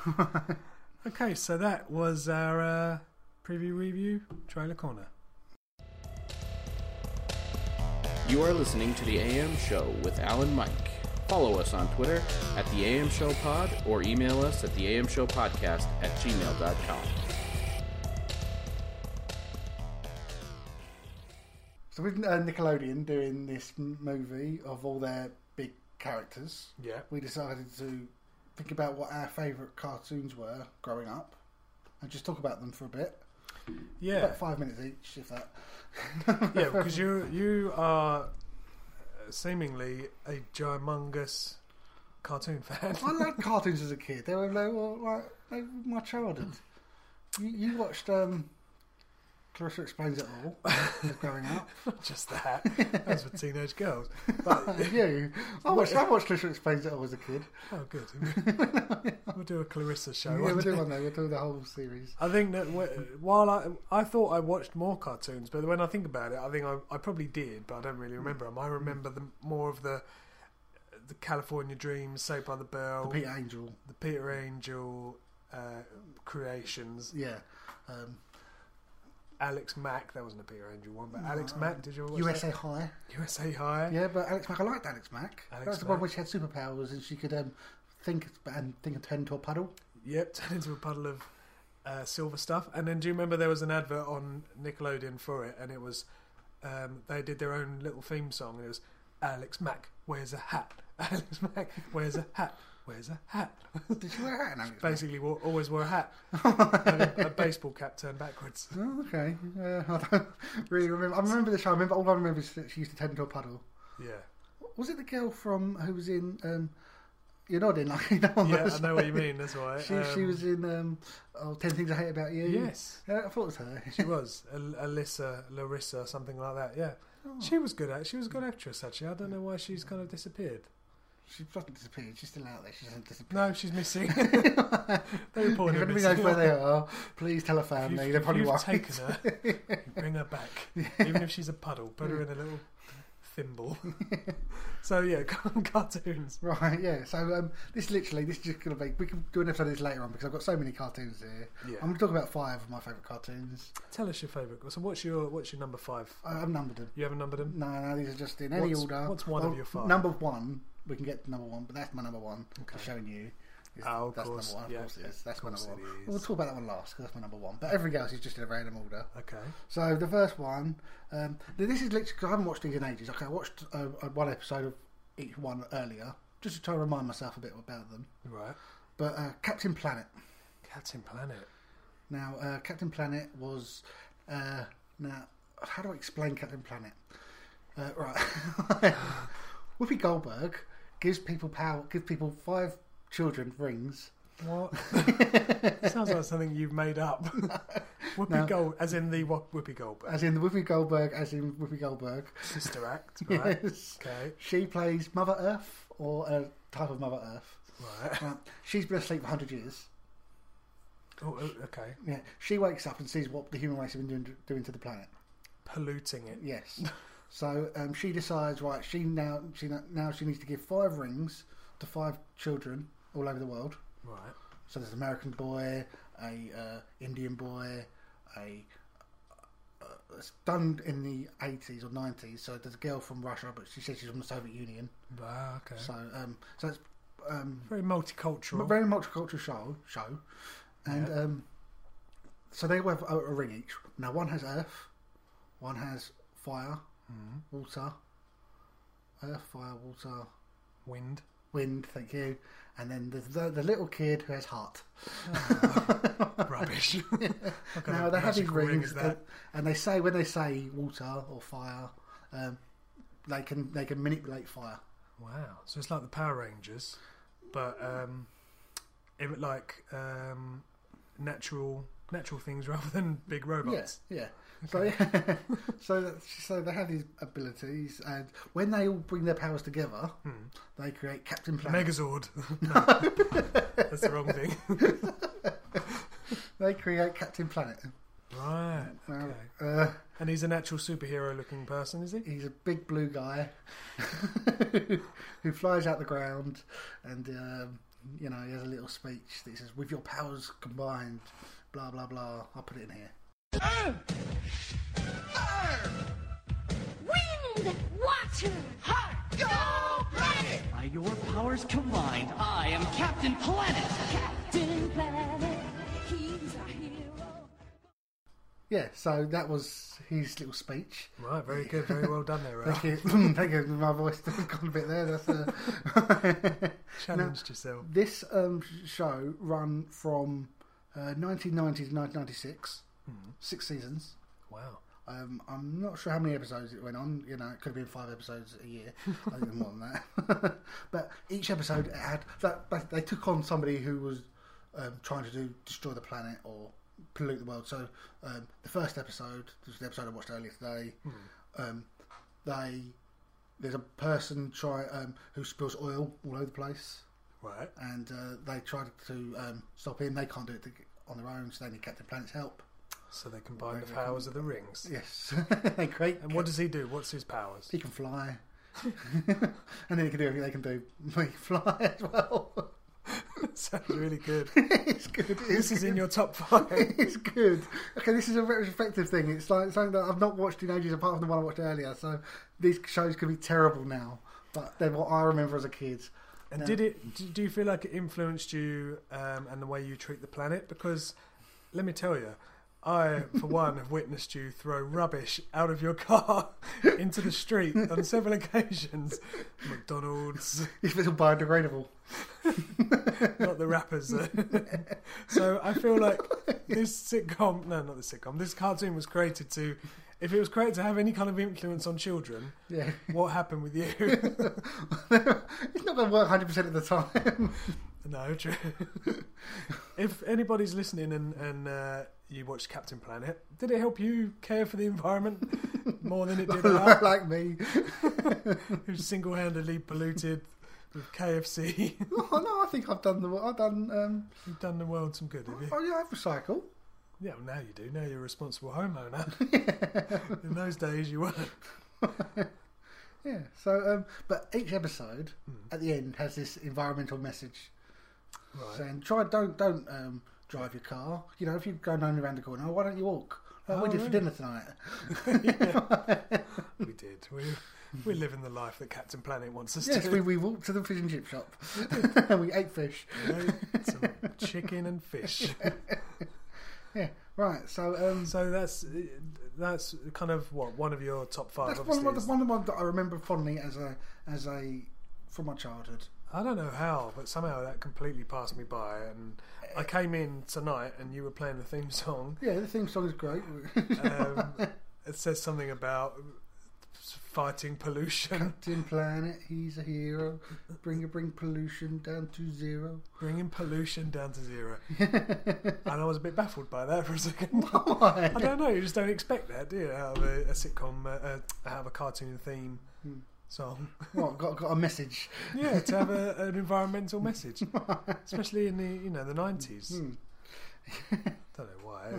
Speaker 1: okay, so that was our uh, preview review trailer corner.
Speaker 3: You are listening to The AM Show with Alan Mike. Follow us on Twitter at The AM Show Pod or email us at The AM Show Podcast at gmail.com.
Speaker 2: So with uh, Nickelodeon doing this m- movie of all their big characters,
Speaker 1: Yeah.
Speaker 2: we decided to think about what our favourite cartoons were growing up, and just talk about them for a bit,
Speaker 1: Yeah.
Speaker 2: about five minutes each, if that.
Speaker 1: yeah, because you you are seemingly a gimongous cartoon fan.
Speaker 2: I liked cartoons as a kid. They were they were like they were my childhood. You, you watched um, Clarissa Explains It All as growing up.
Speaker 1: Not just that. That's for teenage girls. But
Speaker 2: you, I watched I watched Clarissa Explains It All as a kid.
Speaker 1: oh, good. We'll do a Clarissa show.
Speaker 2: Yeah,
Speaker 1: one
Speaker 2: we'll do
Speaker 1: day.
Speaker 2: one though. We'll do the whole series.
Speaker 1: I think that wh- while I I thought I watched more cartoons, but when I think about it, I think I, I probably did, but I don't really remember them. I remember the more of the the California Dreams, Saved by the Bell,
Speaker 2: The Peter Angel.
Speaker 1: the Peter Angel uh, creations,
Speaker 2: Yeah. Um,
Speaker 1: Alex Mack. That wasn't a Peter Angel one, but Alex Mack. Did you watch that?
Speaker 2: USA High.
Speaker 1: USA High?
Speaker 2: Yeah, but Alex Mack, I liked Alex Mack.
Speaker 1: Alex
Speaker 2: that was the one
Speaker 1: Mack.
Speaker 2: where she had superpowers and she could um, think and think and turn into a puddle.
Speaker 1: Yep, turned into a puddle of uh, silver stuff. And then do you remember there was an advert on Nickelodeon for it, and it was um, they did their own little theme song, and it was Alex Mack wears a hat. Alex Mack wears a hat. Wears a hat.
Speaker 2: Did she wear a hat? in Alex Mack?
Speaker 1: Basically, wore, always wore a hat, and a, a baseball cap turned backwards.
Speaker 2: Oh, okay. Uh, I don't really remember. I remember the show. I remember all I remember is that she used to turn into a puddle.
Speaker 1: Yeah,
Speaker 2: Was it the girl from who was in? Um, you're nodding like you know. what I'm
Speaker 1: yeah, I
Speaker 2: saying.
Speaker 1: know what you mean. That's why
Speaker 2: Oh, She, she was in um, oh, 10 Things I Hate About You.
Speaker 1: Yes.
Speaker 2: Yeah, I thought it was her.
Speaker 1: She was Al- Alyssa, Larissa, something like that. Yeah,
Speaker 2: Oh.
Speaker 1: she was good. At she was a good actress. Actually, I don't know why she's kind of disappeared.
Speaker 2: She doesn't disappear. She's still out there. She doesn't disappear.
Speaker 1: No, she's missing. they reported
Speaker 2: If
Speaker 1: her
Speaker 2: anybody
Speaker 1: missing.
Speaker 2: knows where they are, please tell her family. They
Speaker 1: if
Speaker 2: probably
Speaker 1: you've
Speaker 2: won't.
Speaker 1: taken her, bring her back. Even if she's a puddle, put her in a little thimble. so yeah, cartoons.
Speaker 2: Right, yeah. So um, this literally, this is just going to be. We can do an episode of this later on because I've got so many cartoons here.
Speaker 1: Yeah.
Speaker 2: I'm going to talk about five of my favourite cartoons.
Speaker 1: Um, Tell us your favourite. So what's your what's your number five?
Speaker 2: I, I've numbered them.
Speaker 1: You haven't numbered them.
Speaker 2: No, no, these are just in any
Speaker 1: What's-
Speaker 2: order.
Speaker 1: what's one of your five?
Speaker 2: Number one, we can get to number one, but that's my number one. I'm showing you. It's-
Speaker 1: Oh, of
Speaker 2: that's
Speaker 1: course.
Speaker 2: number one. Of
Speaker 1: Yeah,
Speaker 2: course it
Speaker 1: yeah,
Speaker 2: is. That's
Speaker 1: of
Speaker 2: my
Speaker 1: course
Speaker 2: number one.
Speaker 1: it is.
Speaker 2: We'll talk about that one last because that's my number one. But everything else is just in a random order.
Speaker 1: Okay.
Speaker 2: So the first one, um, now this is literally because I haven't watched these in ages. Okay, I watched uh, uh, one episode of each one earlier just to try and remind myself a bit about them.
Speaker 1: Right.
Speaker 2: But uh, Captain Planet.
Speaker 1: Captain Planet.
Speaker 2: Now, uh, Captain Planet was. Uh, now, how do I explain Captain Planet? Uh, right. Whoopi Goldberg gives people power, gives people five children rings.
Speaker 1: What? Sounds like something you've made up. Whoopi Gold, as in the what, Whoopi Goldberg
Speaker 2: As in the Whoopi Goldberg, as in Whoopi Goldberg.
Speaker 1: sister act, right?
Speaker 2: Yes.
Speaker 1: Okay,
Speaker 2: She plays Mother Earth, or a type of Mother Earth.
Speaker 1: right.
Speaker 2: Now, she's been asleep for 100 years.
Speaker 1: Oh, oh, okay,
Speaker 2: Yeah, she wakes up and sees what the human race have been doing, doing to the planet.
Speaker 1: polluting it.
Speaker 2: Yes. so um, she decides, right? She now she now- now she needs to give five rings to five children all over the world.
Speaker 1: Right.
Speaker 2: So there's an American boy, a uh, Indian boy, a uh, it's done in the 80s or 90s. So there's a girl from Russia, but she says she's from the Soviet Union.
Speaker 1: Wow. Okay.
Speaker 2: So um, so it's um,
Speaker 1: Very multicultural.
Speaker 2: very multicultural show show, and um, so they have a, a ring each. Now one has earth, one has fire,
Speaker 1: Hmm.
Speaker 2: water, earth, fire, water,
Speaker 1: Wind.
Speaker 2: wind. Thank you. And then there's the, the little kid who has heart.
Speaker 1: Rubbish. okay.
Speaker 2: now they have these
Speaker 1: magical ring
Speaker 2: rings,
Speaker 1: is that?
Speaker 2: and- and they say when they say water or fire, um, they can they can manipulate fire.
Speaker 1: Wow. So it's like the Power Rangers, but um, it was like um, natural natural things rather than big robots.
Speaker 2: Yes, yeah. So, yeah. so, that- so they have these abilities, and when they all bring their powers together, they create Captain Planet.
Speaker 1: Megazord. no, that's the wrong thing.
Speaker 2: They create Captain Planet.
Speaker 1: right.
Speaker 2: Now,
Speaker 1: Okay.
Speaker 2: uh,
Speaker 1: And he's an actual superhero looking person, is he?
Speaker 2: he's a big blue guy who flies out the ground, and um, you know he has a little speech that says, "With your powers combined, blah blah blah." I'll put it in here.
Speaker 5: Wind, water, heart, go planet!
Speaker 6: By your powers combined, I am Captain Planet!
Speaker 5: Captain Planet, he's our hero.
Speaker 2: Yeah, so that was his little speech.
Speaker 1: Right, very good, very well done there, Ralph.
Speaker 2: Thank you. Thank you. My voice gone a bit there. That's uh...
Speaker 1: Challenged yourself.
Speaker 2: this um, sh- show run from uh, 1990 to 1996, six seasons.
Speaker 1: Wow.
Speaker 2: Um, I'm not sure how many episodes it went on. You know, it could have been five episodes a year. I think there's more than that. but each episode had that. but They took on somebody who was um, trying to do destroy the planet or pollute the world. So um, the first episode, this is the episode I watched earlier today. Um, they there's a person try um, who spills oil all over the place
Speaker 1: Right.
Speaker 2: and uh, they tried to um, stop him. They can't do it to, on their own, so they need Captain Planet's help.
Speaker 1: So they combine the powers of the rings.
Speaker 2: Yes, they create.
Speaker 1: And what does he do? What's his powers?
Speaker 2: He can fly, and then he can do everything they can do. He fly as well.
Speaker 1: Sounds really good.
Speaker 2: it's good. It's
Speaker 1: This is in your top five.
Speaker 2: It's good. Okay, this is a retrospective thing. It's like something that I've not watched in ages, apart from the one I watched earlier. So these shows could be terrible now, but they're what I remember as a kid.
Speaker 1: And did it? d- Do you feel like it influenced you um, and the way you treat the planet? Because let me tell you, I, for one, have witnessed you throw rubbish out of your car into the street on several occasions. McDonald's,
Speaker 2: If it's all biodegradable,
Speaker 1: not the rappers. so I feel like this sitcom, no, not the sitcom, this cartoon was created to, if it was created to have any kind of influence on children,
Speaker 2: yeah,
Speaker 1: what happened with you?
Speaker 2: it's not going to work hundred percent of the time.
Speaker 1: no, true. if anybody's listening and, and uh, you watched Captain Planet, did it help you care for the environment more than it did us,
Speaker 2: like me.
Speaker 1: who single handedly polluted with KFC?
Speaker 2: Oh no, I think I've done the I've done. Um,
Speaker 1: You've done the world some good, have you?
Speaker 2: oh yeah, I've recycled.
Speaker 1: Yeah, well, now you do. Now you're a responsible homeowner. In those days, you weren't.
Speaker 2: Yeah. So, um, but each episode
Speaker 1: Hmm.
Speaker 2: at the end has this environmental message saying, "Try don't don't um, drive your car. You know, if you're going only around the corner, why don't you walk? Like
Speaker 1: Oh,
Speaker 2: we did for dinner tonight.
Speaker 1: We did. We we're living the life that Captain Planet wants us
Speaker 2: yes,
Speaker 1: to.
Speaker 2: we, we walked to the fish and chip shop and we ate fish.
Speaker 1: Some chicken and fish.
Speaker 2: Yeah. Right. So, um,
Speaker 1: So that's that's kind of what one of your top five.
Speaker 2: that's one of the
Speaker 1: obviously,
Speaker 2: one of the ones that I remember fondly as a as a from my childhood.
Speaker 1: is- I don't know how, but somehow that completely passed me by. And I came in tonight, and you were playing the theme song.
Speaker 2: Yeah, the theme song is great.
Speaker 1: Um, it says something about fighting pollution,
Speaker 2: Captain Planet, he's a hero. Bring bring pollution down to zero.
Speaker 1: bringing pollution down to zero. and I was a bit baffled by that for a second. I
Speaker 2: Why?
Speaker 1: don't know. You just don't expect that, do you? Out of a, a sitcom, uh, uh, out of a cartoon theme
Speaker 2: Hmm.
Speaker 1: song.
Speaker 2: What? Got got a message?
Speaker 1: yeah, to have a, an environmental message, especially in the you know the nineties.
Speaker 2: Hmm.
Speaker 1: don't know why.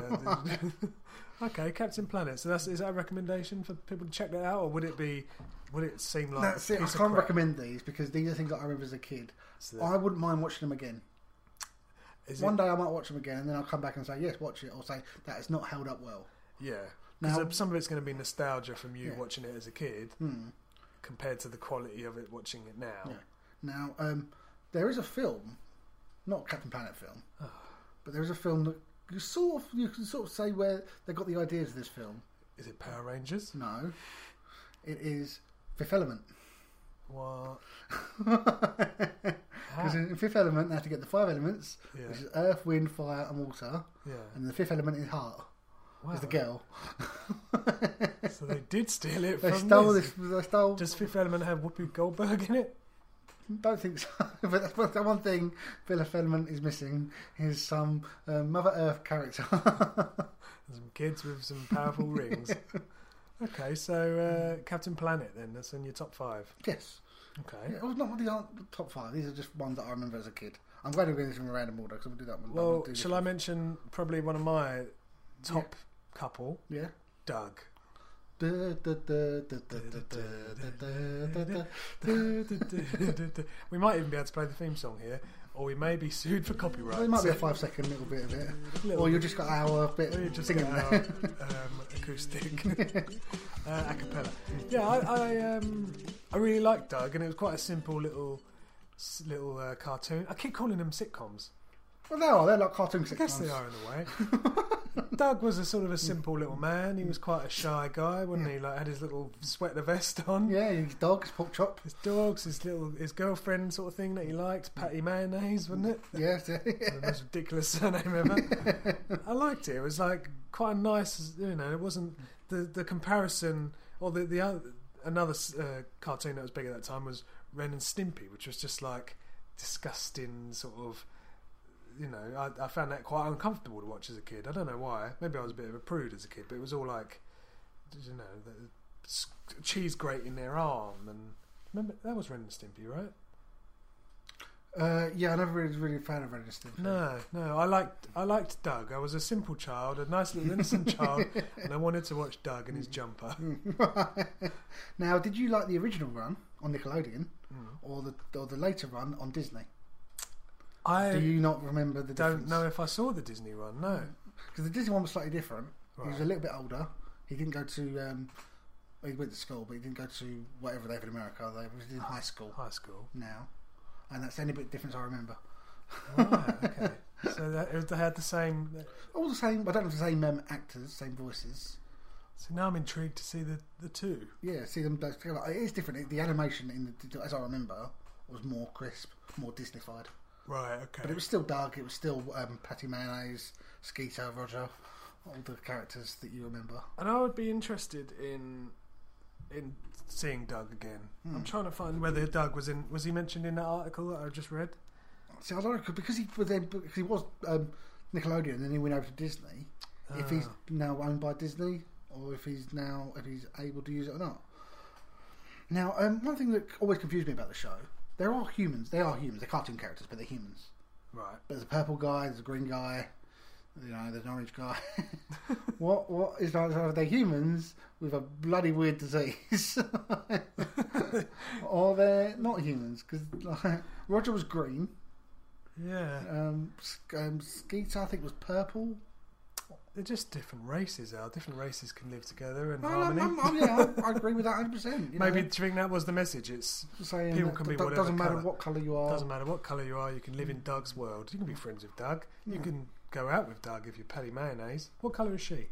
Speaker 1: okay, Captain Planet. So that's is that a recommendation for people to check that out, or would it be? Would it seem like
Speaker 2: That's it. I
Speaker 1: piece of
Speaker 2: can't
Speaker 1: crap?
Speaker 2: recommend these because these are things that I remember as a kid.
Speaker 1: So-
Speaker 2: I wouldn't mind watching them again.
Speaker 1: Is
Speaker 2: One
Speaker 1: it-
Speaker 2: day I might watch them again, and then I'll come back and say yes, watch it, or say that it's not held up well.
Speaker 1: Yeah,
Speaker 2: Now-
Speaker 1: because some of it's going to be nostalgia from you
Speaker 2: Yeah. Hmm.
Speaker 1: watching it as a kid, compared to the quality of it watching it now.
Speaker 2: Yeah. Now, um, there is a film, not a Captain Planet film, but there is a film that you sort of you can sort of say where they got the ideas of this film.
Speaker 1: Is it Power Rangers?
Speaker 2: No, it is Fifth Element.
Speaker 1: What?
Speaker 2: Because in Fifth Element, they have to get the five elements,
Speaker 1: Yeah.
Speaker 2: which is earth, wind, fire, and water.
Speaker 1: Yeah.
Speaker 2: And the fifth element is heart. Is the
Speaker 1: Wow.
Speaker 2: girl.
Speaker 1: So they did steal it
Speaker 2: They
Speaker 1: from
Speaker 2: stole
Speaker 1: this.
Speaker 2: this. They stole.
Speaker 1: Does Fifth Element have Whoopi Goldberg in it?
Speaker 2: Don't think so. but that's one- the one thing Fifth Element is missing is some uh, Mother Earth character.
Speaker 1: And some kids with some powerful rings. Okay, so uh, Captain Planet then that's in your top five.
Speaker 2: yes.
Speaker 1: Okay.
Speaker 2: Yeah, well, not the aren't top five. These are just ones that I remember as a kid. I'm glad we're doing this in a random order because I'm gonna do that one. I'm
Speaker 1: Well,
Speaker 2: gonna do this
Speaker 1: shall I
Speaker 2: one.
Speaker 1: mention probably one of my top couple,
Speaker 2: Yeah.
Speaker 1: Doug? we might even be able to play the theme song here, or we may be sued for copyright.
Speaker 2: There might be a
Speaker 1: So
Speaker 2: five second little bit of it,
Speaker 1: Little
Speaker 2: or you just got our bit
Speaker 1: we just
Speaker 2: singing
Speaker 1: get
Speaker 2: there.
Speaker 1: our, um, acoustic uh, a cappella. Yeah, I, I, um, I really liked Doug, and it was quite a simple little s- little uh, cartoon. I keep calling them sitcoms.
Speaker 2: Well, they are. They're like cartoon sitcoms.
Speaker 1: I guess they are in a way. Doug was a sort of a simple little man. He was quite a shy guy, wasn't he? Like had his little sweater vest on.
Speaker 2: Yeah, his dogs, pork chop.
Speaker 1: His dogs, his little his girlfriend sort of thing that he liked, Patty Mayonnaise, wasn't it?
Speaker 2: Yes. yeah.
Speaker 1: the most ridiculous surname ever. I liked it. It was like quite a nice, you know. It wasn't the the comparison or the the other, another uh, cartoon that was big at that time was Ren and Stimpy, which was just like disgusting sort of. You know, I, I found that quite uncomfortable to watch as a kid. I don't know why. Maybe I was a bit of a prude as a kid, but it was all like, you know, the s- cheese grating their arm and remember that was Ren and Stimpy, right?
Speaker 2: Uh, yeah, I never really, really a fan of Ren and Stimpy.
Speaker 1: No, no. I liked I liked Doug. I was a simple child, a nice little innocent child, and I wanted to watch Doug and his jumper.
Speaker 2: Mm. now, did you like the original run on Nickelodeon,
Speaker 1: Mm.
Speaker 2: or the or the later run on Disney? Do
Speaker 1: I
Speaker 2: you not remember the
Speaker 1: Um, don't
Speaker 2: difference?
Speaker 1: know if I saw the Disney one. No.
Speaker 2: because the Disney one was slightly different. He was a little bit older. He didn't go to. Um, well, he went to school, but he didn't go to whatever they have in America. They he was in high school
Speaker 1: High school.
Speaker 2: now, and that's the only bit difference I remember.
Speaker 1: Right, okay. So that, it- they had the same.
Speaker 2: All the same. I don't know if the same um, actors, same voices.
Speaker 1: So now I'm intrigued to see the the two.
Speaker 2: Yeah, see them both together. It is different. It- The animation in the as I remember was more crisp, more Disneyfied.
Speaker 1: Right. Okay.
Speaker 2: But it was still Doug. It was still um, Patty Mayonnaise, Skeeter, Roger, all the characters that you remember.
Speaker 1: and I would be interested in in seeing Doug again.
Speaker 2: Hmm.
Speaker 1: I'm trying to find whether Doug was in. Was he mentioned in that article that I just read?
Speaker 2: See, I don't know because he was then because he was um, Nickelodeon, and then he went over to Disney. If he's now owned by Disney, or if he's now if he's able to use it or not. Now, um, one thing that always confused me about the show: there are humans. They are humans. They're cartoon characters, but they're humans.
Speaker 1: Right.
Speaker 2: But there's a purple guy. There's a green guy. you know, there's an orange guy. what what is like are they humans with a bloody weird disease, or they're not humans? Because like, Roger was green,
Speaker 1: Yeah.
Speaker 2: um, S- um, Skeeter I think was purple.
Speaker 1: They're just different races, Al. Different races can live together in
Speaker 2: No, no,
Speaker 1: harmony.
Speaker 2: I'm- I'm- yeah, I, I agree with that 100. percent
Speaker 1: Maybe do you think that was the message? It's
Speaker 2: saying
Speaker 1: people
Speaker 2: that
Speaker 1: can
Speaker 2: d-
Speaker 1: be
Speaker 2: d-
Speaker 1: whatever
Speaker 2: doesn't matter
Speaker 1: colour.
Speaker 2: what color you are. Uh,
Speaker 1: doesn't matter what colour you are, you can live in Doug's world. You can be friends with Doug. You can go out with Doug if you're Patty Mayonnaise. What colour is she?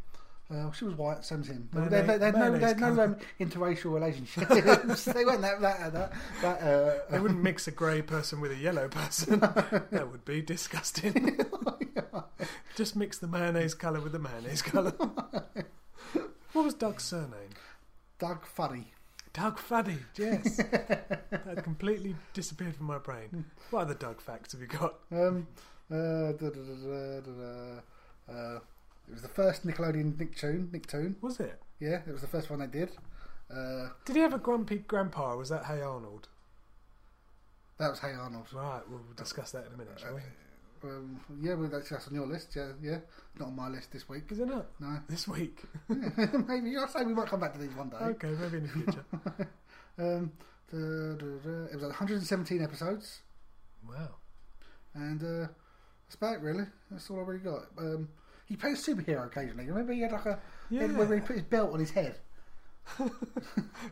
Speaker 2: Uh, she was white, same as him. They,
Speaker 1: Mayonnaise-
Speaker 2: they, they, they had no, they had no um,
Speaker 1: mayonnaise
Speaker 2: interracial relationships. they weren't that that that. that uh,
Speaker 1: They wouldn't mix a grey person with a yellow person. that would be disgusting. Just mix the mayonnaise colour with the mayonnaise colour. what was Doug's surname?
Speaker 2: Doug Fuddy.
Speaker 1: Doug Faddy, yes. that completely disappeared from my brain. What other Doug facts have you got?
Speaker 2: Um, uh, da, da, da, da, da, da, uh, it was the first Nickelodeon Nicktoon. Nicktoon.
Speaker 1: Was it?
Speaker 2: Yeah, it was the first one they did. Uh,
Speaker 1: Did he have a grumpy grandpa or was that Hey Arnold?
Speaker 2: that was Hey Arnold.
Speaker 1: Right, we'll discuss that in a minute, shall we?
Speaker 2: Um, yeah, well, that's, that's on your list. Yeah, yeah. Not on my list this week.
Speaker 1: Is it not?
Speaker 2: No.
Speaker 1: This week.
Speaker 2: Maybe I say we might come back to these one day.
Speaker 1: okay, maybe in the future.
Speaker 2: Um, da, da, da. It was 117 episodes.
Speaker 1: wow.
Speaker 2: And uh, that's about it, really. That's all I really got. Um, he plays superhero occasionally. Remember, he had like a he had- where he
Speaker 1: Yeah.
Speaker 2: put his belt on his head.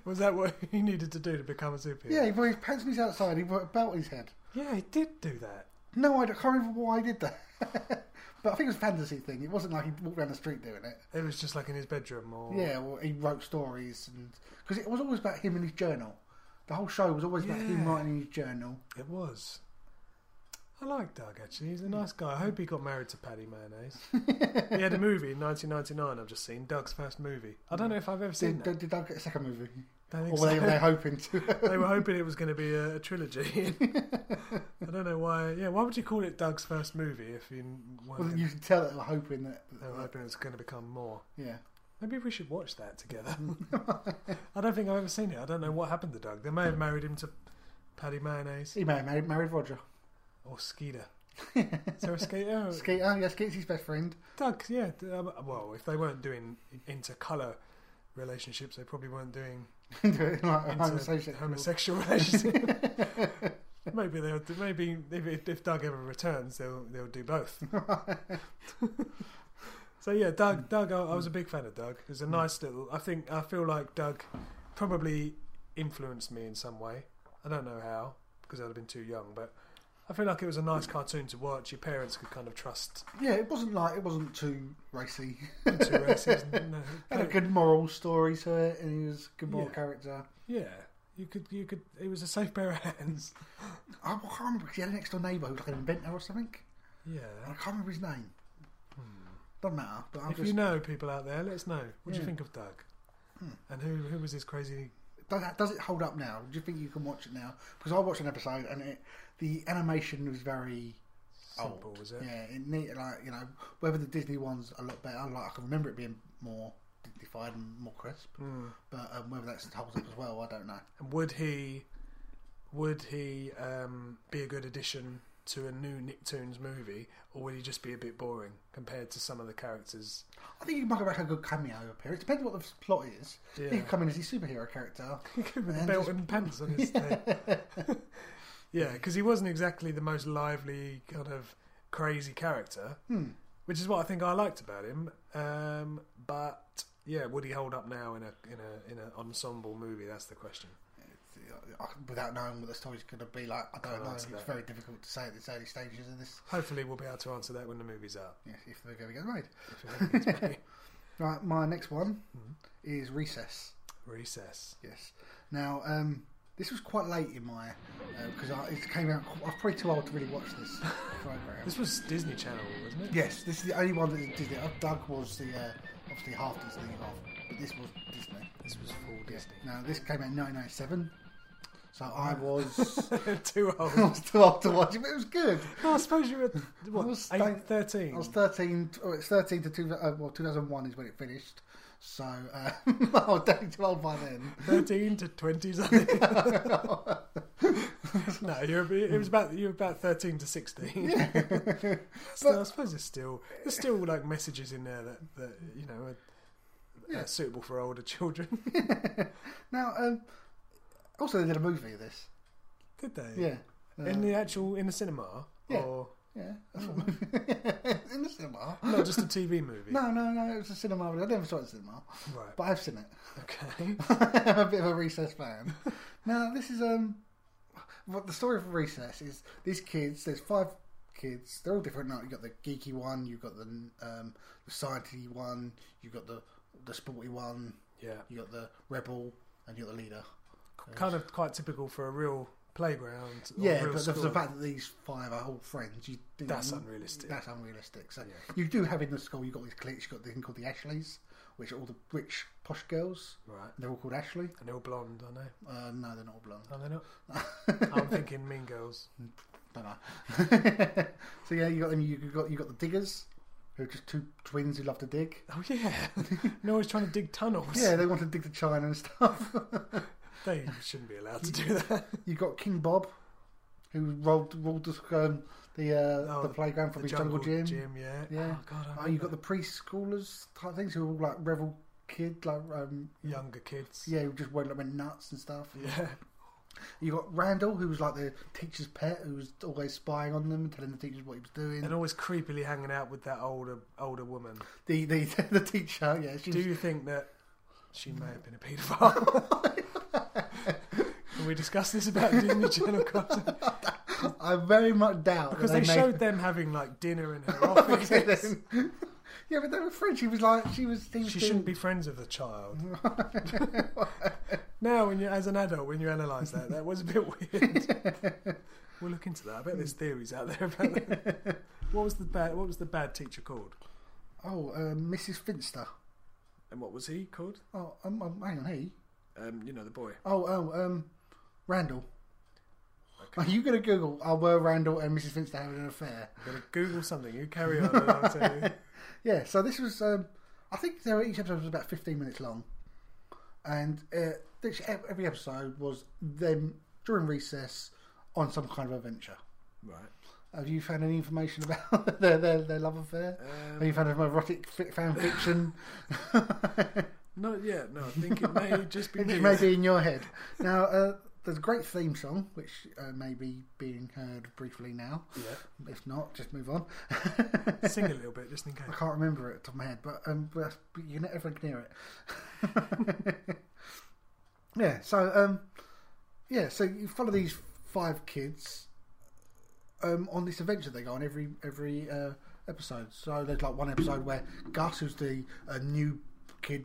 Speaker 1: Was that what he needed to do to become a superhero?
Speaker 2: Yeah, he put his pants on his outside. He put a belt on his head.
Speaker 1: Yeah, he did do that.
Speaker 2: No, I don't- can't remember why I did that. but I think it was a fantasy thing. It wasn't like he walked around the street doing it.
Speaker 1: It was just like in his bedroom or.
Speaker 2: Yeah, well, he wrote stories and because it was always about him and his journal. The whole show was always about him
Speaker 1: Yeah.
Speaker 2: writing in his journal.
Speaker 1: It was. I like Doug actually. He's a nice guy. I hope he got married to Paddy Mayonnaise. he had a movie in 1999. I've just seen Doug's first movie. I don't know if I've ever seen
Speaker 2: Did,
Speaker 1: that.
Speaker 2: did, did I get a second movie?
Speaker 1: Don't
Speaker 2: Or
Speaker 1: think
Speaker 2: were they,
Speaker 1: so.
Speaker 2: were they hoping to?
Speaker 1: They were hoping it was going to be a, a trilogy. I don't know why. Yeah, why would you call it Doug's first movie if you weren't
Speaker 2: well, you can tell that they were hoping that.
Speaker 1: they were hoping it's going to become more?
Speaker 2: Yeah.
Speaker 1: Maybe we should watch that together. I don't think I've ever seen it. I don't know what happened to Doug. They may have married him to Paddy Mayonnaise
Speaker 2: He may have married, married Roger.
Speaker 1: or Skeeter. Is there a Skeeter? Oh,
Speaker 2: Skeeter, oh, yeah, Skeeter's his best friend.
Speaker 1: Doug, yeah. d- Um, well, if they weren't doing intercolour relationships, they probably weren't doing
Speaker 2: like a
Speaker 1: inter-
Speaker 2: homosexual.
Speaker 1: homosexual relationships. maybe they'll. do- Maybe if, if Doug ever returns, they'll they'll do both. so yeah,
Speaker 2: Hmm.
Speaker 1: Doug. Doug, I, I was a big fan of Doug. It was a nice little. I think I feel like Doug probably influenced me in some way. I don't know how because I'd have been too young, but. I feel like it was a nice cartoon to watch. Your parents could kind of trust
Speaker 2: Yeah, it wasn't like it wasn't too racy.
Speaker 1: the two races. No,
Speaker 2: had a good moral story to it, and he was a good moral
Speaker 1: Yeah.
Speaker 2: character.
Speaker 1: Yeah, you could, you could. It was a safe pair of hands.
Speaker 2: I can't remember because he had an next door neighbour who was like an inventor or something.
Speaker 1: Yeah.
Speaker 2: I can't remember his name. Doesn't matter. But I'm
Speaker 1: Hmm. If
Speaker 2: just
Speaker 1: you know people out there, let us know. What do you
Speaker 2: Yeah. Hmm.
Speaker 1: think of Doug? And who who was his crazy?
Speaker 2: does, that- does it hold up now? Do you think you can watch it now? Because I watched an episode and it, the animation was very
Speaker 1: Simple
Speaker 2: old.
Speaker 1: was it?
Speaker 2: Oh, Yeah, it needed like you know whether the Disney one's a lot better. Like I can remember it being more dignified and more crisp.
Speaker 1: Hmm.
Speaker 2: But um, whether that holds up as well, I don't know.
Speaker 1: And would he would he um, be a good addition to a new Nicktoons movie, or would he just be a bit boring compared to some of the characters?
Speaker 2: I think he might make a good cameo appearance. Depends what the plot is. He
Speaker 1: Yeah.
Speaker 2: could come in as his superhero character.
Speaker 1: With a
Speaker 2: and
Speaker 1: belt
Speaker 2: just-
Speaker 1: and pants on his head. yeah, because he wasn't exactly the most lively kind of crazy character, which is what I think I liked about him. Um, but yeah, would he hold up now in a in a in an ensemble movie? That's the question.
Speaker 2: uh, Without knowing what the story's going to be like, I don't know. It's
Speaker 1: answer that.
Speaker 2: very difficult to say at this early stages of this,
Speaker 1: Hopefully, we'll be able to answer that when the movie's out.
Speaker 2: yeah, if they're going to get made.
Speaker 1: It's pretty-
Speaker 2: Right, my next one
Speaker 1: Hmm.
Speaker 2: is Recess.
Speaker 1: Recess.
Speaker 2: Yes. Now, um, this was quite late in my because I it came out. I was probably too old to really watch this program.
Speaker 1: This was Disney Channel, wasn't it?
Speaker 2: yes, this is the only one that did it. Doug was the uh, obviously half Disney, half, but this was Disney.
Speaker 1: This was full Disney.
Speaker 2: Now, this came out in 1997, so I was
Speaker 1: Too
Speaker 2: I
Speaker 1: old.
Speaker 2: was too old to watch it, but it was good.
Speaker 1: No, I suppose you were what?
Speaker 2: was
Speaker 1: eight,
Speaker 2: like-
Speaker 1: thirteen.
Speaker 2: I was 13. Oh, it's 13 to two, uh, well, 2001 is when it finished. So uh, I was definitely too old by then.
Speaker 1: 13 to 20s, I think. no, you're, it was about, you were about 13 to 16. so I suppose there's still, there's still like messages in there that, that you know, are, are suitable for older children.
Speaker 2: Now, um, also they did a movie of this.
Speaker 1: Did they?
Speaker 2: Yeah,
Speaker 1: in the actual, in the cinema?
Speaker 2: Yeah.
Speaker 1: Or
Speaker 2: yeah, a full movie in the cinema.
Speaker 1: not just a TV movie?
Speaker 2: Uh-huh. No, no, no. It was a cinema. I never saw it in the cinema,
Speaker 1: Right.
Speaker 2: but I've seen it.
Speaker 1: Okay.
Speaker 2: I'm a bit of a recess fan. now this is um, what the story of recess is. These kids, there's five kids. They're all different. Now you have got the geeky one, you have got the um, the sciencey one, you have got the the sporty one,
Speaker 1: Yeah.
Speaker 2: you got the rebel, and you got the leader.
Speaker 1: Kind of quite typical for a real playground. Or
Speaker 2: Yeah,
Speaker 1: real
Speaker 2: but the,
Speaker 1: school.
Speaker 2: the fact that these five are all friends, you do,
Speaker 1: That's unrealistic.
Speaker 2: That's unrealistic. So you do have in the school, you have got these cliques. You have got the thing called the Ashleys, which are all the rich posh girls.
Speaker 1: Right.
Speaker 2: They're all called Ashley.
Speaker 1: And they're all blonde, I know.
Speaker 2: Uh, no, they're not all blonde.
Speaker 1: Are they not? I'm thinking Mean Girls.
Speaker 2: don't know. so yeah, you got them. You got you got the diggers, who are just two twins who love to dig.
Speaker 1: Oh yeah, no one's trying to dig tunnels.
Speaker 2: Yeah, they want to dig to China and stuff.
Speaker 1: they shouldn't be allowed to do that.
Speaker 2: you got King Bob, who rolled ruled the um, the, uh,
Speaker 1: Oh,
Speaker 2: the playground from his jungle, gym.
Speaker 1: yeah.
Speaker 2: Yeah.
Speaker 1: Oh god, I
Speaker 2: oh, you
Speaker 1: remember.
Speaker 2: got the preschoolers type things who are all like rebel kid, like um,
Speaker 1: younger kids.
Speaker 2: yeah, who just went like went nuts and stuff.
Speaker 1: Yeah.
Speaker 2: You got Randall, who was like the teacher's pet, who was always spying on them and telling the teachers what he was doing.
Speaker 1: And always creepily hanging out with that older older woman.
Speaker 2: the the the teacher, yeah, she
Speaker 1: Do
Speaker 2: was
Speaker 1: you think that she may have been a paedophile? Can we discuss this about Disney Channel content?
Speaker 2: I very much doubt
Speaker 1: Because they,
Speaker 2: that they, made-
Speaker 1: showed them having like dinner in her office.
Speaker 2: yeah, but they were friends. She was like, she was. He was
Speaker 1: She
Speaker 2: doing-
Speaker 1: shouldn't be friends with a child. now, when you as an adult, when you analyse that, that was a bit weird. we'll look into that. I bet there's theories out there about that. What was the bad? What was the bad teacher called?
Speaker 2: Oh, uh, Mrs. Finster.
Speaker 1: And what was he called?
Speaker 2: Oh, um, um, hang on, he.
Speaker 1: Um, you know, the boy.
Speaker 2: Oh, oh, um, Randall. Are you going to Google? Are were Randall and Mrs. Finster having an affair?
Speaker 1: I'm gonna Google something. You carry on. And I'll tell you.
Speaker 2: Yeah. So this was. Um, I think there were, each episode was about fifteen minutes long, and uh, each, every episode was them during recess on some kind of adventure.
Speaker 1: Right.
Speaker 2: Have you found any information about their their, their love affair? Have you found any erotic fi- fan fiction?
Speaker 1: No, yeah, no. I think it may just be.
Speaker 2: It
Speaker 1: me.
Speaker 2: may be in your head. Now, uh, there's a great theme song, which uh, may be being heard briefly now.
Speaker 1: Yeah.
Speaker 2: If not, just move on.
Speaker 1: Sing a little bit, just in case.
Speaker 2: I can't remember it off the top of my head, but, um, but that's- but you know, everyone can hear it. yeah, so um, yeah, so you follow these five kids um, on this adventure they go on every every uh, episode. So there's like one episode where Gus, who's the uh, new kid,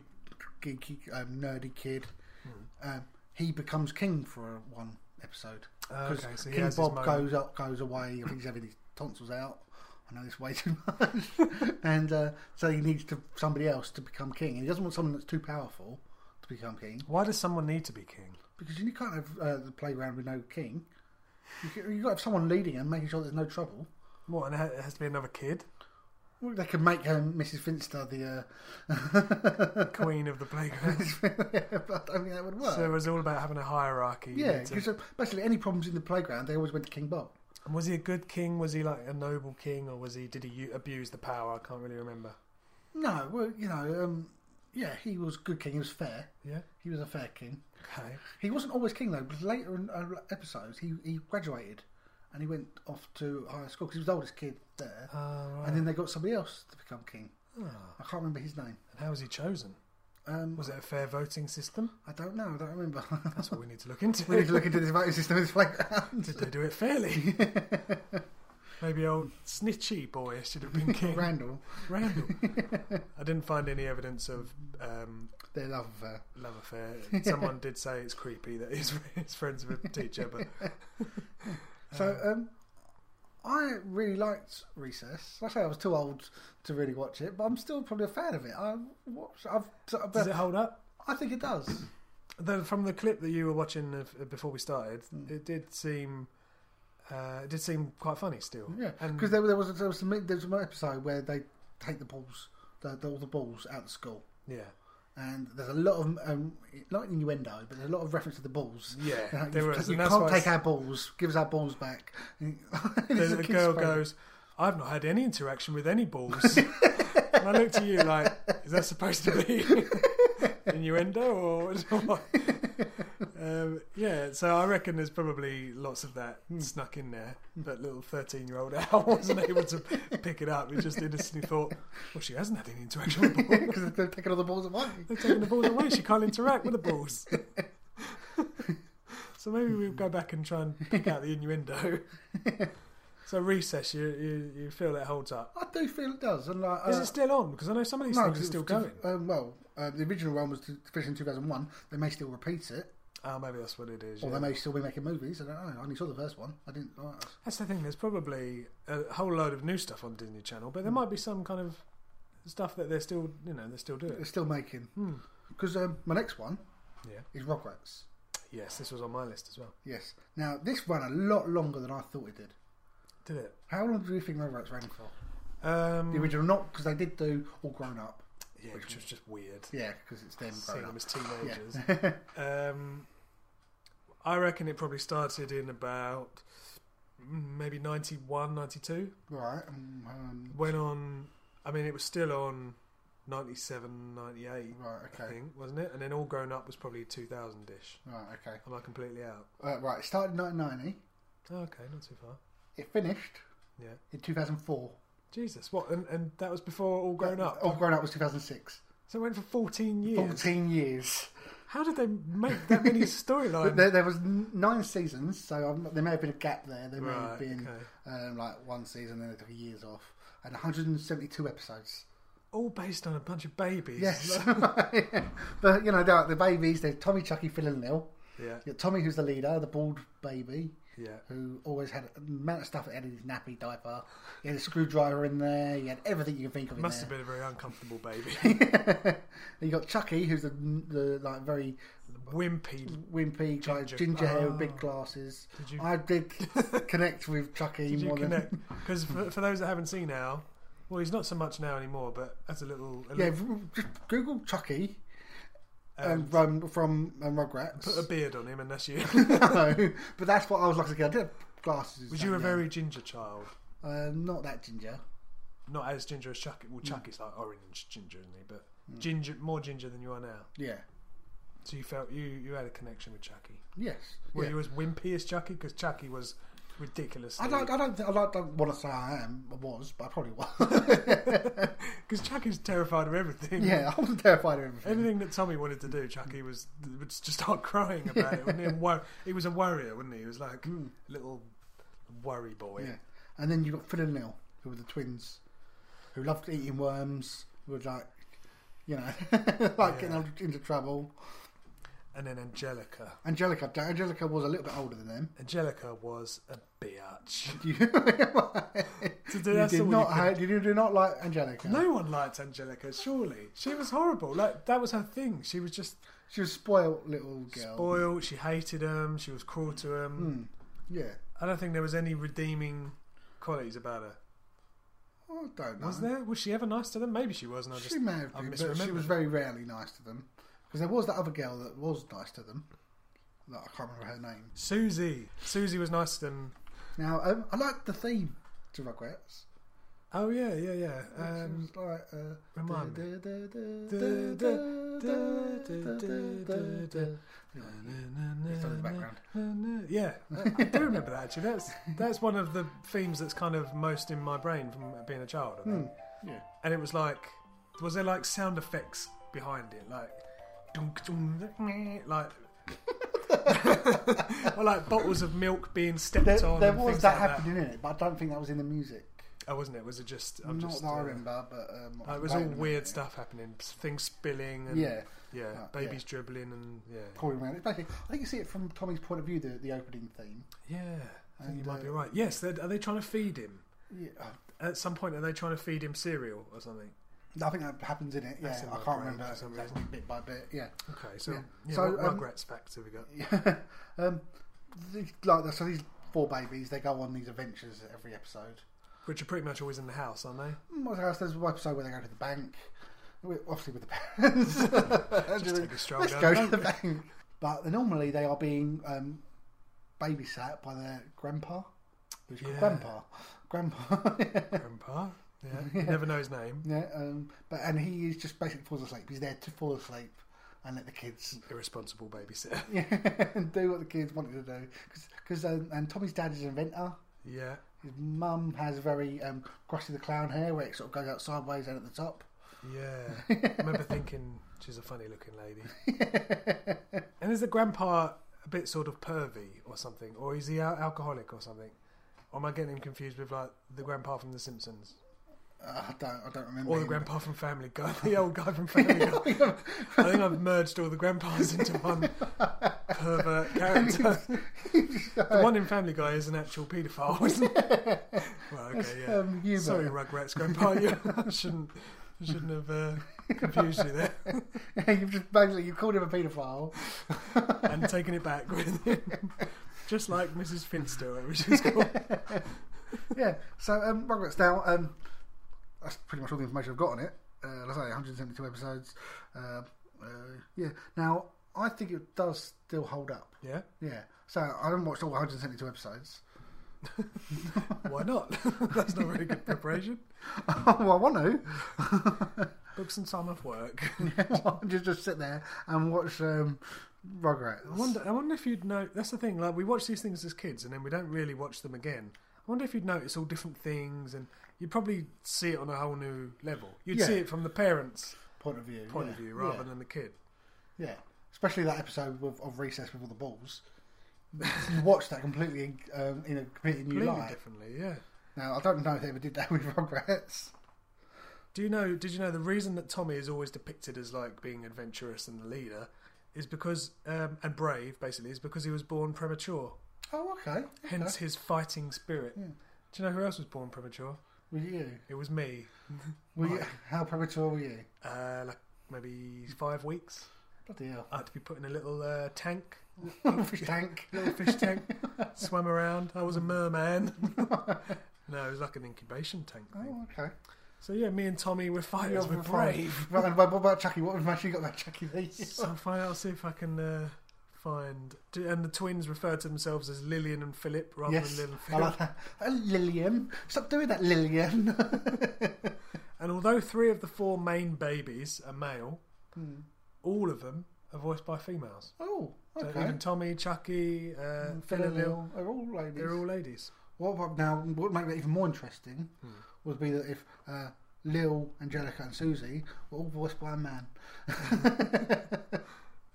Speaker 2: geeky, um, nerdy kid,
Speaker 1: Hmm.
Speaker 2: um, he becomes king for one episode.
Speaker 1: Ah,
Speaker 2: 'Cause
Speaker 1: okay, so he
Speaker 2: King
Speaker 1: has his
Speaker 2: Bob
Speaker 1: moment.
Speaker 2: goes up, goes away. I think he's having his tonsils out. I know this way too much, and uh, so he needs to somebody else to become king. And he doesn't want someone that's too powerful to become king
Speaker 1: Why does someone need to be king?
Speaker 2: because you can't have uh, the playground with no king. You c- You've got to have someone leading and making sure there's no trouble.
Speaker 1: What? And it ha- it has to be another kid,
Speaker 2: Well, They could make um, Mrs. Finster uh, the. Uh...
Speaker 1: queen of the playground.
Speaker 2: but I don't think that would work.
Speaker 1: So it was all about having a hierarchy. uh, You
Speaker 2: yeah,
Speaker 1: need to-
Speaker 2: because basically any problems in the playground, they always went to King Bob.
Speaker 1: And Was he a good king? Was he like a noble king, or was he did he u- abuse the power? I can't really remember.
Speaker 2: No, well, you know, um, yeah, he was a good king. He was fair.
Speaker 1: Yeah.
Speaker 2: He was a fair king.
Speaker 1: Okay.
Speaker 2: He wasn't always king though. Because later in uh, episodes, he he graduated, and he went off to higher school because he was the oldest kid there.
Speaker 1: Oh, right. Oh.
Speaker 2: And then they got somebody else to become king. I can't remember his name.
Speaker 1: And how was he chosen?
Speaker 2: Um,
Speaker 1: Was it a fair voting system?
Speaker 2: I don't know. I don't remember.
Speaker 1: That's what we need to look into.
Speaker 2: we need to look into this voting system. It's like
Speaker 1: did they do it fairly? Maybe old snitchy boy should have been king.
Speaker 2: Randall,
Speaker 1: Randall. I didn't find any evidence of um,
Speaker 2: their love uh, affair.
Speaker 1: love affair. Someone did say it's creepy that he's, he's friends with a teacher, but
Speaker 2: So um, I really liked Recess. Like I say I was too old to really watch it, but I'm still probably a fan of it. I watched. I've, I've,
Speaker 1: does it hold up?
Speaker 2: I think it does.
Speaker 1: the, from the clip that you were watching of, before we started, it did seem uh, it did seem quite funny still.
Speaker 2: Yeah,
Speaker 1: and
Speaker 2: because there, there was there was some there was an episode where they take the balls, the, the, all the balls out of school,
Speaker 1: yeah,
Speaker 2: and there's a lot of um, not innuendo, but there's a lot of reference to the balls.
Speaker 1: Yeah,
Speaker 2: You know,
Speaker 1: there
Speaker 2: you,
Speaker 1: was,
Speaker 2: you
Speaker 1: and that's
Speaker 2: can't
Speaker 1: why
Speaker 2: take
Speaker 1: it's-
Speaker 2: our balls. Give us our balls back. And it's
Speaker 1: the, the
Speaker 2: a kid's
Speaker 1: girl
Speaker 2: favourite.
Speaker 1: goes, I've not had any interaction with any balls. and I looked at you like, is that supposed to be innuendo or what? um, yeah, so I reckon there's probably lots of that
Speaker 2: Hmm.
Speaker 1: snuck in there. That little 13 year old Al wasn't able to pick it up. He just innocently thought, well, she hasn't had any interaction with balls.
Speaker 2: because they've taken all the balls away.
Speaker 1: They've taken the balls away. She can't interact with the balls. so maybe we'll go back and try and pick out the innuendo. so recess, you you, you feel that holds up.
Speaker 2: I do feel it does. And like,
Speaker 1: Is
Speaker 2: uh,
Speaker 1: it still on? Because I know some of these
Speaker 2: no,
Speaker 1: things are
Speaker 2: it's
Speaker 1: still
Speaker 2: div-
Speaker 1: going.
Speaker 2: Um, well, uh, the original one was finished in 2001. They may still repeat it,
Speaker 1: Oh, maybe that's what it is.
Speaker 2: or
Speaker 1: yeah.
Speaker 2: they may still be making movies. I don't know. I only saw the first one. I didn't. Uh,
Speaker 1: That's the thing. There's probably a whole load of new stuff on Disney Channel, but there
Speaker 2: Hmm.
Speaker 1: might be some kind of stuff that they're still you know they're still doing.
Speaker 2: they're still making. Because um, my next one
Speaker 1: Hmm. Yeah.
Speaker 2: is Rugrats.
Speaker 1: Yes, this was on my list as well.
Speaker 2: Yes. Now this ran a lot longer than I thought it did.
Speaker 1: Did it?
Speaker 2: How long do you think Rugrats ran for?
Speaker 1: Um,
Speaker 2: The original, not because they did do All Grown Up.
Speaker 1: yeah, which was just weird.
Speaker 2: Yeah, because it's them
Speaker 1: Seeing
Speaker 2: grown
Speaker 1: them as
Speaker 2: up.
Speaker 1: teenagers.
Speaker 2: Yeah.
Speaker 1: Um, I reckon it probably started in about mm, maybe 91, 92.
Speaker 2: right. Um, um,
Speaker 1: Went on, I mean, it was still on 97, 98,
Speaker 2: Right,
Speaker 1: I
Speaker 2: okay.
Speaker 1: think, wasn't it? And then All Grown Up was probably 2000 ish.
Speaker 2: right. Okay.
Speaker 1: Am I completely out?
Speaker 2: Uh, right. It started in 1990.
Speaker 1: Oh, okay, not too far.
Speaker 2: It finished
Speaker 1: Yeah.
Speaker 2: in 2004.
Speaker 1: Jesus, what? And, and that was before All Grown Up?
Speaker 2: All Grown Up was 2006.
Speaker 1: So it went for 14 years.
Speaker 2: 14 years.
Speaker 1: How did they make that many
Speaker 2: But
Speaker 1: storylines?
Speaker 2: there, there was n- nine seasons, so I'm- there may have been a gap there. There may
Speaker 1: Right,
Speaker 2: have been
Speaker 1: okay.
Speaker 2: um, like one season, then they took years off, and 172 episodes.
Speaker 1: All based on a bunch of babies.
Speaker 2: Yes, but you know they're like the babies. They're Tommy, Chucky, Phil, and Lil.
Speaker 1: Yeah.
Speaker 2: You got Tommy, who's the leader, the bald baby,
Speaker 1: Yeah.
Speaker 2: who always had a amount of stuff that had in his nappy diaper. He had a screwdriver in there. He had everything you can think of.
Speaker 1: Must
Speaker 2: in
Speaker 1: have
Speaker 2: there.
Speaker 1: been a very uncomfortable baby.
Speaker 2: you got Chucky, who's the, the like very
Speaker 1: Wimpy
Speaker 2: wimpy guy,
Speaker 1: Ginger.
Speaker 2: ginger, hair with
Speaker 1: Oh.
Speaker 2: big glasses.
Speaker 1: Did you-
Speaker 2: I did connect with Chucky
Speaker 1: Did you
Speaker 2: more
Speaker 1: connect?
Speaker 2: than
Speaker 1: Because for, for those that haven't seen Al, well, he's not so much now anymore, but as a little, a
Speaker 2: yeah.
Speaker 1: little
Speaker 2: v- Just Google Chucky
Speaker 1: um,
Speaker 2: um, from from um, Rugrats.
Speaker 1: put a beard on him, and that's you.
Speaker 2: no, but that's what I was like as a kid. I did have glasses.
Speaker 1: Was
Speaker 2: down
Speaker 1: you a
Speaker 2: there.
Speaker 1: very ginger child?
Speaker 2: uh, not that ginger?
Speaker 1: Not as ginger as Chuck. Well,
Speaker 2: Mm.
Speaker 1: Chuck is like orange ginger, isn't he? But ginger, more ginger than you are now.
Speaker 2: Yeah.
Speaker 1: So you felt you you had a connection with Chucky.
Speaker 2: Yes.
Speaker 1: Were
Speaker 2: yeah.
Speaker 1: you as wimpy as Chucky? Because Chucky was ridiculous.
Speaker 2: I don't. I don't. Think, I don't, don't want to say I am. I was, but I probably was.
Speaker 1: Because Chucky's terrified of everything.
Speaker 2: yeah, I was terrified of everything.
Speaker 1: Everything that Tommy wanted to do, Chucky was would just start crying about it. Wouldn't he? And wor- he was a worrier, wasn't he? He was like a little worry boy.
Speaker 2: Mm. Yeah. And then you got Phil and Neil, who were the twins, who loved eating worms. Who were like, you know, like getting into trouble.
Speaker 1: And then Angelica.
Speaker 2: Angelica. Angelica was a little bit older than them.
Speaker 1: Angelica was a bitch.
Speaker 2: You,
Speaker 1: To do-
Speaker 2: you
Speaker 1: that's
Speaker 2: did
Speaker 1: all you
Speaker 2: not.
Speaker 1: could-
Speaker 2: ha- you do not like Angelica.
Speaker 1: no one liked Angelica, surely. She was horrible. Like that was her thing. She was just
Speaker 2: She was a spoiled little girl.
Speaker 1: spoiled. She hated him. She was cruel to
Speaker 2: Hmm.
Speaker 1: him.
Speaker 2: Yeah.
Speaker 1: I don't think there was any redeeming qualities about her.
Speaker 2: I don't know.
Speaker 1: Was there? Was she ever nice to them? Maybe she was, and I just
Speaker 2: She may have
Speaker 1: I
Speaker 2: been, but she
Speaker 1: misremembered.
Speaker 2: was very rarely nice to them. Because there was that other girl that was nice to them. That I can't remember her name.
Speaker 1: Susie. Susie was nice to them.
Speaker 2: Now, um, I like the theme to Rugrats.
Speaker 1: Oh yeah, yeah, yeah. Um,
Speaker 2: Um, like, uh,
Speaker 1: remind
Speaker 2: da- da- da- da- da- da- da- da- da- da. It's on the background.
Speaker 1: Yeah, I I do remember that actually. That's that's one of the themes that's kind of most in my brain from being a child. I think.
Speaker 2: Hmm. Yeah.
Speaker 1: And it was like, was there like sound effects behind it, like, dunk, dunk, meh, like, or like bottles of milk being stepped
Speaker 2: There,
Speaker 1: on?
Speaker 2: there
Speaker 1: and
Speaker 2: was
Speaker 1: things
Speaker 2: that
Speaker 1: like
Speaker 2: happening in it, but I don't think that was in the music.
Speaker 1: That. Oh, wasn't it? Was it just? I'm
Speaker 2: Not
Speaker 1: just,
Speaker 2: that I
Speaker 1: uh, Oh,
Speaker 2: remember, but um,
Speaker 1: It was
Speaker 2: I'm
Speaker 1: all
Speaker 2: waiting on
Speaker 1: weird
Speaker 2: it.
Speaker 1: stuff happening, things spilling, and
Speaker 2: Yeah.
Speaker 1: yeah,
Speaker 2: Uh,
Speaker 1: babies
Speaker 2: yeah.
Speaker 1: dribbling, and yeah,
Speaker 2: Probably around. It's basically, I think you see it from Tommy's point of view. The, the opening theme.
Speaker 1: yeah. I think you
Speaker 2: And,
Speaker 1: might
Speaker 2: uh,
Speaker 1: be right. Yes, they're- are they trying to feed him?
Speaker 2: Yeah, uh,
Speaker 1: At some point, are they trying to feed him cereal or something?
Speaker 2: I think that happens in it. Yeah,
Speaker 1: That's in
Speaker 2: I
Speaker 1: my
Speaker 2: can't
Speaker 1: brain
Speaker 2: remember
Speaker 1: for some
Speaker 2: exactly bit by bit. Yeah.
Speaker 1: Okay, so yeah,
Speaker 2: Yeah. So,
Speaker 1: what
Speaker 2: um,
Speaker 1: Rugrats factor we got?
Speaker 2: um, these- like so, these four babies they go on these adventures every episode. Hmm,
Speaker 1: Which are pretty much always in the house, aren't they?
Speaker 2: Mm, What else? There's one episode where they go to the bank. We're obviously with the parents. And
Speaker 1: Just
Speaker 2: they're,
Speaker 1: take a stroll
Speaker 2: Let's
Speaker 1: down
Speaker 2: go
Speaker 1: the
Speaker 2: to the
Speaker 1: road."
Speaker 2: bank. But they're- normally they are being um, babysat by their grandpa. Who's called
Speaker 1: Yeah.
Speaker 2: grandpa? Grandpa. yeah.
Speaker 1: Grandpa. Yeah. You never know his name.
Speaker 2: um, but and he is just basically falls asleep. He's there to fall asleep and let the kids
Speaker 1: Irresponsible babysitter.
Speaker 2: yeah, and do what the kids wanted to do. Because um, and Tommy's dad is an inventor.
Speaker 1: Yeah.
Speaker 2: His mum has very um, Krusty the Clown hair, where it sort of goes out sideways and at the top.
Speaker 1: Yeah. I remember thinking she's a funny looking lady. and is the grandpa a bit sort of pervy or something? Or is he al- alcoholic or something? Or am I getting him confused with like the grandpa from The Simpsons?
Speaker 2: Uh, I don't, I don't remember.
Speaker 1: Or the
Speaker 2: him.
Speaker 1: grandpa from Family Guy, the old guy from Family Guy. I think I've merged all the grandpas into one pervert character. the one in Family Guy is an actual paedophile, isn't it? Well, okay, yeah.
Speaker 2: um, humour.
Speaker 1: Sorry, Rugrats grandpa, you I shouldn't shouldn't have uh, confused you there
Speaker 2: You've just basically you called him a paedophile.
Speaker 1: and taken it back with him, just like Mrs. Finster, which is called.
Speaker 2: yeah. So um, Rugrats now. Um, that's pretty much all the information I've got on it. Uh, let's say 172 episodes. Uh, uh, yeah. Now I think it does still hold up.
Speaker 1: Yeah,
Speaker 2: Yeah. So I haven't watched all 172 episodes.
Speaker 1: why not? That's not really good preparation.
Speaker 2: well, I want to.
Speaker 1: Book some time off work.
Speaker 2: just just sit there and watch um, Rugrats.
Speaker 1: I wonder, I wonder if you'd know. That's the thing. Like we watch these things as kids, and then we don't really watch them again. I wonder if you'd notice all different things, and you'd probably see it on a whole new level. You'd
Speaker 2: Yeah.
Speaker 1: see it from the parents'
Speaker 2: point of view.
Speaker 1: point
Speaker 2: yeah.
Speaker 1: of view rather
Speaker 2: yeah.
Speaker 1: than the kid.
Speaker 2: yeah. Especially that episode of, of Recess with all the balls. you watch that completely um, in a completely new
Speaker 1: Completely
Speaker 2: light.
Speaker 1: differently, yeah.
Speaker 2: Now I don't know if they ever did that with Rugrats.
Speaker 1: Do you know? Did you know the reason that Tommy is always depicted as like being adventurous and the leader is because um, and brave basically is because he was born premature.
Speaker 2: Oh, okay.
Speaker 1: Hence his fighting spirit. Do you know who else was born premature?
Speaker 2: Were you?
Speaker 1: It was me.
Speaker 2: Were you? How premature were you?
Speaker 1: Uh, like maybe five weeks.
Speaker 2: Bloody hell!
Speaker 1: I had to be put in a little uh, tank,
Speaker 2: Fish tank.
Speaker 1: little fish tank. Swam around. I was a merman. no, it was like an incubation tank thing.
Speaker 2: Oh, okay.
Speaker 1: So yeah, me and Tommy were fighters. We're
Speaker 2: You're fine.
Speaker 1: brave.
Speaker 2: Right, and what about Chucky? What information you got about Chucky? Lee?
Speaker 1: So I'll find out. See if I can uh, find. do- And the twins refer to themselves as Lillian and Philip rather
Speaker 2: Yes,
Speaker 1: than Lil and
Speaker 2: I
Speaker 1: Philip.
Speaker 2: like that. Uh, Lillian, stop doing that, Lillian.
Speaker 1: And although three of the four main babies are male,
Speaker 2: Hmm.
Speaker 1: all of them are voiced by females.
Speaker 2: oh,
Speaker 1: So
Speaker 2: okay. Mm,
Speaker 1: even Tommy, Chucky, uh, Phil, and Lil,
Speaker 2: Lil are all ladies.
Speaker 1: they're all ladies.
Speaker 2: What about now? What would make that even more interesting
Speaker 1: Hmm.
Speaker 2: would be that if uh, Lil, Angelica, and Susie were all voiced by a man.
Speaker 1: Hmm.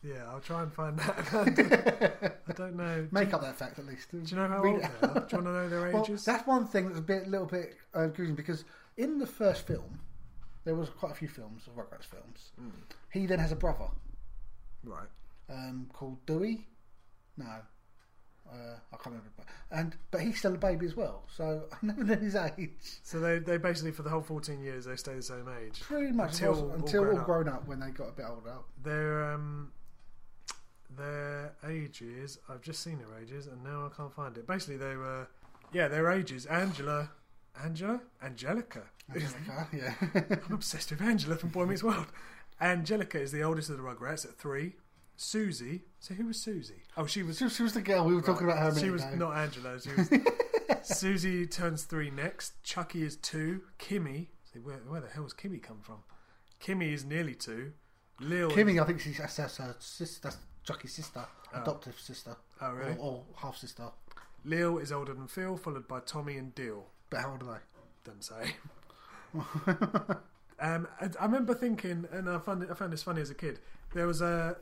Speaker 1: Yeah, I'll try and find that. I don't know.
Speaker 2: Make up that fact at least.
Speaker 1: Do you know how old they are? Do you want to know their
Speaker 2: Well,
Speaker 1: ages?
Speaker 2: that's one thing that's a bit, little bit uh, confusing because in the first film, there was quite a few films of Rugrats films.
Speaker 1: Hmm.
Speaker 2: He then has a brother
Speaker 1: right.
Speaker 2: um, called Dewey. No, uh, I can't remember. But, and but he's still a baby as well, so I never know his age.
Speaker 1: So they, they basically, for the whole 14 years, they stay the same age.
Speaker 2: Pretty much
Speaker 1: Until
Speaker 2: until
Speaker 1: all
Speaker 2: until all
Speaker 1: grown
Speaker 2: grown,
Speaker 1: up.
Speaker 2: up. when they got a bit older.
Speaker 1: Their, um, their ages, I've just seen their ages and now I can't find it. Basically, they were, yeah, their ages Angela, Angela? Angelica. "Oh,
Speaker 2: Angelica, yeah.
Speaker 1: I'm obsessed with Angela from Boy Meets World. Angelica is the oldest of the Rugrats at three. Susie, so who was Susie? Oh, she was
Speaker 2: she, was- she was the girl we were talking about. Her a
Speaker 1: She
Speaker 2: minute
Speaker 1: was
Speaker 2: ago.
Speaker 1: not Angela. She was Susie turns three next. Chucky is two. Kimmy, see, where, where the hell's Kimmy come from? Kimmy is nearly two. Lil,
Speaker 2: Kimmy, I think she's that's, that's her sister. That's Chucky's sister, adoptive sister,
Speaker 1: Oh, really?
Speaker 2: or, or half sister.
Speaker 1: Lil is older than Phil, followed by Tommy and Dill.
Speaker 2: But how old are
Speaker 1: Don't say. um, I, I remember thinking, and I found, it, I found this funny as a kid. There was a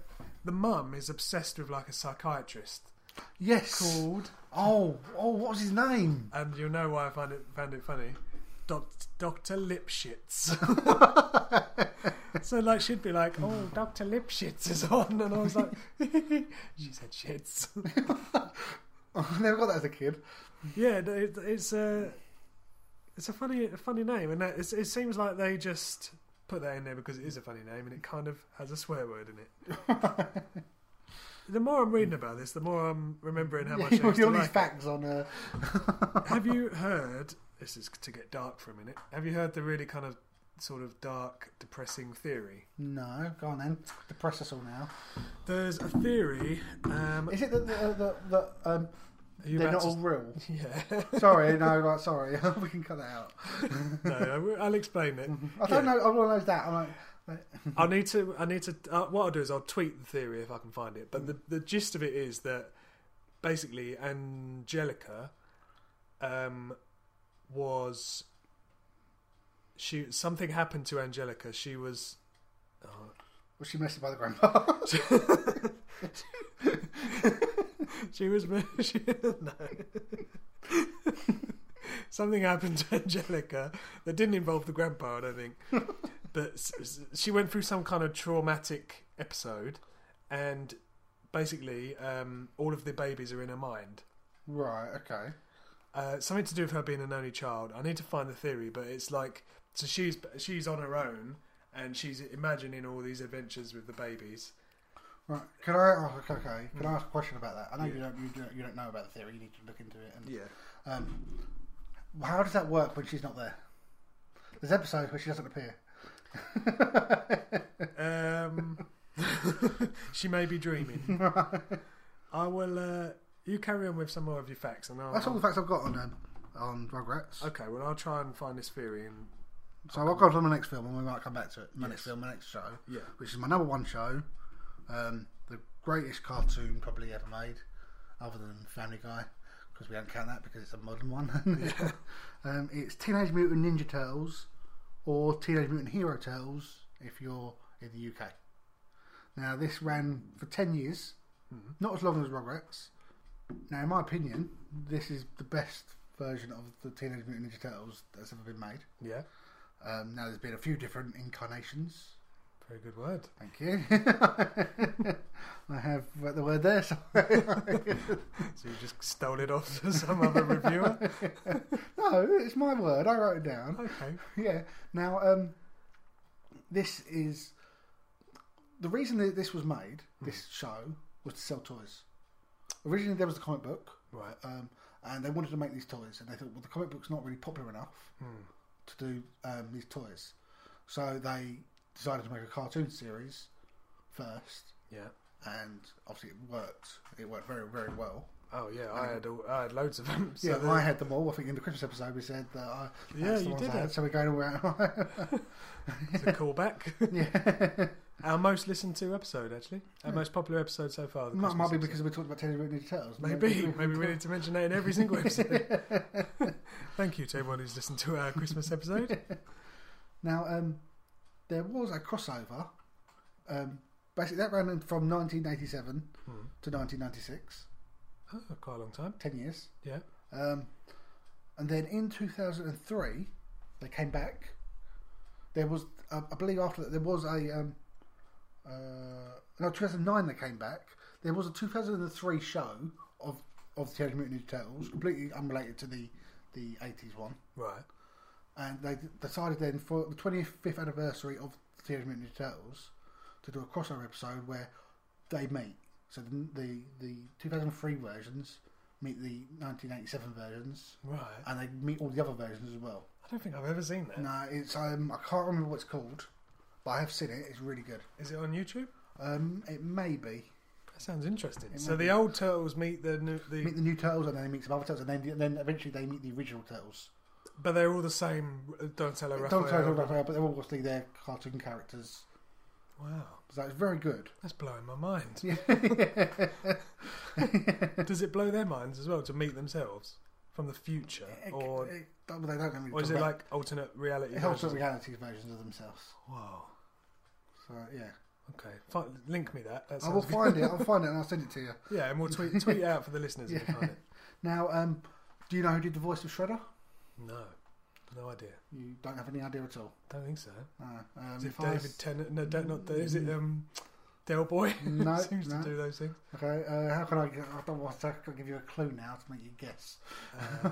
Speaker 1: the mum is obsessed with like a psychiatrist
Speaker 2: they? Yes.
Speaker 1: called,
Speaker 2: Oh, oh, what was his name?
Speaker 1: and you'll know why I found it found it funny. Doctor Lipschitz. So like she'd be like, "Oh, Doctor Lipschitz is on," and I was like, "She said shits."
Speaker 2: I never got that as a kid.
Speaker 1: yeah, no, it, it's a it's a funny a funny name, and that, it's, it seems like they just put that in there because it is a funny name, and it kind of has a swear word in it. the more I'm reading about this, the more I'm remembering how much. I
Speaker 2: all
Speaker 1: used to
Speaker 2: these
Speaker 1: like it.
Speaker 2: facts on. Uh,
Speaker 1: Have you heard? This is to get dark for a minute. Have you heard the really kind of sort of dark, depressing theory.
Speaker 2: No, go on then. Depress us all now.
Speaker 1: There's a theory. Um,
Speaker 2: Is it that the, the, the, um,
Speaker 1: are you
Speaker 2: they're
Speaker 1: about
Speaker 2: not
Speaker 1: to-
Speaker 2: all real?
Speaker 1: Yeah.
Speaker 2: sorry, no, like, sorry. we can cut that out.
Speaker 1: no, I will- I'll explain it.
Speaker 2: I don't
Speaker 1: Yeah.
Speaker 2: know. I want to know that. I'm like, like,
Speaker 1: I need to. I need to. Uh, what I'll do is I'll tweet the theory if I can find it. But the the gist of it is that basically Angelica um, was she something happened to Angelica. She was
Speaker 2: was she messed by the grandpa?
Speaker 1: she was she, no. something happened to Angelica that didn't involve the grandpa. I don't think. but s- s- she went through some kind of traumatic episode, and basically um, all of the babies are in her mind.
Speaker 2: right. Okay.
Speaker 1: Uh, something to do with her being an only child. I need to find the theory, but it's like so she's she's on her own and she's imagining all these adventures with the babies.
Speaker 2: Right. Can I? Oh, okay. okay. Can I ask a question about that? I know you don't. You don't. You don't know about the theory. You need to look into it. And, Um, how does that work when she's not there? There's episodes where she doesn't appear.
Speaker 1: Um, she may be dreaming. I will. Uh, you carry on with some more of your facts, and I'll.
Speaker 2: That's all the facts I've got on um, on Rugrats.
Speaker 1: Okay, well, I'll try and find this theory and
Speaker 2: So I'll go on to my next film, and we might come back to it. My next film, my next show,
Speaker 1: Yeah.
Speaker 2: which is my number one show, um, the greatest cartoon probably ever made, other than Family Guy, because we don't count that because it's a modern one. um, it's Teenage Mutant Ninja Turtles, or Teenage Mutant Hero Turtles if you're in the UK. Now this ran for ten years, not as long as Rugrats. Now, in my opinion, this is the best version of the Teenage Mutant Ninja Turtles that's ever been made.
Speaker 1: yeah,
Speaker 2: Um, now there's been a few different incarnations.
Speaker 1: very good word.
Speaker 2: Thank you. I have wrote the word there. Sorry.
Speaker 1: So you just stole it off to some other reviewer.
Speaker 2: no, it's my word. I wrote it down.
Speaker 1: Okay.
Speaker 2: yeah. Now, um, this is the reason that this was made.
Speaker 1: Mm-hmm.
Speaker 2: This show was to sell toys. Originally, there was a comic book,
Speaker 1: Right.
Speaker 2: um, and they wanted to make these toys, and they thought, well, the comic book's not really popular enough
Speaker 1: Hmm.
Speaker 2: to do um, these toys, so they decided to make a cartoon series first,
Speaker 1: Yeah.
Speaker 2: and obviously it worked. It worked very, very well.
Speaker 1: Oh yeah, I had all, I had loads of them. So
Speaker 2: Yeah,
Speaker 1: the-
Speaker 2: I had them all. I think in the Christmas episode we said that. I, that's
Speaker 1: Yeah,
Speaker 2: the
Speaker 1: you
Speaker 2: ones
Speaker 1: did
Speaker 2: I had,
Speaker 1: it.
Speaker 2: So we're going all around.
Speaker 1: the callback.
Speaker 2: yeah.
Speaker 1: Our most listened to episode, actually. Our most popular episode so far. the
Speaker 2: Might,
Speaker 1: Christmas
Speaker 2: might be
Speaker 1: episode.
Speaker 2: because we talked about Teenage Mutant Ninja Turtles.
Speaker 1: Maybe. Maybe we need to mention that in every single episode. Thank you to everyone who's listened to our Christmas episode.
Speaker 2: Now, um, there was a crossover. Um, basically, that ran in from 1987
Speaker 1: Hmm.
Speaker 2: to 1996,
Speaker 1: Oh, quite a long time.
Speaker 2: 10 years.
Speaker 1: Yeah.
Speaker 2: Um, and then in 2003, they came back. There was, uh, I believe, after that, there was a. Um, uh, no, 2009 they came back. There was a 2003 show of of Teenage Mutant Ninja Turtles, completely unrelated to the the 80s one.
Speaker 1: Right.
Speaker 2: and they d- decided then for the 25th anniversary of Teenage Mutant Ninja Turtles to do a crossover episode where they meet. So the the, the 2003 versions meet the 1987 versions,
Speaker 1: Right. I
Speaker 2: and they meet all the other versions as well.
Speaker 1: don't think I've ever seen that. Is
Speaker 2: No, it's um, I can't remember what it's called, but I have seen it. It's really good.
Speaker 1: it on YouTube?
Speaker 2: Um, it may be
Speaker 1: That sounds interesting. So the old turtles meet the new, the,
Speaker 2: meet the new turtles, and then they meet some other turtles, and then then eventually they meet the original turtles.
Speaker 1: but they're all the same. uh, Donatello, Raphael.
Speaker 2: Don't turtle, Raphael, but they're obviously their cartoon characters.
Speaker 1: Wow,
Speaker 2: So it's very good.
Speaker 1: that's blowing my mind. Does it blow their minds as well to meet themselves from the future, or
Speaker 2: It- don't- they don't really
Speaker 1: or is
Speaker 2: talk
Speaker 1: it
Speaker 2: about-
Speaker 1: like alternate reality?
Speaker 2: It helps
Speaker 1: versions?
Speaker 2: with reality versions of themselves.
Speaker 1: Wow.
Speaker 2: So yeah,
Speaker 1: Okay. Fi- link me that. that
Speaker 2: I will
Speaker 1: sounds good.
Speaker 2: find it. I'll find it and I'll send it to you.
Speaker 1: Yeah, and we'll tweet tweet it out for the listeners if we find it.
Speaker 2: Now, um, do you know who did the voice of Shredder?
Speaker 1: No, no idea.
Speaker 2: You don't have any idea at all.
Speaker 1: Don't think so.
Speaker 2: No. Um,
Speaker 1: Is it
Speaker 2: if I
Speaker 1: David
Speaker 2: was-
Speaker 1: Tennant? No, don't, not Is it um, Del Boy?
Speaker 2: No,
Speaker 1: seems
Speaker 2: no.
Speaker 1: to do those things.
Speaker 2: Okay. Uh, how can I? get- I don't want to I can give you a clue now to make you guess.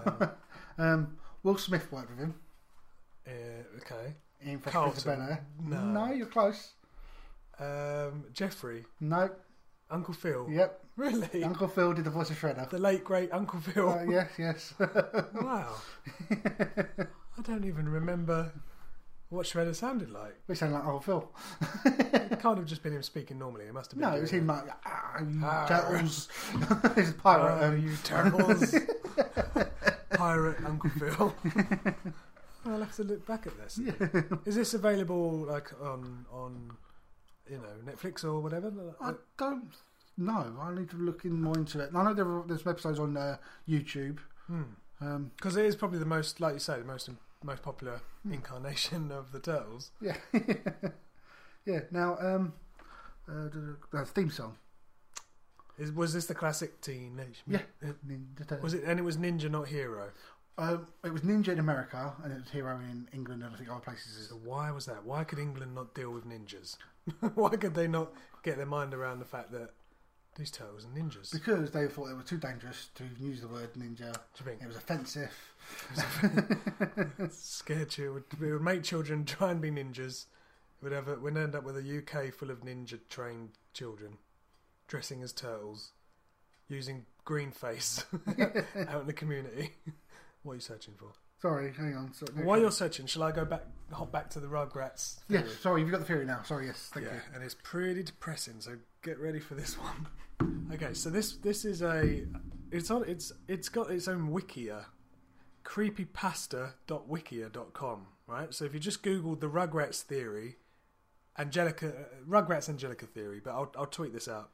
Speaker 1: Um,
Speaker 2: Um, Will Smith worked with him
Speaker 1: uh, okay.
Speaker 2: in Fresh Prince of
Speaker 1: Carlton.
Speaker 2: Bel-Air.
Speaker 1: No.
Speaker 2: no, you're close.
Speaker 1: Um, Jeffrey,
Speaker 2: No.
Speaker 1: Uncle Phil.
Speaker 2: Yep.
Speaker 1: Really?
Speaker 2: Uncle Phil did the voice of Shredder.
Speaker 1: the late great Uncle Phil.
Speaker 2: Uh, yes, yes.
Speaker 1: Wow. I don't even remember What Shredder sounded like?
Speaker 2: We sound like old Phil.
Speaker 1: It can't have just been him speaking normally. It must have been.
Speaker 2: no, it
Speaker 1: doing
Speaker 2: seemed like ah, you turtles. it's pirate.
Speaker 1: Oh,
Speaker 2: um,
Speaker 1: you turtles. Pirate Uncle Phil. I'll have to look back at this. Is this available like on on you know Netflix or whatever?
Speaker 2: I don't know. I need to look in more into it. I know there are, there's episodes on uh, YouTube. Um,
Speaker 1: Because it is probably the most, like you say, the most most popular incarnation of the turtles.
Speaker 2: yeah, yeah. Now, um, uh, the theme song.
Speaker 1: Is, was this the classic teenage?
Speaker 2: Yeah,
Speaker 1: Mutant- Was it? And it was Ninja, not Hero.
Speaker 2: Um, it was Ninja in America, and it was Hero in England, and I think other places. Is,
Speaker 1: So why was that? Why could England not deal with ninjas? why could they not get their mind around the fact that these turtles are ninjas?
Speaker 2: because they thought they were too dangerous to use the word ninja.
Speaker 1: you think?
Speaker 2: It was offensive.
Speaker 1: scare children. It would make children try and be ninjas. We'd have a, we'd end up with a UK full of ninja trained children, dressing as turtles, using green face out in the community. What are you searching for?
Speaker 2: Sorry, hang on. So,
Speaker 1: While you're searching, shall I go back, hop back to the Rugrats?
Speaker 2: yes,
Speaker 1: theory?
Speaker 2: sorry, you've got the theory now. Sorry, yes, thank
Speaker 1: Yeah,
Speaker 2: you.
Speaker 1: and it's pretty depressing. So get ready for this one. Okay, so this this is a it's on it's it's got its own wikia, creepypasta.wikia.com. Right, so if you just googled the Rugrats theory, Angelica uh, Rugrats Angelica theory, but I'll I'll tweet this out.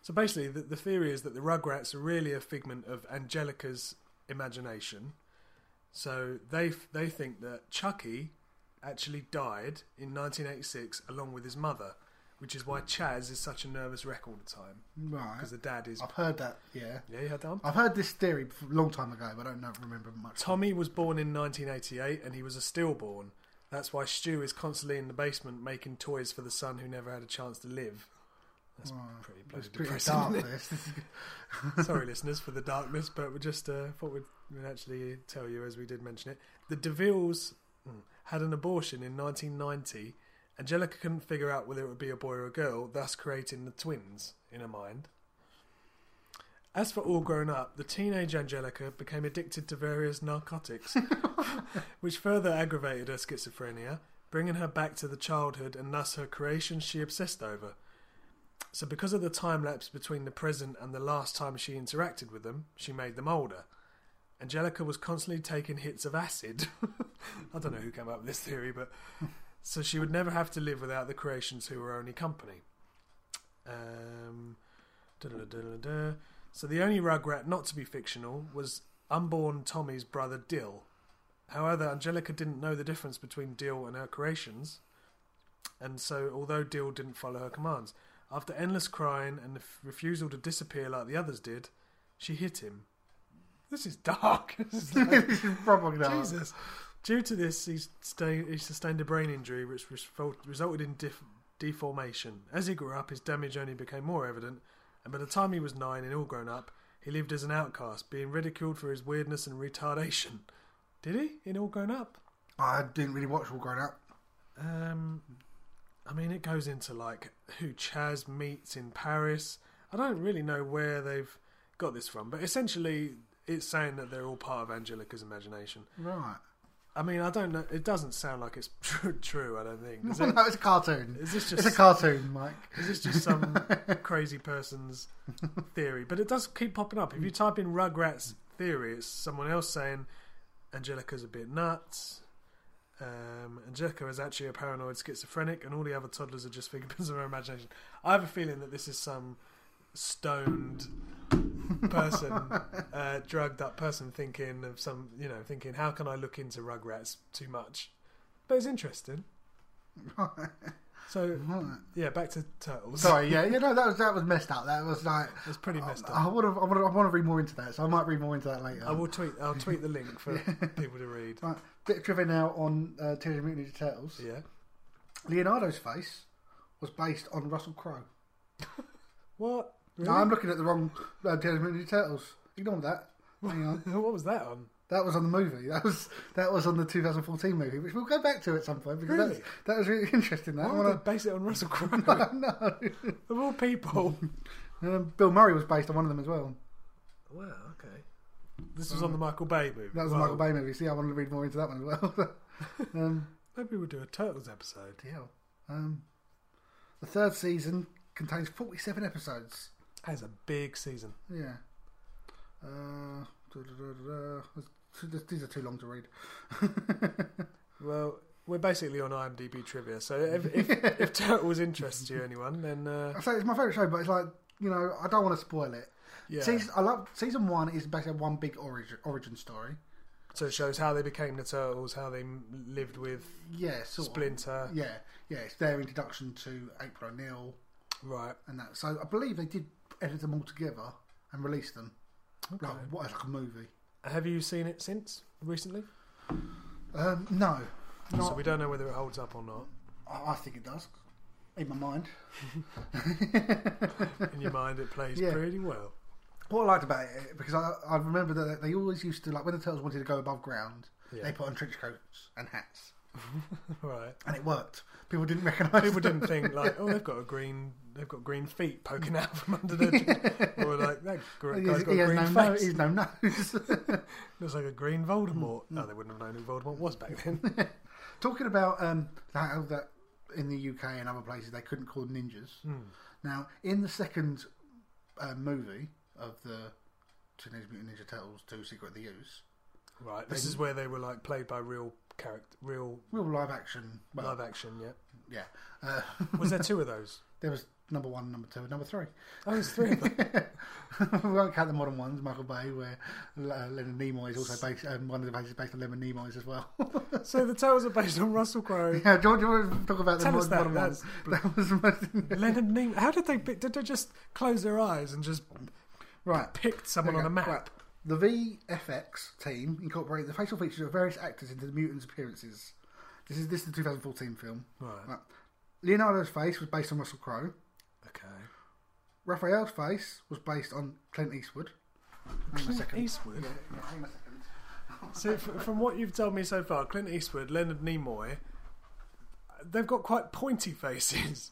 Speaker 1: So basically, the, the theory is that the Rugrats are really a figment of Angelica's imagination. So they f- they think that Chucky actually died in 1986 along with his mother, which is why Chaz is such a nervous wreck all the time
Speaker 2: Right,
Speaker 1: because the dad is.
Speaker 2: I've heard that. Yeah,
Speaker 1: Yeah, you had that one?
Speaker 2: I've heard this theory a long time ago, but I don't know, remember much.
Speaker 1: Tommy was born in 1988 and he was a stillborn. That's why Stu is constantly in the basement making toys for the son who never had a chance to live. That's pretty bloody
Speaker 2: It's pretty
Speaker 1: depressing.
Speaker 2: dark.
Speaker 1: isn't it?
Speaker 2: This. This is-
Speaker 1: Sorry, listeners, for the darkness, but we just uh, thought we'd, we'd actually tell you as we did mention it. The DeVilles mm, had an abortion in 1990. Angelica couldn't figure out whether it would be a boy or a girl, thus creating the twins in her mind. As for all grown up, the teenage Angelica became addicted to various narcotics, which further aggravated her schizophrenia, bringing her back to the childhood and thus her creations she obsessed over. So, because of the time lapse between the present and the last time she interacted with them, she made them older. Angelica was constantly taking hits of acid. I don't know who came up with this theory, but so she would never have to live without the creations who were only company. Um, da-da-da-da-da. So the only Rugrat not to be fictional was unborn Tommy's brother Dill. However, Angelica didn't know the difference between Dill and her creations, and so although Dill didn't follow her commands, after endless crying and the f- refusal to disappear like the others did, she hit him. This is dark. This is like-
Speaker 2: this is probably dark.
Speaker 1: Jesus. Due to this, he, sta- he sustained a brain injury which result- resulted in def- deformation. As he grew up, his damage only became more evident, and by the time he was nine and all grown up, he lived as an outcast, being ridiculed for his weirdness and retardation. Did he? In all grown up?
Speaker 2: I didn't really watch All Grown Up.
Speaker 1: Um, I mean, it goes into like who Chaz meets in Paris. I don't really know where they've got this from, but essentially, it's saying that they're all part of Angelica's imagination.
Speaker 2: Right.
Speaker 1: I mean, I don't know. It doesn't sound like it's true. true I don't think. Does
Speaker 2: Well,
Speaker 1: it?
Speaker 2: no, it's a cartoon.
Speaker 1: Is this
Speaker 2: It's a
Speaker 1: just-
Speaker 2: cartoon, Mike.
Speaker 1: Is this just some crazy person's theory? But it does keep popping up. If you type in Rugrats theory, it's someone else saying Angelica's a bit nuts. Um, Angelica is actually a paranoid schizophrenic, and all the other toddlers are just figments of her imagination. I have a feeling that this is some stoned person, uh, drugged up person, thinking of some, you know, thinking, how can I look into Rugrats too much? But it's interesting. So, yeah, back to turtles.
Speaker 2: Sorry, yeah, you know that was that was messed up. That was like
Speaker 1: It's pretty messed
Speaker 2: I
Speaker 1: up.
Speaker 2: want to I want to I want to read more into that, so I might read more into that later.
Speaker 1: I will tweet. I'll tweet the link for people to read.
Speaker 2: Right, bit of trivia now on uh, Teenage Mutant Ninja Turtles.
Speaker 1: Yeah.
Speaker 2: Leonardo's face was based on Russell Crowe.
Speaker 1: What?
Speaker 2: No, I'm looking at the wrong uh, Teenage Mutant Ninja Turtles. Ignore that. Hang on,
Speaker 1: What was that on?
Speaker 2: that was on the movie. That was that was on the 2014 movie, which we'll go back to at some point because
Speaker 1: Really?
Speaker 2: that's, that was really interesting. That
Speaker 1: Why
Speaker 2: I
Speaker 1: would
Speaker 2: wanna-
Speaker 1: they base it on Russell Crowe?
Speaker 2: no.
Speaker 1: of all people.
Speaker 2: Um, Bill Murray was based on one of them as well.
Speaker 1: Wow. Okay. This was on the Michael Bay movie.
Speaker 2: That was
Speaker 1: Well,
Speaker 2: a Michael Bay movie. See, I wanted to read more into that one as well. um,
Speaker 1: Maybe we'll do a Turtles episode.
Speaker 2: Deal. Um, the third season contains 47 episodes.
Speaker 1: That is a big season.
Speaker 2: Yeah. Uh, duh, duh, duh, duh, duh. This- this- These are too long to read.
Speaker 1: Well, we're basically on IMDb trivia, so if, if, if Turtles interests you, anyone, then uh,
Speaker 2: I say it's my favourite show, but it's like, you know, I don't want to spoil it.
Speaker 1: yeah.
Speaker 2: Season, I love season one is basically one big origin origin story.
Speaker 1: So it shows how they became the Turtles, how they m- lived with
Speaker 2: Yeah, sort of.
Speaker 1: Splinter.
Speaker 2: Yeah, yeah. It's their introduction to April O'Neil
Speaker 1: Right.
Speaker 2: and that. So I believe they did edit them all together and release them. Like what like a movie?
Speaker 1: Have you seen it since recently?
Speaker 2: Um, no, not.
Speaker 1: So we don't know whether it holds up or not
Speaker 2: I, I think it does. In my mind,
Speaker 1: in your mind. It plays
Speaker 2: Yeah.
Speaker 1: pretty well.
Speaker 2: what I liked about it because I, I remember that they always used to like when the turtles wanted to go above ground,
Speaker 1: Yeah.
Speaker 2: they put on trench coats and hats,
Speaker 1: Right.
Speaker 2: and it worked. People didn't recognise.
Speaker 1: People
Speaker 2: them.
Speaker 1: didn't think like, oh, they've got a green, they've got green feet poking out from under their, yeah. or like that gr-
Speaker 2: He
Speaker 1: guy's
Speaker 2: has,
Speaker 1: got
Speaker 2: he
Speaker 1: a
Speaker 2: has
Speaker 1: green
Speaker 2: no
Speaker 1: face.
Speaker 2: nose. He's no nose.
Speaker 1: Looks like a green
Speaker 2: Mm,
Speaker 1: Voldemort. No, they wouldn't have known who Voldemort was back then.
Speaker 2: Talking about um, how that in the UK and other places they couldn't call ninjas.
Speaker 1: Hmm.
Speaker 2: Now, in the second uh, movie of the Teenage Mutant Ninja Turtles 2 Secret of the Use,
Speaker 1: right. This is where they were like played by real character, real
Speaker 2: real live action. Well,
Speaker 1: live action. Yeah.
Speaker 2: yeah. Uh,
Speaker 1: Was there two of those?
Speaker 2: there was number one, number two, and number three.
Speaker 1: Oh, there's three of them.
Speaker 2: we won't count the modern ones, Michael Bay, where uh, Leonard Nimoy is also based, um, one of the bases based on Leonard Nimoy's as well.
Speaker 1: So the tales are based on Russell Crowe.
Speaker 2: yeah, do you want do you want to talk about the
Speaker 1: Tell
Speaker 2: mod-
Speaker 1: us that,
Speaker 2: modern ones? That was
Speaker 1: Leonard Nimoy. How did they? pick- Did they just close their eyes and just
Speaker 2: right.
Speaker 1: picked someone on a map?
Speaker 2: Right. The VFX team incorporated the facial features of various actors into the mutants' appearances. This is this is the 2014 film.
Speaker 1: Right.
Speaker 2: Leonardo's face was based on Russell Crowe.
Speaker 1: Okay.
Speaker 2: Raphael's face was based on Clint Eastwood. Hang on a second.
Speaker 1: Eastwood.
Speaker 2: Yeah, hang on a second.
Speaker 1: So f- from what you've told me so far, Clint Eastwood, Leonard Nimoy, they've got quite pointy faces,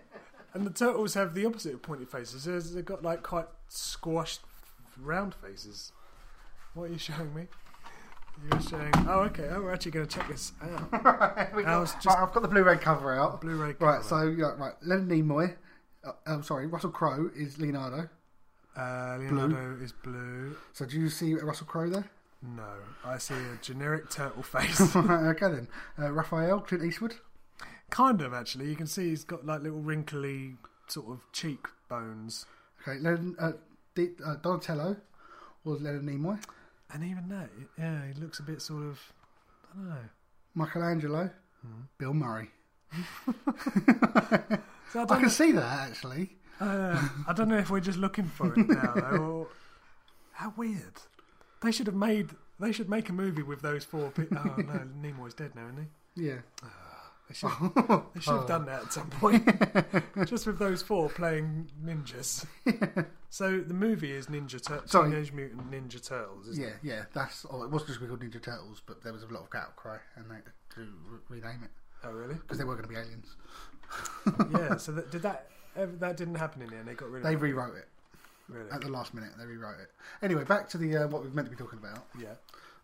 Speaker 1: and the turtles have the opposite of pointy faces. They've- They've got like quite squashed, round faces. What are you showing me? You're showing. Oh, okay. Oh, we're actually going to check this out.
Speaker 2: We
Speaker 1: I
Speaker 2: got-
Speaker 1: was just-
Speaker 2: right, I've got the Blu-ray cover out.
Speaker 1: Blu-ray cover.
Speaker 2: Right, so yeah, right, Leonard Nimoy. Uh, I'm sorry, Russell Crowe is Leonardo.
Speaker 1: Uh, Leonardo is blue.
Speaker 2: So do you see Russell Crowe there?
Speaker 1: No, I see a generic turtle face.
Speaker 2: Right, okay then. Uh, Raphael, Clint Eastwood.
Speaker 1: Kind of, actually. You can see he's got like little wrinkly sort of cheek bones.
Speaker 2: Okay, Leonard, uh, D, uh, Donatello was Leonard Nimoy.
Speaker 1: And even that, it- yeah, he looks a bit sort of. I don't know.
Speaker 2: Michelangelo,
Speaker 1: Hmm.
Speaker 2: Bill Murray.
Speaker 1: So I,
Speaker 2: I
Speaker 1: don't
Speaker 2: can see that actually.
Speaker 1: uh, I don't know if we're just looking for it now, though. Or, how weird. They should have made. They should make a movie with those four people. Oh, no, Nimoy's dead now, isn't he?
Speaker 2: Yeah.
Speaker 1: They should, they should have done that at some point. just with those four playing ninjas. so the movie is Ninja Turtles.
Speaker 2: Sorry.
Speaker 1: Teenage Mutant Ninja Turtles, isn't it?
Speaker 2: Yeah, yeah. That's. Oh, it wasn't just called Ninja Turtles, but there was a lot of outcry, and they had to re- rename it
Speaker 1: Oh, really?
Speaker 2: because they were going to be aliens.
Speaker 1: yeah. So that, did that? ever- That didn't happen in the end. They got rid of
Speaker 2: They
Speaker 1: it.
Speaker 2: rewrote it
Speaker 1: Really?
Speaker 2: at the last minute. They rewrote it. Anyway, back to the uh, what we meant to be talking about,
Speaker 1: Yeah.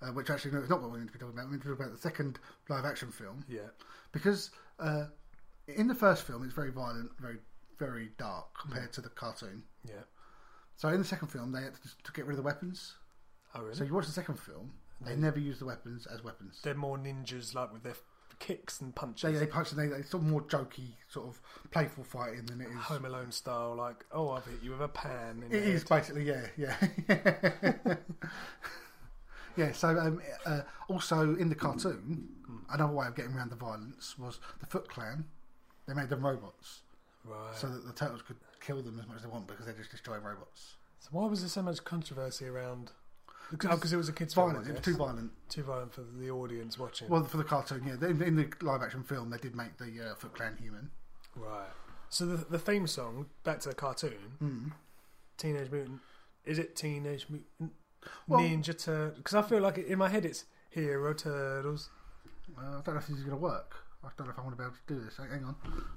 Speaker 2: uh, which actually no, it's not what we meant to be talking about. We meant to talk about the second live action film
Speaker 1: Yeah.
Speaker 2: because uh, in the first film it's very violent, very very dark compared to the cartoon.
Speaker 1: Yeah.
Speaker 2: So in the second film they had to, to get rid of the weapons.
Speaker 1: Oh, really?
Speaker 2: So you watch the second film, they never use the weapons as weapons.
Speaker 1: they're more ninjas, like with their kicks and
Speaker 2: They,
Speaker 1: punches.
Speaker 2: they punch and they, they sort of more jokey, sort of playful fighting than it is.
Speaker 1: Home Alone style, like, oh, I've hit you with a pan. In
Speaker 2: It
Speaker 1: the
Speaker 2: is
Speaker 1: head."
Speaker 2: basically yeah, yeah, yeah. So um, uh, also in the cartoon, another way of getting around the violence was the Foot Clan. They made them robots
Speaker 1: Right.
Speaker 2: so
Speaker 1: So,
Speaker 2: that the turtles could kill them as much as they want because they just destroy robots.
Speaker 1: why was there so much controversy around? Because it was a kids' film,
Speaker 2: Violent.
Speaker 1: I
Speaker 2: It was
Speaker 1: guess.
Speaker 2: too violent.
Speaker 1: Too violent for the audience watching.
Speaker 2: Well, for the cartoon, yeah. In, in the live action film, they did make the uh, Foot Clan human.
Speaker 1: right. So the the theme song, back to the cartoon,
Speaker 2: Hmm.
Speaker 1: Teenage Mutant. Is it Teenage Mutant
Speaker 2: Well-
Speaker 1: Ninja Turtles? Because I feel like in my head it's Hero Turtles.
Speaker 2: Uh, I don't know if this is going to work. I don't know if I'm going to be able to do this. Hang hang on.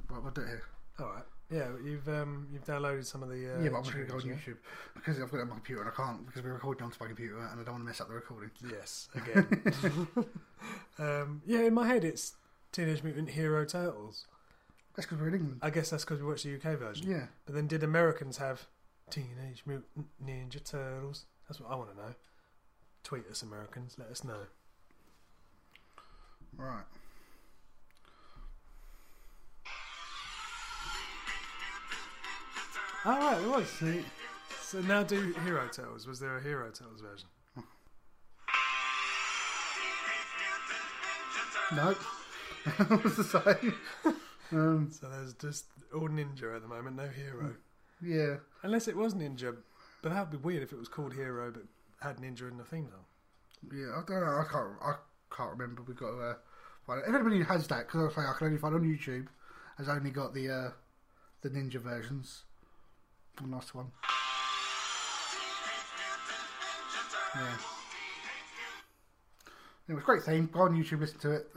Speaker 2: Right, we'll do it here.
Speaker 1: All right. Yeah, but you've um you've downloaded some of the uh,
Speaker 2: yeah, but I'm just going to go on
Speaker 1: tunes, yeah?
Speaker 2: YouTube because I've got it on my computer and I can't because we're recording onto my computer and I don't want to mess up the recording.
Speaker 1: Yes, again. um, yeah, in my head it's Teenage Mutant Hero Turtles.
Speaker 2: That's because we're in England.
Speaker 1: I guess that's because we watched the UK version.
Speaker 2: Yeah.
Speaker 1: But then did Americans have Teenage Mutant Ninja Turtles? That's what I want to know. Tweet us, Americans. Let us know.
Speaker 2: Right.
Speaker 1: All right, it was. See? So now do Hero Turtles. Was there a Hero Turtles version?
Speaker 2: No. That was the same. um,
Speaker 1: So there's just all ninja at the moment, no hero.
Speaker 2: yeah.
Speaker 1: Unless it was ninja, but that would be weird if it was called hero but had ninja in the theme song.
Speaker 2: Yeah. I don't know. I can't. I can't remember. We've got to. Uh, find it. If anybody has that, because I say I can only find on YouTube, has only got the uh, the ninja versions. The last one. Yeah. It was a great theme. Go on YouTube, listen to it.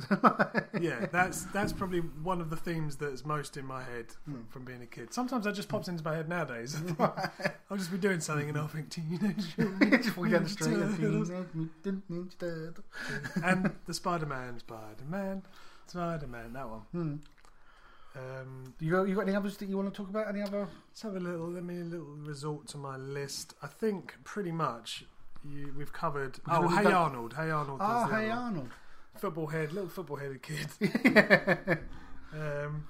Speaker 1: Yeah, that's that's probably one of the themes that's most in my head from,
Speaker 2: Hmm.
Speaker 1: from being a kid. Sometimes that just pops into my head nowadays. I'll just be doing something and I'll think teenage. Mutant
Speaker 2: Just walking down the
Speaker 1: Ninja
Speaker 2: street. and
Speaker 1: Turtles."
Speaker 2: thinking, "Ninja Ninja Turtle."
Speaker 1: and the Spider Man, Spider Man, Spider Man, that one.
Speaker 2: Hmm.
Speaker 1: Um,
Speaker 2: You got, you got any others that you want to talk about? Any other?
Speaker 1: let's have a little. Let me a little resort to my list. I think pretty much you, we've covered. Oh,
Speaker 2: really
Speaker 1: Hey
Speaker 2: done-
Speaker 1: Arnold! Hey Arnold! does
Speaker 2: Ah,
Speaker 1: the
Speaker 2: hey
Speaker 1: other one.
Speaker 2: Arnold.
Speaker 1: football head, little football headed kid. um,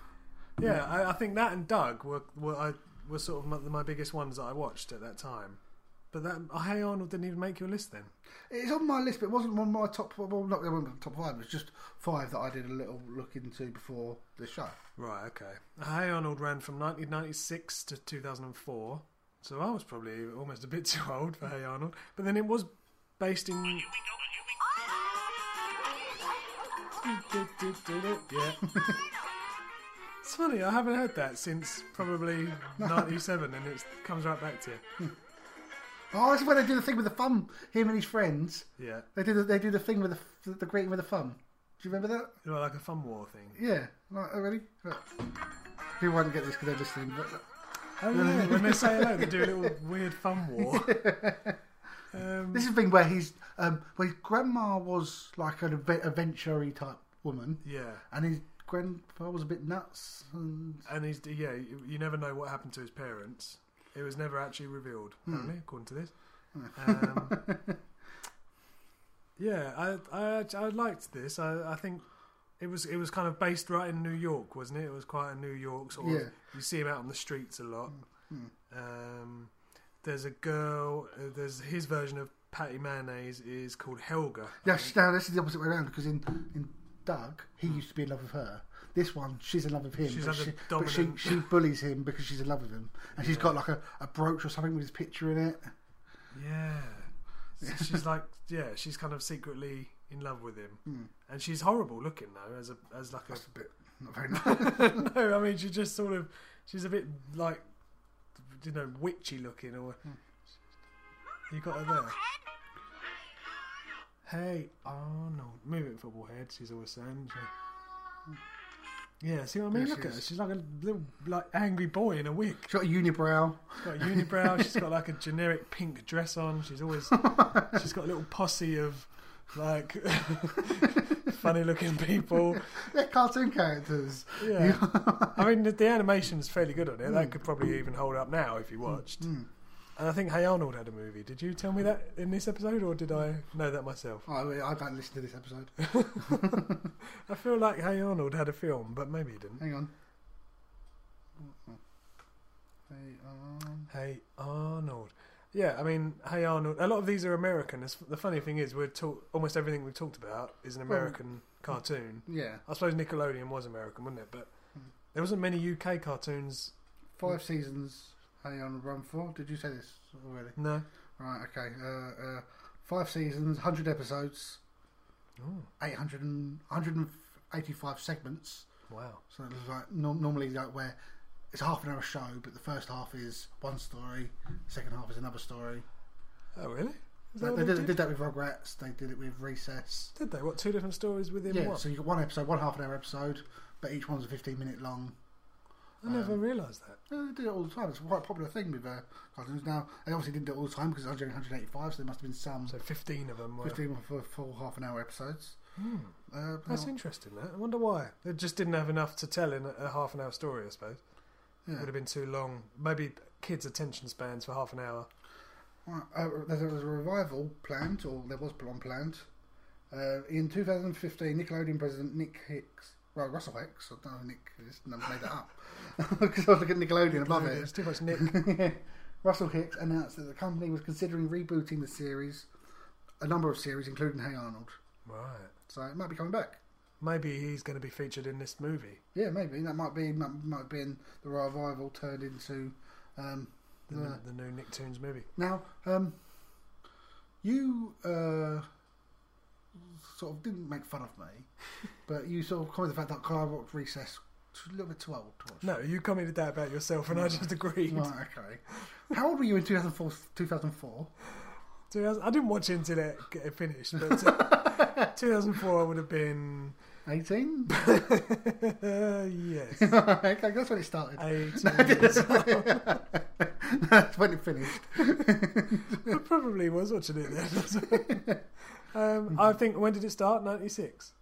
Speaker 1: yeah, I, I think that and Doug were were, I, were sort of my, my biggest ones that I watched at that time. But that oh, Hey Arnold didn't even make your list then.
Speaker 2: It's on my list, but it wasn't one of my top. Well, not one of my top five. It was just five that I did a little look into before the show.
Speaker 1: Right, okay. Hey Arnold ran from 1996 to 2004, so I was probably almost a bit too old for Hey Arnold. But then it was based in. Yeah. it's funny, I haven't heard that since probably 97, and it comes right back to you.
Speaker 2: Oh, that's when they do the thing with the thumb. Him and his friends.
Speaker 1: Yeah.
Speaker 2: They do the, they do the thing with the the greeting with the thumb. Do you remember that?
Speaker 1: Well, like a fun war thing.
Speaker 2: Yeah. Like, oh, really? Right. People won't get this because they're listening. But
Speaker 1: Oh, yeah. when they say hello, they do a little weird fun war. Um,
Speaker 2: this is the thing where he's um, where his grandma was like an adve- adventure-y type woman,
Speaker 1: yeah.
Speaker 2: and his grandpa was a bit nuts and
Speaker 1: And he's yeah, you, you never know what happened to his parents. It was never actually revealed, apparently, according to this. Um, yeah, I, I I liked this. I, I think it was it was kind of based right in New York, wasn't it? It was quite a New York sort of.
Speaker 2: Yeah.
Speaker 1: You see him out on the streets a lot. Um, there's a girl. Uh, there's his version of Patty Mayonnaise is called Helga.
Speaker 2: Yes, no, this is the opposite way around because in, in Doug, he used to be in love with her. This one, she's in love with him.
Speaker 1: She's
Speaker 2: but
Speaker 1: had a
Speaker 2: she, but she,
Speaker 1: dominant-
Speaker 2: she bullies him because she's in love with him. And she's got like a, a brooch or something with his picture in it.
Speaker 1: Yeah. So she's like, yeah, she's kind of secretly in love with him,
Speaker 2: Hmm.
Speaker 1: and she's horrible looking though, as a as like
Speaker 2: It's a bit not very nice.
Speaker 1: a. no, I mean, she just sort of, she's a bit like, you know, witchy looking. Or
Speaker 2: Hmm.
Speaker 1: you got her there. Hey Arnold, move it, football head. She's always saying. she- Yeah, see what I mean?
Speaker 2: Hmm. Yeah,
Speaker 1: Look
Speaker 2: she
Speaker 1: at her.
Speaker 2: is.
Speaker 1: She's like a little like angry boy in a wig.
Speaker 2: she's got a unibrow.
Speaker 1: She's got a unibrow. she's got like a generic pink dress on. She's always she's got a little posse of like funny looking people.
Speaker 2: They're cartoon characters.
Speaker 1: Yeah, I mean the, the animation's fairly good on it. That could probably even hold up now if you watched. And I think Hey Arnold had a movie. Did you tell me that in this episode, or did I know that myself?
Speaker 2: I, mean, I don't listen to this episode.
Speaker 1: I feel like Hey Arnold had a film, but maybe he didn't.
Speaker 2: Hang on. They are-
Speaker 1: Hey Arnold. Yeah, I mean, Hey Arnold. A lot of these are American. It's- The funny thing is, we're talk, almost everything we've talked about is an American cartoon.
Speaker 2: Yeah,
Speaker 1: I suppose Nickelodeon was American, wasn't it? But there wasn't many UK cartoons.
Speaker 2: five seasons. Hang on, run four. Did you say this already?
Speaker 1: No.
Speaker 2: Right, okay. Uh, uh, five seasons, 100 episodes, Oh. 800 and, 185 segments.
Speaker 1: Wow.
Speaker 2: So it was like norm- normally like where it's a half an hour show, but the first half is one story, second half is another story.
Speaker 1: Oh, really? Is
Speaker 2: They,
Speaker 1: that
Speaker 2: they
Speaker 1: what
Speaker 2: did, they did that with Rugrats. They did it with Recess.
Speaker 1: Did they? What, two different stories within
Speaker 2: Yeah,
Speaker 1: one?
Speaker 2: so you got one episode, one half an hour episode, but each one's a 15 minute long.
Speaker 1: I never
Speaker 2: um,
Speaker 1: realised that.
Speaker 2: Yeah, they did it all the time. It's quite a popular thing with uh, cartoons. Now, they obviously didn't do it all the time because it was only 185, so there must have been some
Speaker 1: So 15 of them were.
Speaker 2: 15 for full half an hour episodes. Uh,
Speaker 1: Hmm. That's interesting. That I wonder why they just didn't have enough to tell in a, a half an hour story. I suppose it would have been too long. Maybe kids' attention spans for half an hour.
Speaker 2: Right, uh, there was a revival planned, or there was one planned. Uh, in 2015, Nickelodeon president Nick Hicks, well, Russell Hicks, I don't know, who Nick, I just made that up. Because I was looking at Nickelodeon above
Speaker 1: It's
Speaker 2: it.
Speaker 1: too much Nick.
Speaker 2: Russell Hicks announced that the company was considering rebooting the series, a number of series, including Hey Arnold.
Speaker 1: right.
Speaker 2: So it might be coming back.
Speaker 1: Maybe he's going to be featured in this movie.
Speaker 2: Yeah, maybe. That might be, might, might be in the revival turned into um,
Speaker 1: The,
Speaker 2: the,
Speaker 1: the new Nicktoons movie.
Speaker 2: Now, um, you uh, sort of didn't make fun of me, but you sort of commented the fact that Cry Rock Recess was a little bit too old to watch.
Speaker 1: No, you commented that about yourself, and I just agreed.
Speaker 2: Right, okay. How old were you in 2004? 2004?
Speaker 1: Dude, I was- I didn't watch until it it finished, but uh, 2004 would have been
Speaker 2: 18?
Speaker 1: uh, yes,
Speaker 2: okay, that's when it started.
Speaker 1: 18.
Speaker 2: that's when it finished.
Speaker 1: I probably was watching it then. um, I think when did it start? 96.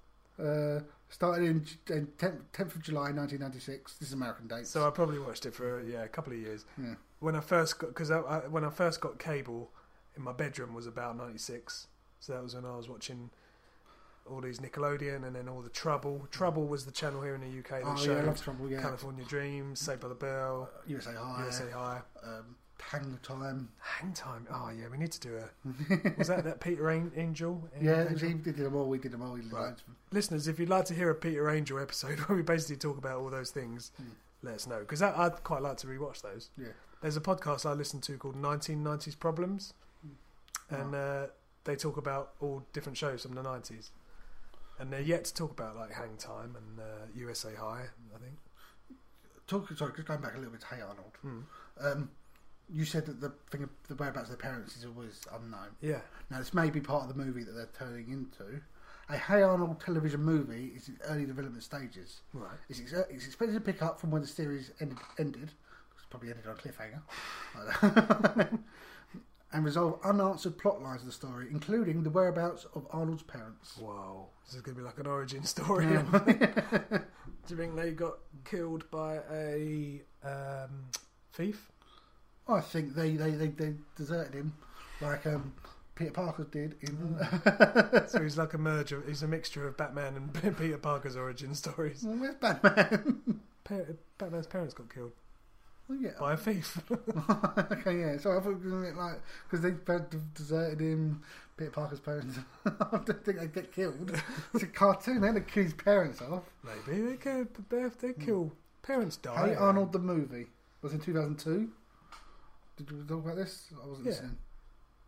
Speaker 2: Uh, started in, J- in 10th, 10th of July 1996. This is American date.
Speaker 1: So I probably watched it for yeah a couple of years.
Speaker 2: Yeah.
Speaker 1: When I first got because I, I, when I first got cable in my bedroom was about 96. So that was when I was watching all these Nickelodeon and then all the Trouble. Trouble was the channel here in the UK that
Speaker 2: Oh, yeah, I
Speaker 1: showed
Speaker 2: love Trouble, yeah. Oh,
Speaker 1: California Dreams, Saved by the Bell,
Speaker 2: USA High.
Speaker 1: USA High.
Speaker 2: Um, Hang the Time.
Speaker 1: Hang time. Oh yeah, we need to do a. was that that Peter An- Angel?
Speaker 2: Yeah,
Speaker 1: Angel?
Speaker 2: he did them all. We did them all. We did
Speaker 1: Right.
Speaker 2: loads of them.
Speaker 1: Listeners, if you'd like to hear a Peter Angel episode where we basically talk about all those things,
Speaker 2: Hmm.
Speaker 1: let us know. Because I'd quite like to rewatch those.
Speaker 2: Yeah.
Speaker 1: There's a podcast I listen to called 1990s Problems, and uh, they talk about all different shows from the 90s. And they're yet to talk about like Hang Time and uh, USA High, I think.
Speaker 2: Talk, sorry, just going back a little bit to Hey Arnold. Um, you said that the thing, of the whereabouts of their parents is always unknown.
Speaker 1: Yeah.
Speaker 2: Now, this may be part of the movie that they're turning into. A Hey Arnold television movie is in early development stages.
Speaker 1: Right.
Speaker 2: It's, ex- it's expected to pick up from when the series ended. ended it's probably ended on a cliffhanger. and resolve unanswered plot lines of the story, including the whereabouts of Arnold's parents.
Speaker 1: Wow. This is going to be like an origin story. Do you think they got killed by a um, thief?
Speaker 2: I think they, they, they, they deserted him, like um, Peter Parker did in.
Speaker 1: So he's like a merger. He's a mixture of Batman and Peter Parker's origin stories.
Speaker 2: Where's Batman?
Speaker 1: Pa- Batman's parents got killed
Speaker 2: well, yeah.
Speaker 1: by a thief.
Speaker 2: okay, yeah. So I thought it was a bit like because they both de- deserted him. Peter Parker's parents. I don't think they get killed. It's a cartoon. They don't kill his parents off.
Speaker 1: Maybe they could. They, they kill parents. Die.
Speaker 2: Hmm. hey, Arnold the movie was in 2002. Did we talk about this? I wasn't
Speaker 1: Yeah.
Speaker 2: listening.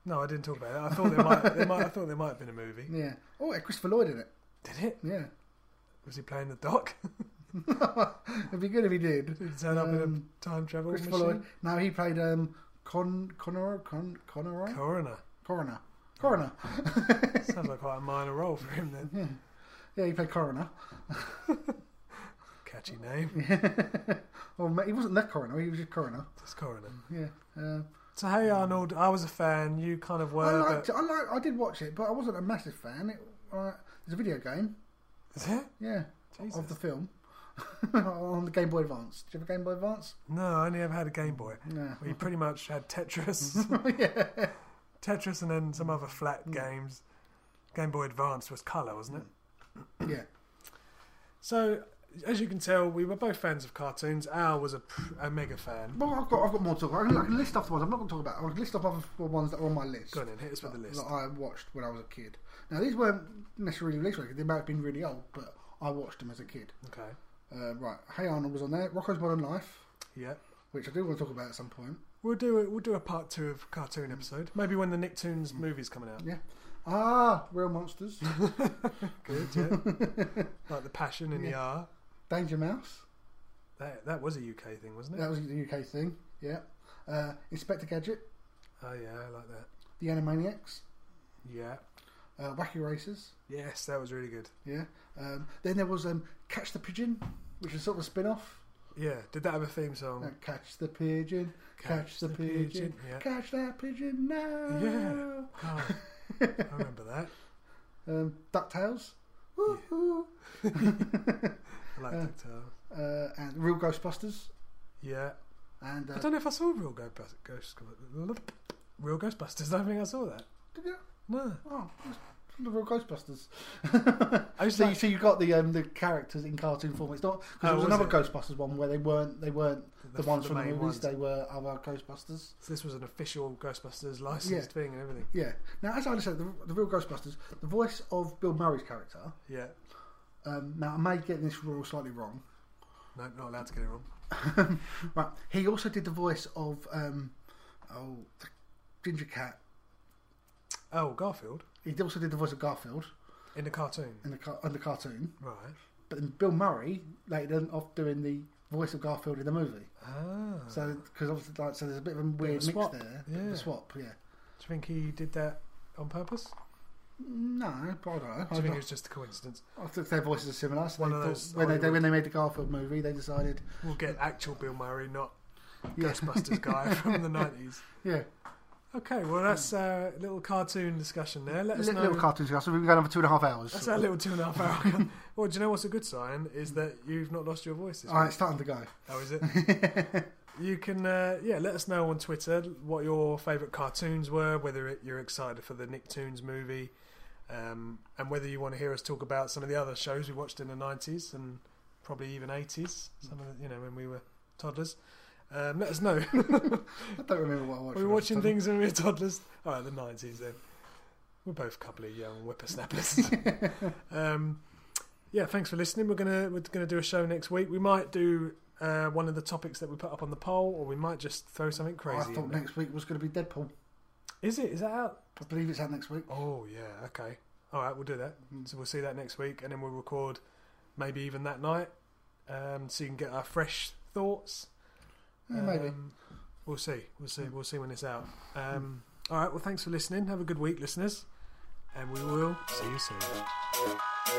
Speaker 1: No, I didn't talk about it. I thought there might. There might I thought there might have been a movie.
Speaker 2: Yeah. Oh, yeah, Christopher Lloyd in it.
Speaker 1: Did it?
Speaker 2: Yeah.
Speaker 1: Was he playing the doc?
Speaker 2: It'd be good if he did.
Speaker 1: Did he turn up in
Speaker 2: Um,
Speaker 1: a time travel
Speaker 2: Christopher
Speaker 1: machine?
Speaker 2: Lloyd. No, he played um, Con Connor Con Connor
Speaker 1: Coroner.
Speaker 2: Coroner. Coroner.
Speaker 1: Oh. Sounds like quite a minor role for him then.
Speaker 2: yeah, he played Coroner.
Speaker 1: Catchy name.
Speaker 2: Well, Oh, ma- he wasn't the Coroner. He was just Coroner.
Speaker 1: It's Coroner.
Speaker 2: Yeah. Uh,
Speaker 1: So hey Arnold, I was a fan. You kind of were.
Speaker 2: I
Speaker 1: but-
Speaker 2: liked it. I like. I did watch it, but I wasn't a massive fan. It, uh, it's a video game.
Speaker 1: Is it?
Speaker 2: Yeah.
Speaker 1: Jesus.
Speaker 2: Of the film. on the Game Boy Advance. Do you have a Game Boy Advance?
Speaker 1: No, I only ever had a Game Boy.
Speaker 2: Yeah.
Speaker 1: We pretty much had Tetris.
Speaker 2: Oh,
Speaker 1: Tetris and then some other flat
Speaker 2: Hmm.
Speaker 1: games. Game Boy Advance was colour, wasn't it?
Speaker 2: Yeah.
Speaker 1: So, as you can tell, we were both fans of cartoons. Al was a, pr- a mega fan.
Speaker 2: Well, I've got. I've got more to talk. About. I can, I can list off the ones. I'm not going to talk about. I'll list off other f- ones that are on my list.
Speaker 1: Go on then, hit us with the
Speaker 2: that-
Speaker 1: list.
Speaker 2: That I watched when I was a kid. Now these weren't necessarily released. Like, they might have been really old, but I watched them as a kid.
Speaker 1: Okay.
Speaker 2: Uh, right. Hey Arnold was on there. Rocco's Modern Life,
Speaker 1: Yeah.
Speaker 2: which I do want to talk about at some point.
Speaker 1: We'll do a, we'll do a part two of cartoon episode. Maybe when the Nicktoons movie's coming out.
Speaker 2: Yeah. Ah, Real Monsters.
Speaker 1: Good, yeah. like the passion in the R.
Speaker 2: Danger Mouse.
Speaker 1: That that was a UK thing, wasn't it?
Speaker 2: That was the UK thing. Yeah. Uh, Inspector Gadget,
Speaker 1: Oh yeah, I like that.
Speaker 2: The Animaniacs,
Speaker 1: Yeah.
Speaker 2: uh, Wacky Races.
Speaker 1: Yes, that was really good.
Speaker 2: Yeah. Um, then there was um, Catch the Pigeon, which was sort of a spin-off.
Speaker 1: Yeah. Did that have a theme song?
Speaker 2: Uh, catch the pigeon, catch, the, pigeon,
Speaker 1: yeah.
Speaker 2: catch that pigeon now.
Speaker 1: Yeah. Oh, I remember that.
Speaker 2: Um, Ducktales.
Speaker 1: I like that term.
Speaker 2: Uh, and Real Ghostbusters.
Speaker 1: Yeah.
Speaker 2: And uh,
Speaker 1: I don't know if I saw Real Go- Bus- Ghost Real Ghostbusters. I don't think I saw that.
Speaker 2: did you?
Speaker 1: No.
Speaker 2: Oh, it's from the Real Ghostbusters.
Speaker 1: I just
Speaker 2: so, you,
Speaker 1: like-
Speaker 2: so you got the um, the characters in cartoon form. It's not because
Speaker 1: Oh,
Speaker 2: there was,
Speaker 1: was
Speaker 2: another
Speaker 1: it?
Speaker 2: Ghostbusters one where they weren't they weren't the,
Speaker 1: The-
Speaker 2: ones
Speaker 1: the
Speaker 2: from the
Speaker 1: main
Speaker 2: movies.
Speaker 1: ones.
Speaker 2: They were other Ghostbusters.
Speaker 1: So this was an official Ghostbusters licensed
Speaker 2: Yeah.
Speaker 1: thing and everything.
Speaker 2: Yeah. Now, as I said, the, the Real Ghostbusters, the voice of Bill Murray's character.
Speaker 1: Yeah.
Speaker 2: Um, now, I may get this rule slightly wrong.
Speaker 1: No, not allowed to get it wrong.
Speaker 2: Right. He also did the voice of um, oh, the Ginger Cat.
Speaker 1: Oh, Garfield
Speaker 2: He also did the voice of Garfield
Speaker 1: in the cartoon.
Speaker 2: in the car- in the cartoon.
Speaker 1: Right.
Speaker 2: But then Bill Murray later on off doing the voice of Garfield in the movie.
Speaker 1: Ah.
Speaker 2: So because obviously like, so there's a bit of a weird mix
Speaker 1: swap,
Speaker 2: there. Bit of a
Speaker 1: yeah.
Speaker 2: swap, yeah.
Speaker 1: Do you think he did that on purpose?
Speaker 2: No, but I don't know.
Speaker 1: Do
Speaker 2: I,
Speaker 1: you think it
Speaker 2: don't,
Speaker 1: was just a coincidence?
Speaker 2: I think their voices are similar. So
Speaker 1: One
Speaker 2: they
Speaker 1: of
Speaker 2: thought,
Speaker 1: those
Speaker 2: when they, they
Speaker 1: Hollywood-
Speaker 2: when they made the Garfield movie, they decided,
Speaker 1: We'll get actual Bill Murray, not
Speaker 2: Yeah.
Speaker 1: Ghostbusters guy from the 90s.
Speaker 2: yeah,
Speaker 1: Okay, well, that's uh, a little cartoon discussion there. Let us
Speaker 2: little,
Speaker 1: know.
Speaker 2: little cartoons. So we've been going for two and a half hours.
Speaker 1: that's that little two and a half hour. con- well, do you know what's a good sign? Is that you've not lost your voice. this
Speaker 2: All right,
Speaker 1: week.
Speaker 2: it's starting to go.
Speaker 1: How is it? you can, uh, yeah, let us know on Twitter what your favourite cartoons were, whether it, you're excited for the Nicktoons movie, um, and whether you want to hear us talk about some of the other shows we watched in the 90s and probably even 80s, some of the, you know, when we were toddlers. Um, let us know.
Speaker 2: I don't remember what I watched.
Speaker 1: we were
Speaker 2: when I was
Speaker 1: watching
Speaker 2: done.
Speaker 1: things when we were toddlers. All right, the 90s then. We're both a couple of young whippersnappers. um, yeah, thanks for listening. We're gonna we're gonna do a show next week. We might do uh, one of the topics that we put up on the poll, or we might just throw something
Speaker 2: I
Speaker 1: crazy. in
Speaker 2: thought
Speaker 1: there.
Speaker 2: next week was going to be Deadpool.
Speaker 1: Is it? Is that out?
Speaker 2: I believe it's out next week.
Speaker 1: Oh yeah. Okay. All right, we'll do that.
Speaker 2: Mm-hmm.
Speaker 1: So we'll see that next week, and then we'll record maybe even that night, um, so you can get our fresh thoughts.
Speaker 2: Yeah, maybe.
Speaker 1: Um, we'll see. We'll see. We'll see when it's out. Um, all right. Well, thanks for listening. Have a good week, listeners, and we will see you soon.